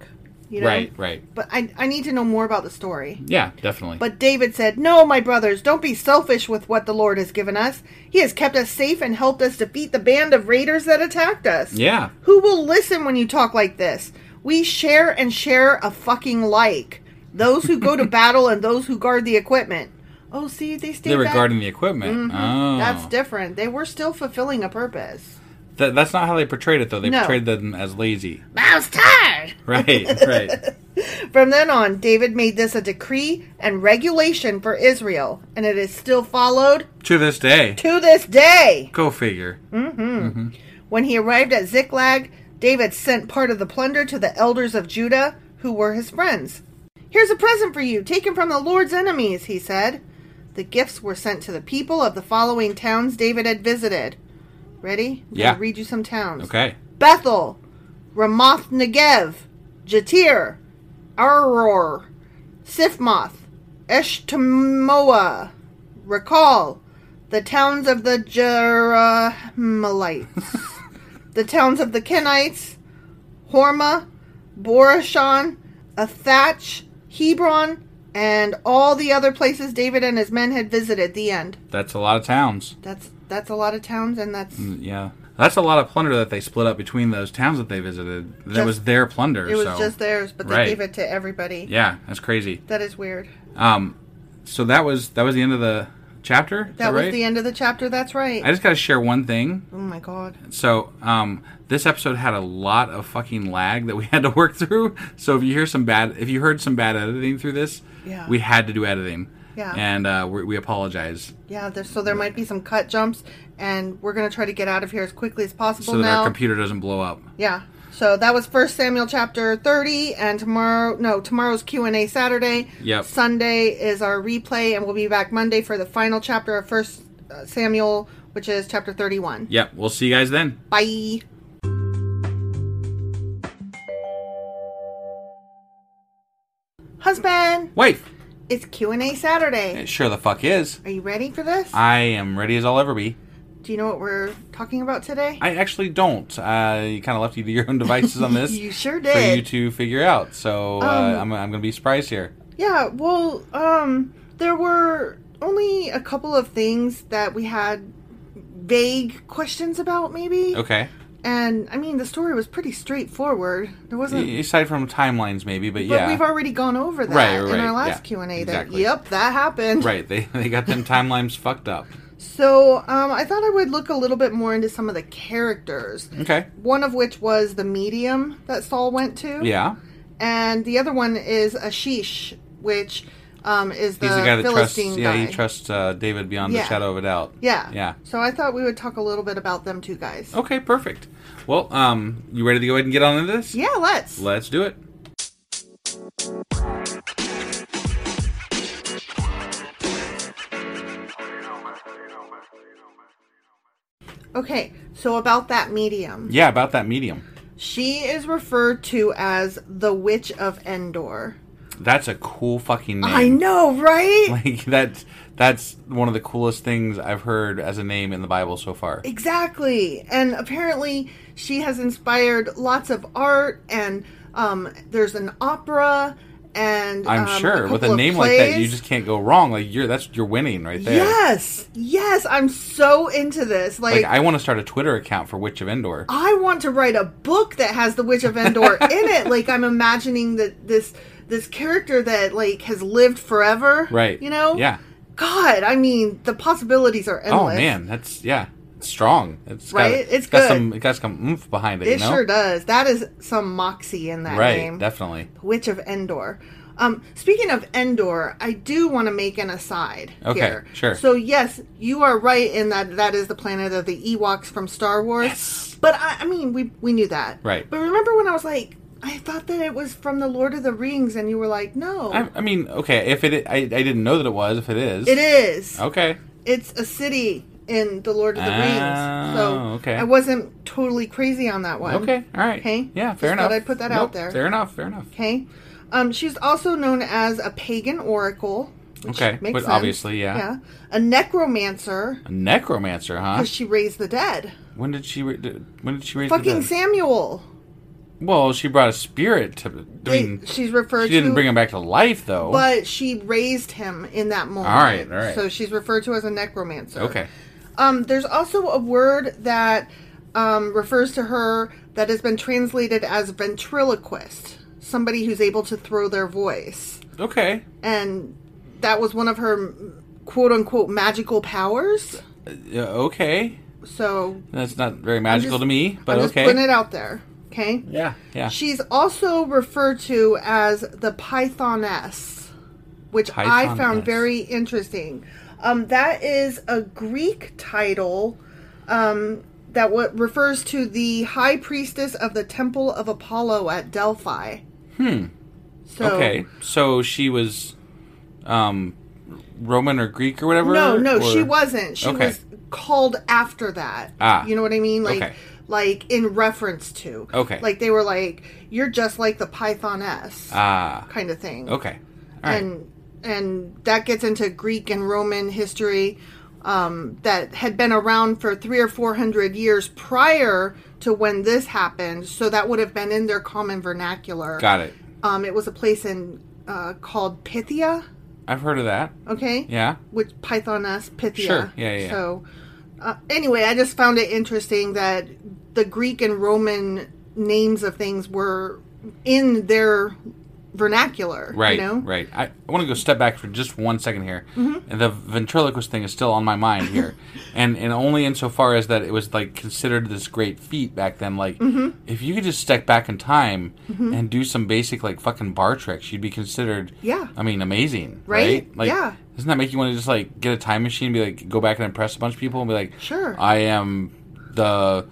Speaker 1: You know?
Speaker 2: Right, right.
Speaker 1: But I, I need to know more about the story.
Speaker 2: Yeah, definitely.
Speaker 1: But David said, No, my brothers, don't be selfish with what the Lord has given us. He has kept us safe and helped us defeat the band of raiders that attacked us.
Speaker 2: yeah,
Speaker 1: Who will listen when you talk like this? We share and share a fucking like. Those who go to battle and those who guard the equipment. Oh, see, they stayed
Speaker 2: they were
Speaker 1: back.
Speaker 2: guarding the equipment. Oh,
Speaker 1: Mm-hmm. That's different. They were still fulfilling a purpose.
Speaker 2: Th- that's not how they portrayed it though. They
Speaker 1: No.
Speaker 2: portrayed them as lazy.
Speaker 1: I was tired.
Speaker 2: Right, right.
Speaker 1: From then on, David made this a decree and regulation for Israel, and it is still followed
Speaker 2: to this day,
Speaker 1: to this day.
Speaker 2: go figure.
Speaker 1: When he arrived at Ziklag, David sent part of the plunder to the elders of Judah, who were his friends. Here's a present for you, taken from the Lord's enemies, he said. The gifts were sent to the people of the following towns David had visited. Ready? I'm gonna
Speaker 2: Yeah.
Speaker 1: read you some towns.
Speaker 2: Okay.
Speaker 1: Bethel, Ramoth Negev, Jatir, Aror, Sifmoth, Eshtemoa, Rakal, the towns of the Jerahmeelites, the towns of the Kenites, Horma, Borashan, Athach, Hebron, and all the other places David and his men had visited. The end.
Speaker 2: That's a lot of towns.
Speaker 1: That's that's a lot of towns, and that's
Speaker 2: Yeah. That's a lot of plunder that they split up between those towns that they visited. That
Speaker 1: Just-
Speaker 2: was their plunder.
Speaker 1: it was
Speaker 2: so.
Speaker 1: just theirs, but they
Speaker 2: Right.
Speaker 1: gave it to everybody.
Speaker 2: Yeah, that's crazy.
Speaker 1: That is weird.
Speaker 2: Um, so that was that was the end of the chapter. Is
Speaker 1: That was
Speaker 2: right?
Speaker 1: the end of the chapter. That's right.
Speaker 2: I just got to share one thing.
Speaker 1: oh my god.
Speaker 2: So, um, this episode had a lot of fucking lag that we had to work through. So if you hear some bad, if you heard some bad editing through this,
Speaker 1: Yeah.
Speaker 2: we had to do editing.
Speaker 1: Yeah.
Speaker 2: And uh, we, we apologize
Speaker 1: Yeah, there, so there might be some cut jumps, and we're gonna try to get out of here as quickly as possible
Speaker 2: so that
Speaker 1: now.
Speaker 2: our computer doesn't blow up.
Speaker 1: yeah. So that was First Samuel chapter thirty, and tomorrow, no, tomorrow's Q and A Saturday.
Speaker 2: Yep.
Speaker 1: Sunday is our replay, and we'll be back Monday for the final chapter of First uh, Samuel, which is chapter thirty-one.
Speaker 2: Yep. We'll see you guys then.
Speaker 1: Bye. Husband,
Speaker 2: Wife.
Speaker 1: it's Q and A Saturday.
Speaker 2: It sure the fuck is.
Speaker 1: Are you ready for this?
Speaker 2: I am ready as I'll ever be.
Speaker 1: Do you know what we're talking about today?
Speaker 2: I actually don't. Uh, you kind of left you to your own devices on this.
Speaker 1: You Um, sure
Speaker 2: For you
Speaker 1: did.
Speaker 2: to figure out. So uh, I'm, I'm going to be surprised here.
Speaker 1: yeah, well, um, there were only a couple of things that we had vague questions about, maybe.
Speaker 2: Okay.
Speaker 1: And I mean, the story was pretty straightforward. There wasn't.
Speaker 2: Aside from timelines, maybe, but,
Speaker 1: Hmm. But
Speaker 2: yeah.
Speaker 1: we've already gone over that
Speaker 2: Right,
Speaker 1: in
Speaker 2: right,
Speaker 1: our last
Speaker 2: yeah,
Speaker 1: Q and A.
Speaker 2: exactly.
Speaker 1: That yep, that happened.
Speaker 2: Right, they, they got them timelines fucked up.
Speaker 1: So um, I thought I would look a little bit more into some of the characters.
Speaker 2: Okay.
Speaker 1: One of which was the medium that Saul went to.
Speaker 2: Yeah.
Speaker 1: and the other one is Ashish, which um, is the,
Speaker 2: He's the guy that
Speaker 1: Philistine
Speaker 2: trusts.
Speaker 1: guy.
Speaker 2: Yeah, he trusts uh, David beyond
Speaker 1: Yeah.
Speaker 2: the shadow of a doubt.
Speaker 1: Yeah.
Speaker 2: Yeah. Oh.
Speaker 1: So I thought we would talk a little bit about them two guys.
Speaker 2: Okay, perfect. Well, um, you ready to go ahead and get on into this?
Speaker 1: Yeah, let's.
Speaker 2: Let's do it.
Speaker 1: Okay, so about that medium.
Speaker 2: Yeah, about that medium.
Speaker 1: She is referred to as the Witch of Endor.
Speaker 2: That's a cool fucking name.
Speaker 1: I know, right?
Speaker 2: Like that's that's one of the coolest things I've heard as a name in the Bible so far.
Speaker 1: Exactly. And apparently, she has inspired lots of art, and um, there's an opera, and
Speaker 2: I'm
Speaker 1: um,
Speaker 2: sure with
Speaker 1: couple
Speaker 2: a
Speaker 1: of
Speaker 2: name like that, you
Speaker 1: plays.
Speaker 2: just can't go wrong. Like you're that's you're winning right there.
Speaker 1: Yes, yes, I'm so into this. Like,
Speaker 2: Like I want to start a Twitter account for Witch of Endor.
Speaker 1: I want to write a book that has the Witch of Endor in it. Like I'm imagining that this this character that like has lived forever.
Speaker 2: Right.
Speaker 1: You know?
Speaker 2: Yeah.
Speaker 1: God, I mean the possibilities are endless.
Speaker 2: Oh man, that's yeah, it's strong. It's got,
Speaker 1: Right? It's
Speaker 2: got
Speaker 1: good.
Speaker 2: some it got some oomph behind it.
Speaker 1: It
Speaker 2: you know?
Speaker 1: sure does. That is some moxie in that
Speaker 2: Right,
Speaker 1: name.
Speaker 2: definitely.
Speaker 1: Witch of Endor. Um, speaking of Endor, I do want to make an aside
Speaker 2: Okay,
Speaker 1: here.
Speaker 2: sure.
Speaker 1: So yes, you are right in that that is the planet of the Ewoks from Star Wars. But I, I mean, we we knew that,
Speaker 2: Right.
Speaker 1: But remember when I was like, I thought that it was from the Lord of the Rings, and you were like, no,
Speaker 2: I, I mean, okay, if it, I, I didn't know that it was. If it is,
Speaker 1: it is.
Speaker 2: Okay,
Speaker 1: It's a city in the Lord of the Rings. So
Speaker 2: Oh, okay.
Speaker 1: I wasn't totally crazy on that one.
Speaker 2: okay, all right.
Speaker 1: Um, Okay.
Speaker 2: yeah,
Speaker 1: Just
Speaker 2: fair enough.
Speaker 1: thought I'd put that
Speaker 2: Nope,
Speaker 1: out there.
Speaker 2: Fair enough. Fair enough.
Speaker 1: Okay. Um, she's also known as a pagan oracle. Which
Speaker 2: Okay,
Speaker 1: makes
Speaker 2: but
Speaker 1: sense.
Speaker 2: obviously, yeah.
Speaker 1: Yeah. A necromancer
Speaker 2: A necromancer, huh?
Speaker 1: because she raised the dead.
Speaker 2: when did she? Re- did- when did she raise? the
Speaker 1: Fucking
Speaker 2: dead?
Speaker 1: Samuel.
Speaker 2: Well, she brought a spirit to. I
Speaker 1: They-
Speaker 2: mean,
Speaker 1: she's referred
Speaker 2: she didn't
Speaker 1: to,
Speaker 2: bring him back to life, though.
Speaker 1: but she raised him in that moment.
Speaker 2: All right, all right.
Speaker 1: So she's referred to as a necromancer.
Speaker 2: okay.
Speaker 1: Um, there's also a word that um, refers to her that has been translated as ventriloquist, somebody who's able to throw their voice,
Speaker 2: Okay.
Speaker 1: and that was one of her quote unquote magical powers.
Speaker 2: Yeah, okay.
Speaker 1: So
Speaker 2: That's not very magical
Speaker 1: just-
Speaker 2: to me, but
Speaker 1: I'm just putting
Speaker 2: okay.
Speaker 1: it out there. Okay.
Speaker 2: Yeah. Yeah.
Speaker 1: She's also referred to as the Pythoness, which I found
Speaker 2: Pythoness.
Speaker 1: very interesting. Um, that is a Greek title um, that what refers to the high priestess of the temple of Apollo at Delphi. Hmm. So,
Speaker 2: okay. So she was, um, Roman or Greek or whatever.
Speaker 1: No, no, she
Speaker 2: or-
Speaker 1: wasn't. She
Speaker 2: Okay.
Speaker 1: was called after that.
Speaker 2: Ah.
Speaker 1: You know what I mean? Like
Speaker 2: Okay.
Speaker 1: like in reference to.
Speaker 2: Okay.
Speaker 1: Like they were like, You're just like the Pythoness
Speaker 2: Ah.
Speaker 1: kind of thing.
Speaker 2: Okay. All right.
Speaker 1: and and that gets into Greek and Roman history um, that had been around for three or four hundred years prior to when this happened. So that would have been in their common vernacular.
Speaker 2: Got it.
Speaker 1: Um, it was a place in uh, called Pythia.
Speaker 2: I've heard of that.
Speaker 1: Okay.
Speaker 2: Yeah.
Speaker 1: Which Pythoness Pythia.
Speaker 2: Sure. Yeah, yeah, yeah.
Speaker 1: So uh, anyway, I just found it interesting that the Greek and Roman names of things were in their vernacular.
Speaker 2: Right,
Speaker 1: You know? Mm-hmm.
Speaker 2: right. I, I want to go step back for just one second here. And the ventriloquist thing is still on my mind here, and and only insofar as that it was like considered this great feat back then. Like,
Speaker 1: Mm-hmm.
Speaker 2: if you could just step back in time and do some basic like fucking bar tricks, you'd be considered.
Speaker 1: Yeah.
Speaker 2: I mean, amazing,
Speaker 1: Right?
Speaker 2: right? Like,
Speaker 1: Yeah.
Speaker 2: Doesn't that make you want to just like get a time machine and be like go back and impress a bunch of people and be like,
Speaker 1: Sure.
Speaker 2: I am the.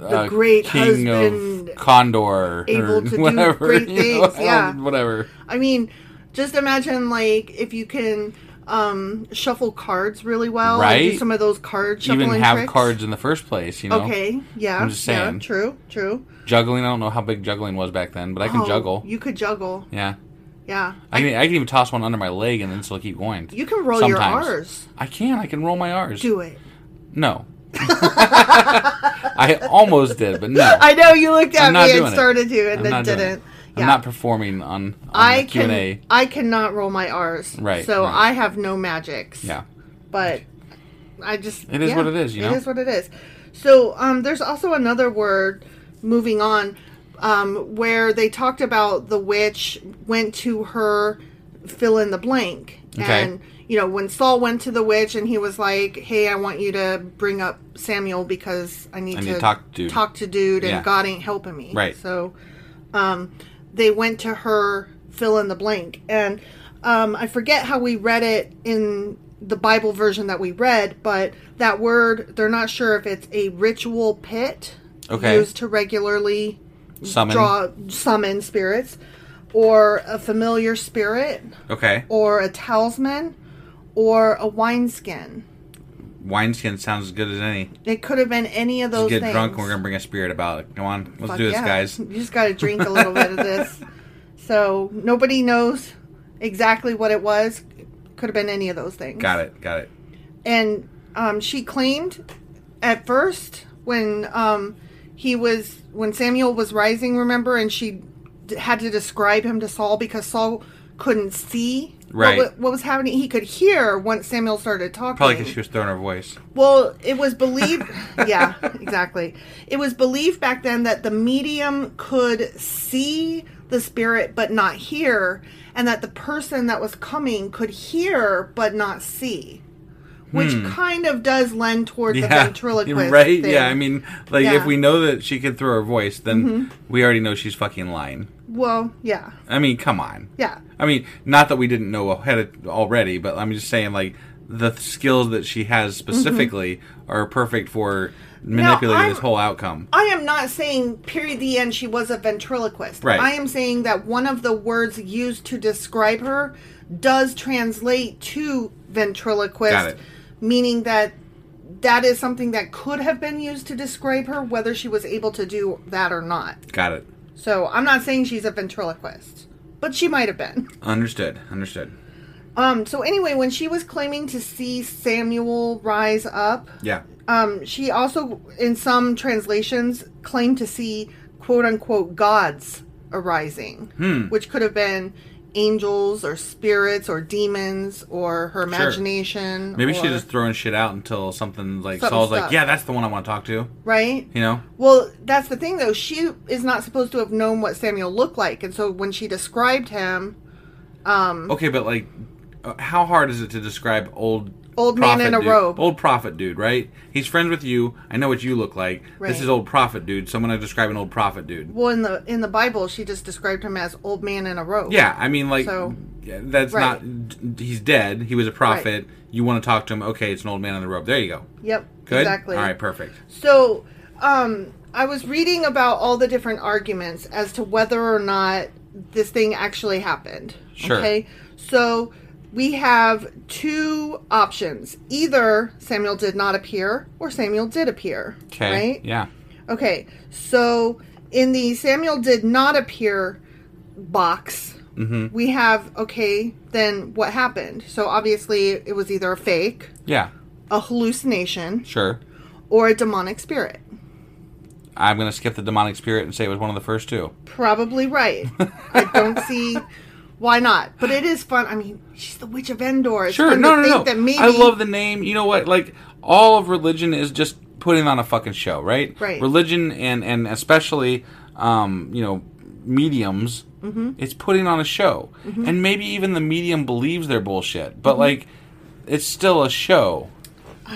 Speaker 2: uh,
Speaker 1: great
Speaker 2: king
Speaker 1: husband,
Speaker 2: of Condor,
Speaker 1: able
Speaker 2: or
Speaker 1: to do
Speaker 2: whatever,
Speaker 1: great
Speaker 2: you know,
Speaker 1: things,
Speaker 2: I don't-
Speaker 1: yeah.
Speaker 2: whatever.
Speaker 1: I mean, just imagine like if you can um, shuffle cards really well, and do
Speaker 2: Right?
Speaker 1: some of those card shuffling
Speaker 2: even have
Speaker 1: tricks.
Speaker 2: cards in the first place. You know,
Speaker 1: Okay, yeah,
Speaker 2: I'm just
Speaker 1: yeah,
Speaker 2: saying.
Speaker 1: true, true.
Speaker 2: juggling. I don't know how big juggling was back then, but I can
Speaker 1: Oh,
Speaker 2: juggle.
Speaker 1: You could juggle,
Speaker 2: yeah,
Speaker 1: yeah.
Speaker 2: I can. I can even toss one under my leg and then still keep going.
Speaker 1: You can roll
Speaker 2: Sometimes.
Speaker 1: your R's.
Speaker 2: I can. I can roll my R's.
Speaker 1: Do it.
Speaker 2: No. I almost did, but no.
Speaker 1: I know you looked at
Speaker 2: I'm not
Speaker 1: me and
Speaker 2: doing it.
Speaker 1: started to, and
Speaker 2: I'm
Speaker 1: then
Speaker 2: not doing it.
Speaker 1: didn't.
Speaker 2: I'm not performing on, on
Speaker 1: I
Speaker 2: the Q and
Speaker 1: can.
Speaker 2: A.
Speaker 1: I cannot roll my R's.
Speaker 2: Right,
Speaker 1: So
Speaker 2: right.
Speaker 1: I have no magics.
Speaker 2: Yeah.
Speaker 1: but I just
Speaker 2: It is what it is, you know?
Speaker 1: It is what it is. So um, there's also another word. Moving on, um, where they talked about the witch went to her fill in the blank,
Speaker 2: Okay.
Speaker 1: and you know when Saul went to the witch and he was like, "Hey, I want you to bring up Samuel because I need,
Speaker 2: I need to talk to dude."
Speaker 1: talk to dude, and
Speaker 2: Yeah.
Speaker 1: God ain't helping me."
Speaker 2: Right.
Speaker 1: So they went to her fill in the blank and um, i forget how we read it in the bible version that we read but that word they're not sure if it's a ritual pit
Speaker 2: Okay.
Speaker 1: used to regularly
Speaker 2: Summon.
Speaker 1: draw summon spirits or a familiar spirit
Speaker 2: Okay.
Speaker 1: or a talisman or a wineskin
Speaker 2: Wineskin sounds as good as any.
Speaker 1: it could have been any of
Speaker 2: Let's
Speaker 1: those
Speaker 2: get
Speaker 1: things
Speaker 2: drunk. and We're gonna bring a spirit about it. Come on, let's
Speaker 1: Fuck
Speaker 2: do this,
Speaker 1: yeah.
Speaker 2: guys.
Speaker 1: You just got to drink a little bit of this. So nobody knows exactly what it was. Could have been any of those things.
Speaker 2: Got it. Got it.
Speaker 1: And um, she claimed at first when um, he was when Samuel was rising, remember, and she d- had to describe him to Saul because Saul couldn't see
Speaker 2: Right.
Speaker 1: what, wa- what was happening. He could hear once Samuel started talking.
Speaker 2: Probably because she was throwing her voice.
Speaker 1: Well, it was believed. yeah, exactly. It was believed back then that the medium could see the spirit but not hear, and that the person that was coming could hear but not see, which kind of does lend towards the ventriloquist.
Speaker 2: Hmm. Right?
Speaker 1: thing.
Speaker 2: Yeah, I mean, like
Speaker 1: Yeah. Mm-hmm.
Speaker 2: if we know that she can throw her voice, then we already know she's fucking lying.
Speaker 1: Well, yeah,
Speaker 2: I mean, come on.
Speaker 1: yeah.
Speaker 2: I mean, not that we didn't know ahead of, already, but I'm just saying, like the th- skills that she has
Speaker 1: Mm-hmm.
Speaker 2: specifically are perfect for manipulating this
Speaker 1: I'm-
Speaker 2: whole outcome.
Speaker 1: I am not saying period the end she was a ventriloquist.
Speaker 2: Right.
Speaker 1: I am saying that one of the words used to describe her does translate to
Speaker 2: Got
Speaker 1: ventriloquist,
Speaker 2: it.
Speaker 1: meaning that that is something that could have been used to describe her, whether she was able to do that or not.
Speaker 2: Got it.
Speaker 1: So I'm not saying she's a ventriloquist, but she might have been.
Speaker 2: Understood. Understood.
Speaker 1: Um. So anyway, when she was claiming to see Samuel rise up,
Speaker 2: Yeah.
Speaker 1: Uh, um, she also, in some translations, claimed to see quote unquote gods arising,
Speaker 2: Hmm.
Speaker 1: which could have been angels or spirits or demons or her imagination.
Speaker 2: Maybe she
Speaker 1: or-
Speaker 2: just throwing shit out until something like
Speaker 1: Something
Speaker 2: Saul's like,
Speaker 1: stuck.
Speaker 2: yeah, that's the one I want to talk to.
Speaker 1: right.
Speaker 2: You know?
Speaker 1: Well, that's the thing though. She is not supposed to have known what Samuel looked like, and so when she described him,
Speaker 2: Okay, but like, uh, how hard is it to describe old
Speaker 1: Old man
Speaker 2: prophet
Speaker 1: in a
Speaker 2: dude-
Speaker 1: robe.
Speaker 2: Old prophet dude, right? He's friends with you. I know what you look like.
Speaker 1: Right.
Speaker 2: This is old prophet dude. Someone I describe an old prophet dude.
Speaker 1: well, in the in the Bible, she just described him as old man in a robe.
Speaker 2: Yeah, I mean, like,
Speaker 1: So-
Speaker 2: yeah, that's
Speaker 1: Right.
Speaker 2: not. d- He's dead. He was a prophet. You want to talk to him? Okay, it's an old man in the robe. There you go.
Speaker 1: Yep.
Speaker 2: Good.
Speaker 1: Exactly.
Speaker 2: All right. Perfect.
Speaker 1: So, um, I was reading about all the different arguments as to whether or not this thing actually happened.
Speaker 2: Sure.
Speaker 1: Okay. So we have two options: either Samuel did not appear, or Samuel did appear.
Speaker 2: Okay.
Speaker 1: Right.
Speaker 2: Yeah.
Speaker 1: Okay. So in the Samuel did not appear box.
Speaker 2: Mm-hmm.
Speaker 1: We have okay. Then what happened? So obviously it was either a fake,
Speaker 2: Yeah.
Speaker 1: a hallucination,
Speaker 2: Sure.
Speaker 1: or a demonic spirit.
Speaker 2: I'm gonna skip the demonic spirit and say it was one of the first two.
Speaker 1: probably right. I don't see why not. But it is fun. I mean, she's the witch of Endor. It's
Speaker 2: Sure,
Speaker 1: fun
Speaker 2: no,
Speaker 1: to
Speaker 2: no,
Speaker 1: think
Speaker 2: no.
Speaker 1: That maybe
Speaker 2: I love the name. You know what? Like all of religion is just putting on a fucking show, right?
Speaker 1: Right.
Speaker 2: Religion and and especially, um, you know, mediums.
Speaker 1: Mm-hmm.
Speaker 2: It's putting on a show, and maybe even the medium believes their bullshit. But like, it's still a show.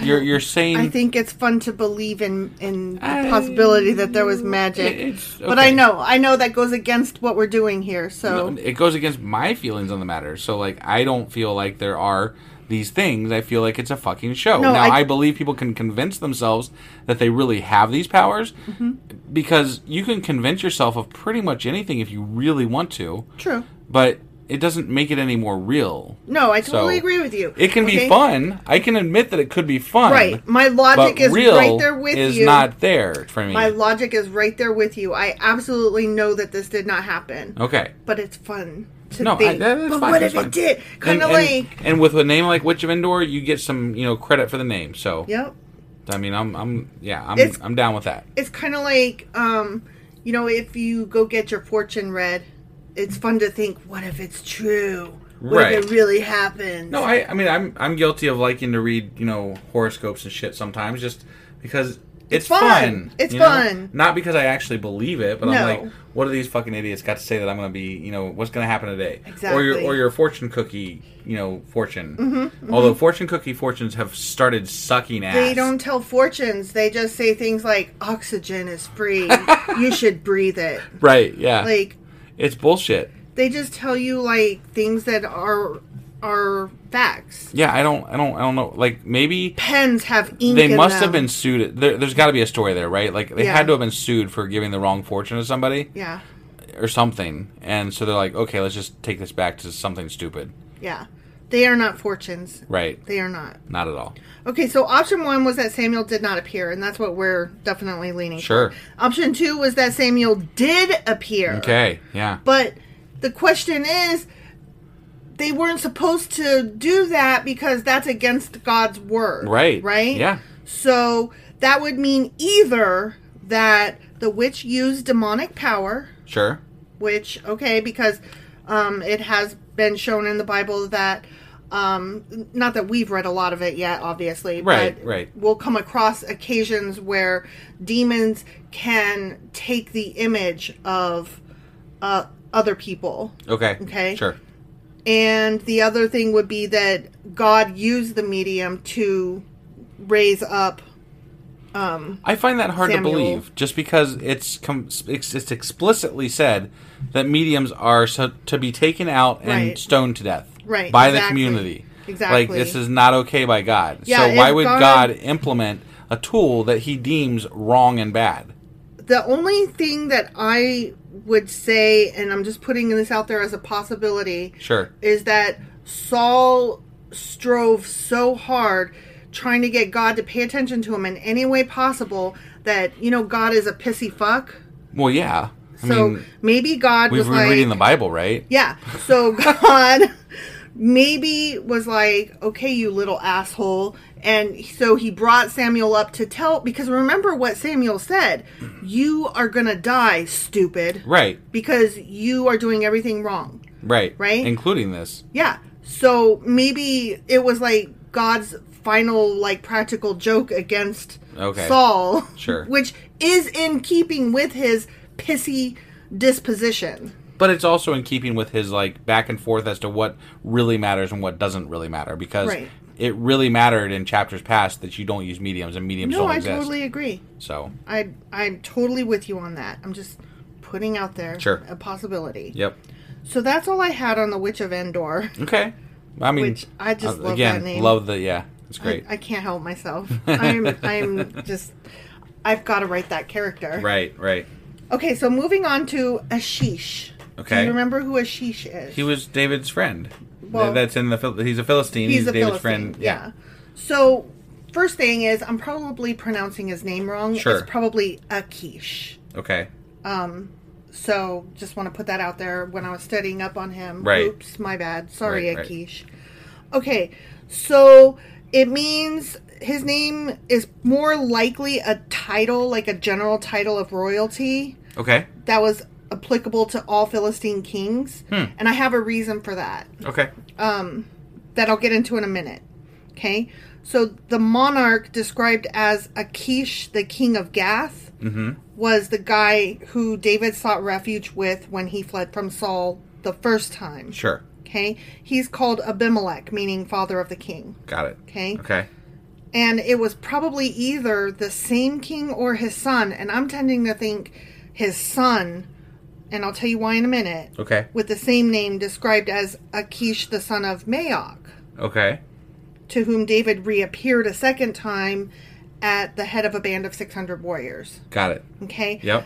Speaker 2: You're you're saying
Speaker 1: Mm-hmm. I think it's fun to believe in in the
Speaker 2: I-
Speaker 1: possibility that there was magic.
Speaker 2: It- it's-
Speaker 1: But I
Speaker 2: okay.
Speaker 1: know, I know that goes against what we're doing here. So
Speaker 2: it goes against my feelings on the matter. So like, I don't feel like there are these things. I feel like it's a fucking show.
Speaker 1: No,
Speaker 2: now
Speaker 1: I-
Speaker 2: I, believe people can convince themselves that they really have these powers
Speaker 1: Mm-hmm.
Speaker 2: because you can convince yourself of pretty much anything if you really want to.
Speaker 1: true.
Speaker 2: But it doesn't make it any more real.
Speaker 1: No, I totally
Speaker 2: So,
Speaker 1: agree with you.
Speaker 2: It can
Speaker 1: Okay?
Speaker 2: be fun. I can admit that it could be fun.
Speaker 1: Right. My logic
Speaker 2: but
Speaker 1: is
Speaker 2: real
Speaker 1: right there with
Speaker 2: is
Speaker 1: you.
Speaker 2: not there for me.
Speaker 1: My logic is right there with you. I absolutely know that this did not happen.
Speaker 2: okay.
Speaker 1: But it's fun to
Speaker 2: No, I-
Speaker 1: think.
Speaker 2: that- that's
Speaker 1: but
Speaker 2: fine,
Speaker 1: what
Speaker 2: that's
Speaker 1: if
Speaker 2: fine.
Speaker 1: it did? Kind of
Speaker 2: and, and-
Speaker 1: like.
Speaker 2: and with a name like Witch of Endor, you get some you know credit for the name. So
Speaker 1: Yep.
Speaker 2: I mean, I'm, I'm, yeah, I'm,
Speaker 1: It's-
Speaker 2: I'm down with that.
Speaker 1: it's kind of like um you know if you go get your fortune read it's fun to think what if it's true what if
Speaker 2: Right.
Speaker 1: it really happened
Speaker 2: No, I, I mean, I'm, I'm guilty of liking to read, you know, horoscopes and shit sometimes, just because it's,
Speaker 1: fun.
Speaker 2: fun.
Speaker 1: It's
Speaker 2: you know?
Speaker 1: fun.
Speaker 2: Not because I actually believe it, but
Speaker 1: No.
Speaker 2: I'm like, what do these fucking idiots got to say that I'm going to be, you know, what's going to happen today? Or your,
Speaker 1: Exactly. Mm-hmm,
Speaker 2: or your fortune cookie, you know, fortune. Although fortune cookie fortunes have started sucking ass.
Speaker 1: they don't tell fortunes they just say things like oxygen is free you should breathe it
Speaker 2: Right? Yeah.
Speaker 1: like
Speaker 2: it's bullshit.
Speaker 1: they just tell you like things that are are facts
Speaker 2: Yeah, I don't, I don't, I don't know. Like maybe
Speaker 1: pens have ink
Speaker 2: they
Speaker 1: in
Speaker 2: must
Speaker 1: them.
Speaker 2: have been sued. There, there's got to be a story there, right? Like they
Speaker 1: Yeah.
Speaker 2: had to have been sued for giving the wrong fortune to somebody
Speaker 1: yeah
Speaker 2: or something, and so they're like, okay, let's just take this back to something stupid,
Speaker 1: yeah they are not fortunes
Speaker 2: right?
Speaker 1: they are not
Speaker 2: Not at all.
Speaker 1: Okay, so option one was that Samuel did not appear, and that's what we're definitely leaning
Speaker 2: Sure.
Speaker 1: for. Option two was that Samuel did appear.
Speaker 2: Okay. Yeah.
Speaker 1: But the question is, they weren't supposed to do that because that's against God's word.
Speaker 2: Right.
Speaker 1: Right?
Speaker 2: Yeah.
Speaker 1: So that would mean either that the witch used demonic power,
Speaker 2: Sure.
Speaker 1: which okay because um, it has been shown in the bible that um, not that we've read a lot of it yet obviously
Speaker 2: Right,
Speaker 1: but
Speaker 2: right.
Speaker 1: we'll come across occasions where demons can take the image of uh, other people
Speaker 2: Okay.
Speaker 1: Okay.
Speaker 2: Sure.
Speaker 1: and the other thing would be that god used the medium to raise up
Speaker 2: I find that hard
Speaker 1: Samuel.
Speaker 2: to believe, just because it's com- it's it's explicitly said that mediums are so, to be taken out and
Speaker 1: Right.
Speaker 2: stoned to death
Speaker 1: Right,
Speaker 2: by the
Speaker 1: exactly.
Speaker 2: community. Like
Speaker 1: Exactly.
Speaker 2: this is not okay by God.
Speaker 1: Yeah,
Speaker 2: so why
Speaker 1: if
Speaker 2: would
Speaker 1: God-
Speaker 2: God, implement a tool that He deems wrong and bad?
Speaker 1: the only thing that i would say and i'm just putting this out there as a possibility
Speaker 2: Sure.
Speaker 1: is that Saul strove so hard trying to get God to pay attention to him in any way possible that, you know, God is a pissy fuck.
Speaker 2: Well, yeah. I
Speaker 1: So
Speaker 2: mean,
Speaker 1: maybe God
Speaker 2: we've
Speaker 1: was
Speaker 2: been
Speaker 1: like,
Speaker 2: reading the Bible, right?
Speaker 1: yeah. So God maybe was like, okay, you little asshole. And so he brought Samuel up to tell, because remember what Samuel said you are going to die, stupid.
Speaker 2: Right.
Speaker 1: Because you are doing everything wrong.
Speaker 2: Right.
Speaker 1: Right?
Speaker 2: Including this.
Speaker 1: Yeah. So maybe it was like God's final like practical joke against
Speaker 2: Okay.
Speaker 1: Saul.
Speaker 2: Sure.
Speaker 1: Which is in keeping with his pissy disposition.
Speaker 2: But it's also in keeping with his like back and forth as to what really matters and what doesn't really matter because
Speaker 1: Right.
Speaker 2: it really mattered in chapters past that you don't use mediums and mediums
Speaker 1: No,
Speaker 2: don't
Speaker 1: I
Speaker 2: exist.
Speaker 1: totally agree.
Speaker 2: So,
Speaker 1: I I'm totally with you on that. I'm just putting out there
Speaker 2: Sure.
Speaker 1: a possibility.
Speaker 2: yep.
Speaker 1: So that's all I had on the Witch of Endor.
Speaker 2: Okay. I mean,
Speaker 1: Which I just
Speaker 2: uh,
Speaker 1: love
Speaker 2: again,
Speaker 1: that name.
Speaker 2: love the yeah. It's
Speaker 1: I,
Speaker 2: great.
Speaker 1: I can't help myself. I'm I'm just I've got to write that character.
Speaker 2: right, right.
Speaker 1: Okay, so moving on to Ashish. Do
Speaker 2: Okay.
Speaker 1: you remember who Ashish is?
Speaker 2: He was David's friend.
Speaker 1: Well-
Speaker 2: That's in the Phil- he's a Philistine. He's, David's friend. Yeah.
Speaker 1: So first thing is, I'm probably pronouncing his name wrong.
Speaker 2: Sure.
Speaker 1: It's probably Akish.
Speaker 2: Okay.
Speaker 1: So just want to put that out there when I was studying up on him.
Speaker 2: Right.
Speaker 1: Oops, my bad. Sorry,
Speaker 2: Right, right.
Speaker 1: Akish. Okay, so it means his name is more likely a title, like a general title of royalty
Speaker 2: Okay.
Speaker 1: that was applicable to all Philistine kings. And I have a reason for that.
Speaker 2: Okay.
Speaker 1: that I'll get into in a minute. Okay. So the monarch described as Akish, the king of Gath, was the guy who David sought refuge with when he fled from Saul the first time.
Speaker 2: Sure.
Speaker 1: Okay. He's called Abimelech, meaning father of the king.
Speaker 2: Got it.
Speaker 1: Okay.
Speaker 2: Okay.
Speaker 1: And it was probably either the same king or his son. And I'm tending to think his son, and I'll tell you why in a minute,
Speaker 2: Okay.
Speaker 1: with the same name described as Akish, the son of Maok
Speaker 2: Okay.
Speaker 1: to whom David reappeared a second time at the head of a band of 600 warriors.
Speaker 2: Got it.
Speaker 1: Okay?
Speaker 2: Yep.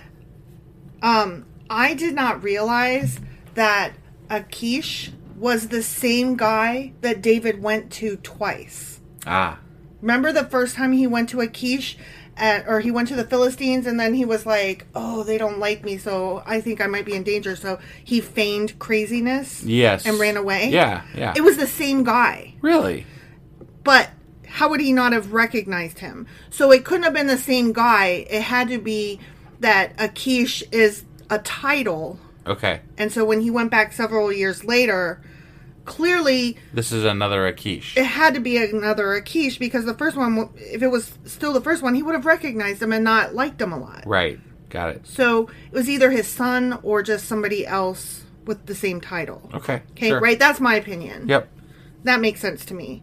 Speaker 1: I did not realize that Akish was the same guy that David went to twice.
Speaker 2: Ah.
Speaker 1: Remember the first time he went to Akish? At, or he went to the Philistines and then he was like, Oh, they don't like me, so I think I might be in danger. So he feigned craziness.
Speaker 2: Yes.
Speaker 1: And ran away.
Speaker 2: Yeah. Yeah.
Speaker 1: It was the same guy.
Speaker 2: really.
Speaker 1: but how would he not have recognized him? So it couldn't have been the same guy. It had to be that Akish is a title.
Speaker 2: Okay.
Speaker 1: And so when he went back several years later, clearly
Speaker 2: This is another Akish.
Speaker 1: it had to be another Akish because the first one, if it was still the first one, he would have recognized him and not liked him a lot.
Speaker 2: Right. Got it.
Speaker 1: So it was either his son or just somebody else with the same title.
Speaker 2: Okay.
Speaker 1: Okay,
Speaker 2: sure.
Speaker 1: right? That's my opinion.
Speaker 2: Yep.
Speaker 1: That makes sense to me.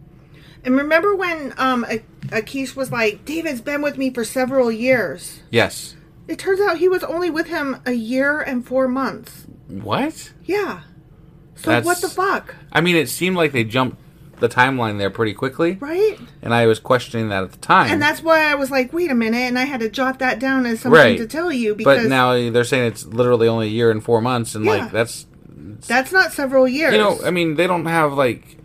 Speaker 1: And remember when um, A- Akish was like, David's been with me for several years.
Speaker 2: Yes.
Speaker 1: It turns out he was only with him a year and four months.
Speaker 2: What?
Speaker 1: Yeah. So
Speaker 2: That's-
Speaker 1: what the fuck,
Speaker 2: I mean, it seemed like they jumped the timeline there pretty quickly,
Speaker 1: right?
Speaker 2: and I was questioning that at the time.
Speaker 1: And that's why I was like, wait a minute, and I had to jot that down as something
Speaker 2: right
Speaker 1: to tell you because
Speaker 2: but now they're saying it's literally only a year and four months, and
Speaker 1: Yeah.
Speaker 2: like that's
Speaker 1: that's not several years.
Speaker 2: you know, I mean, they don't have like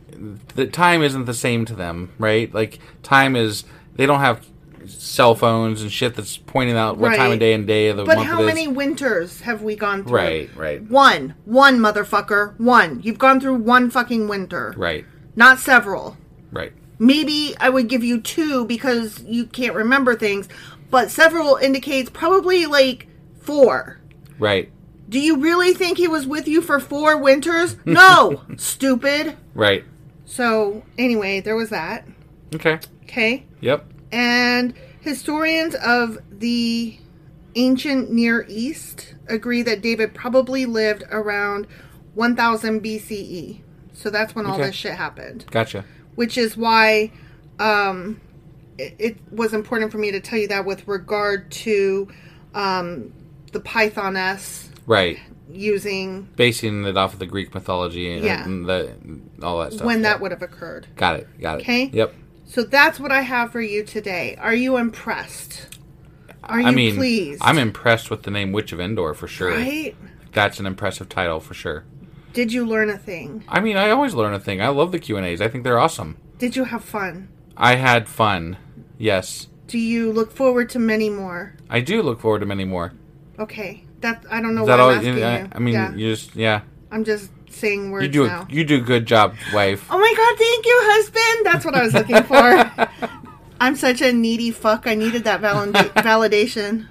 Speaker 2: the time isn't the same to them, right? Like time is they don't have cell phones and shit that's pointing out what time
Speaker 1: Right.
Speaker 2: of day and day of the
Speaker 1: but
Speaker 2: month
Speaker 1: how
Speaker 2: it is.
Speaker 1: many winters have we gone through?
Speaker 2: Right, right.
Speaker 1: One, one motherfucker, one. You've gone through one fucking winter,
Speaker 2: Right,
Speaker 1: Not several.
Speaker 2: right,
Speaker 1: Maybe I would give you two because you can't remember things, but several indicates probably like four.
Speaker 2: right,
Speaker 1: Do you really think he was with you for four winters? No, stupid.
Speaker 2: right.
Speaker 1: So, anyway, there was that.
Speaker 2: Okay.
Speaker 1: Okay.
Speaker 2: Yep.
Speaker 1: And historians of the ancient Near East agree that David probably lived around 1000 BCE. E. So that's when all
Speaker 2: Okay.
Speaker 1: this shit happened
Speaker 2: Gotcha.
Speaker 1: which is why um, it, it was important for me to tell you that with regard to um, the Pythoness
Speaker 2: Right.
Speaker 1: using
Speaker 2: Basing it off of the Greek mythology and,
Speaker 1: Yeah.
Speaker 2: and the all that stuff.
Speaker 1: when
Speaker 2: yeah.
Speaker 1: that would have occurred.
Speaker 2: Got it. Got it.
Speaker 1: 'Kay.
Speaker 2: Yep.
Speaker 1: So that's what I have for you today. Are you impressed? Are you
Speaker 2: I mean,
Speaker 1: pleased?
Speaker 2: I'm impressed with the name Witch of Endor for sure.
Speaker 1: Right?
Speaker 2: That's an impressive title for sure.
Speaker 1: Did you learn a thing?
Speaker 2: I mean, I always learn a thing. I love the Q and A's. I think they're awesome.
Speaker 1: Did you have fun?
Speaker 2: I had fun. Yes.
Speaker 1: Do you look forward to many more?
Speaker 2: I do look forward to many more.
Speaker 1: Okay, that I don't know
Speaker 2: Is that
Speaker 1: why
Speaker 2: all?
Speaker 1: Oh, I'm asking
Speaker 2: I,
Speaker 1: you.
Speaker 2: I mean,
Speaker 1: yeah.
Speaker 2: you just yeah.
Speaker 1: I'm just saying words
Speaker 2: You do
Speaker 1: now.
Speaker 2: a, you do a good job, wife.
Speaker 1: Oh my god, thank you, husband. That's what I was looking for. I'm such a needy fuck. I needed that valida- validation.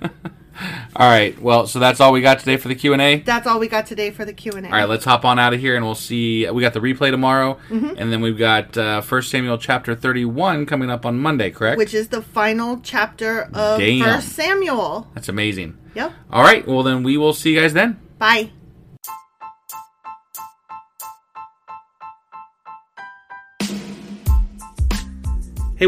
Speaker 2: All right. Well, so that's all we got today for the Q and A.
Speaker 1: That's all we got today for the Q&A.
Speaker 2: All right, let's hop on out of here, and we'll see. We got the replay tomorrow,
Speaker 1: Mm-hmm.
Speaker 2: and then we've got uh, First Samuel chapter thirty-one coming up on Monday. Correct?
Speaker 1: Which is the final chapter of
Speaker 2: Damn.
Speaker 1: First Samuel.
Speaker 2: that's amazing.
Speaker 1: Yep.
Speaker 2: All right. Well, then we will see you guys then.
Speaker 1: Bye.
Speaker 2: Hey,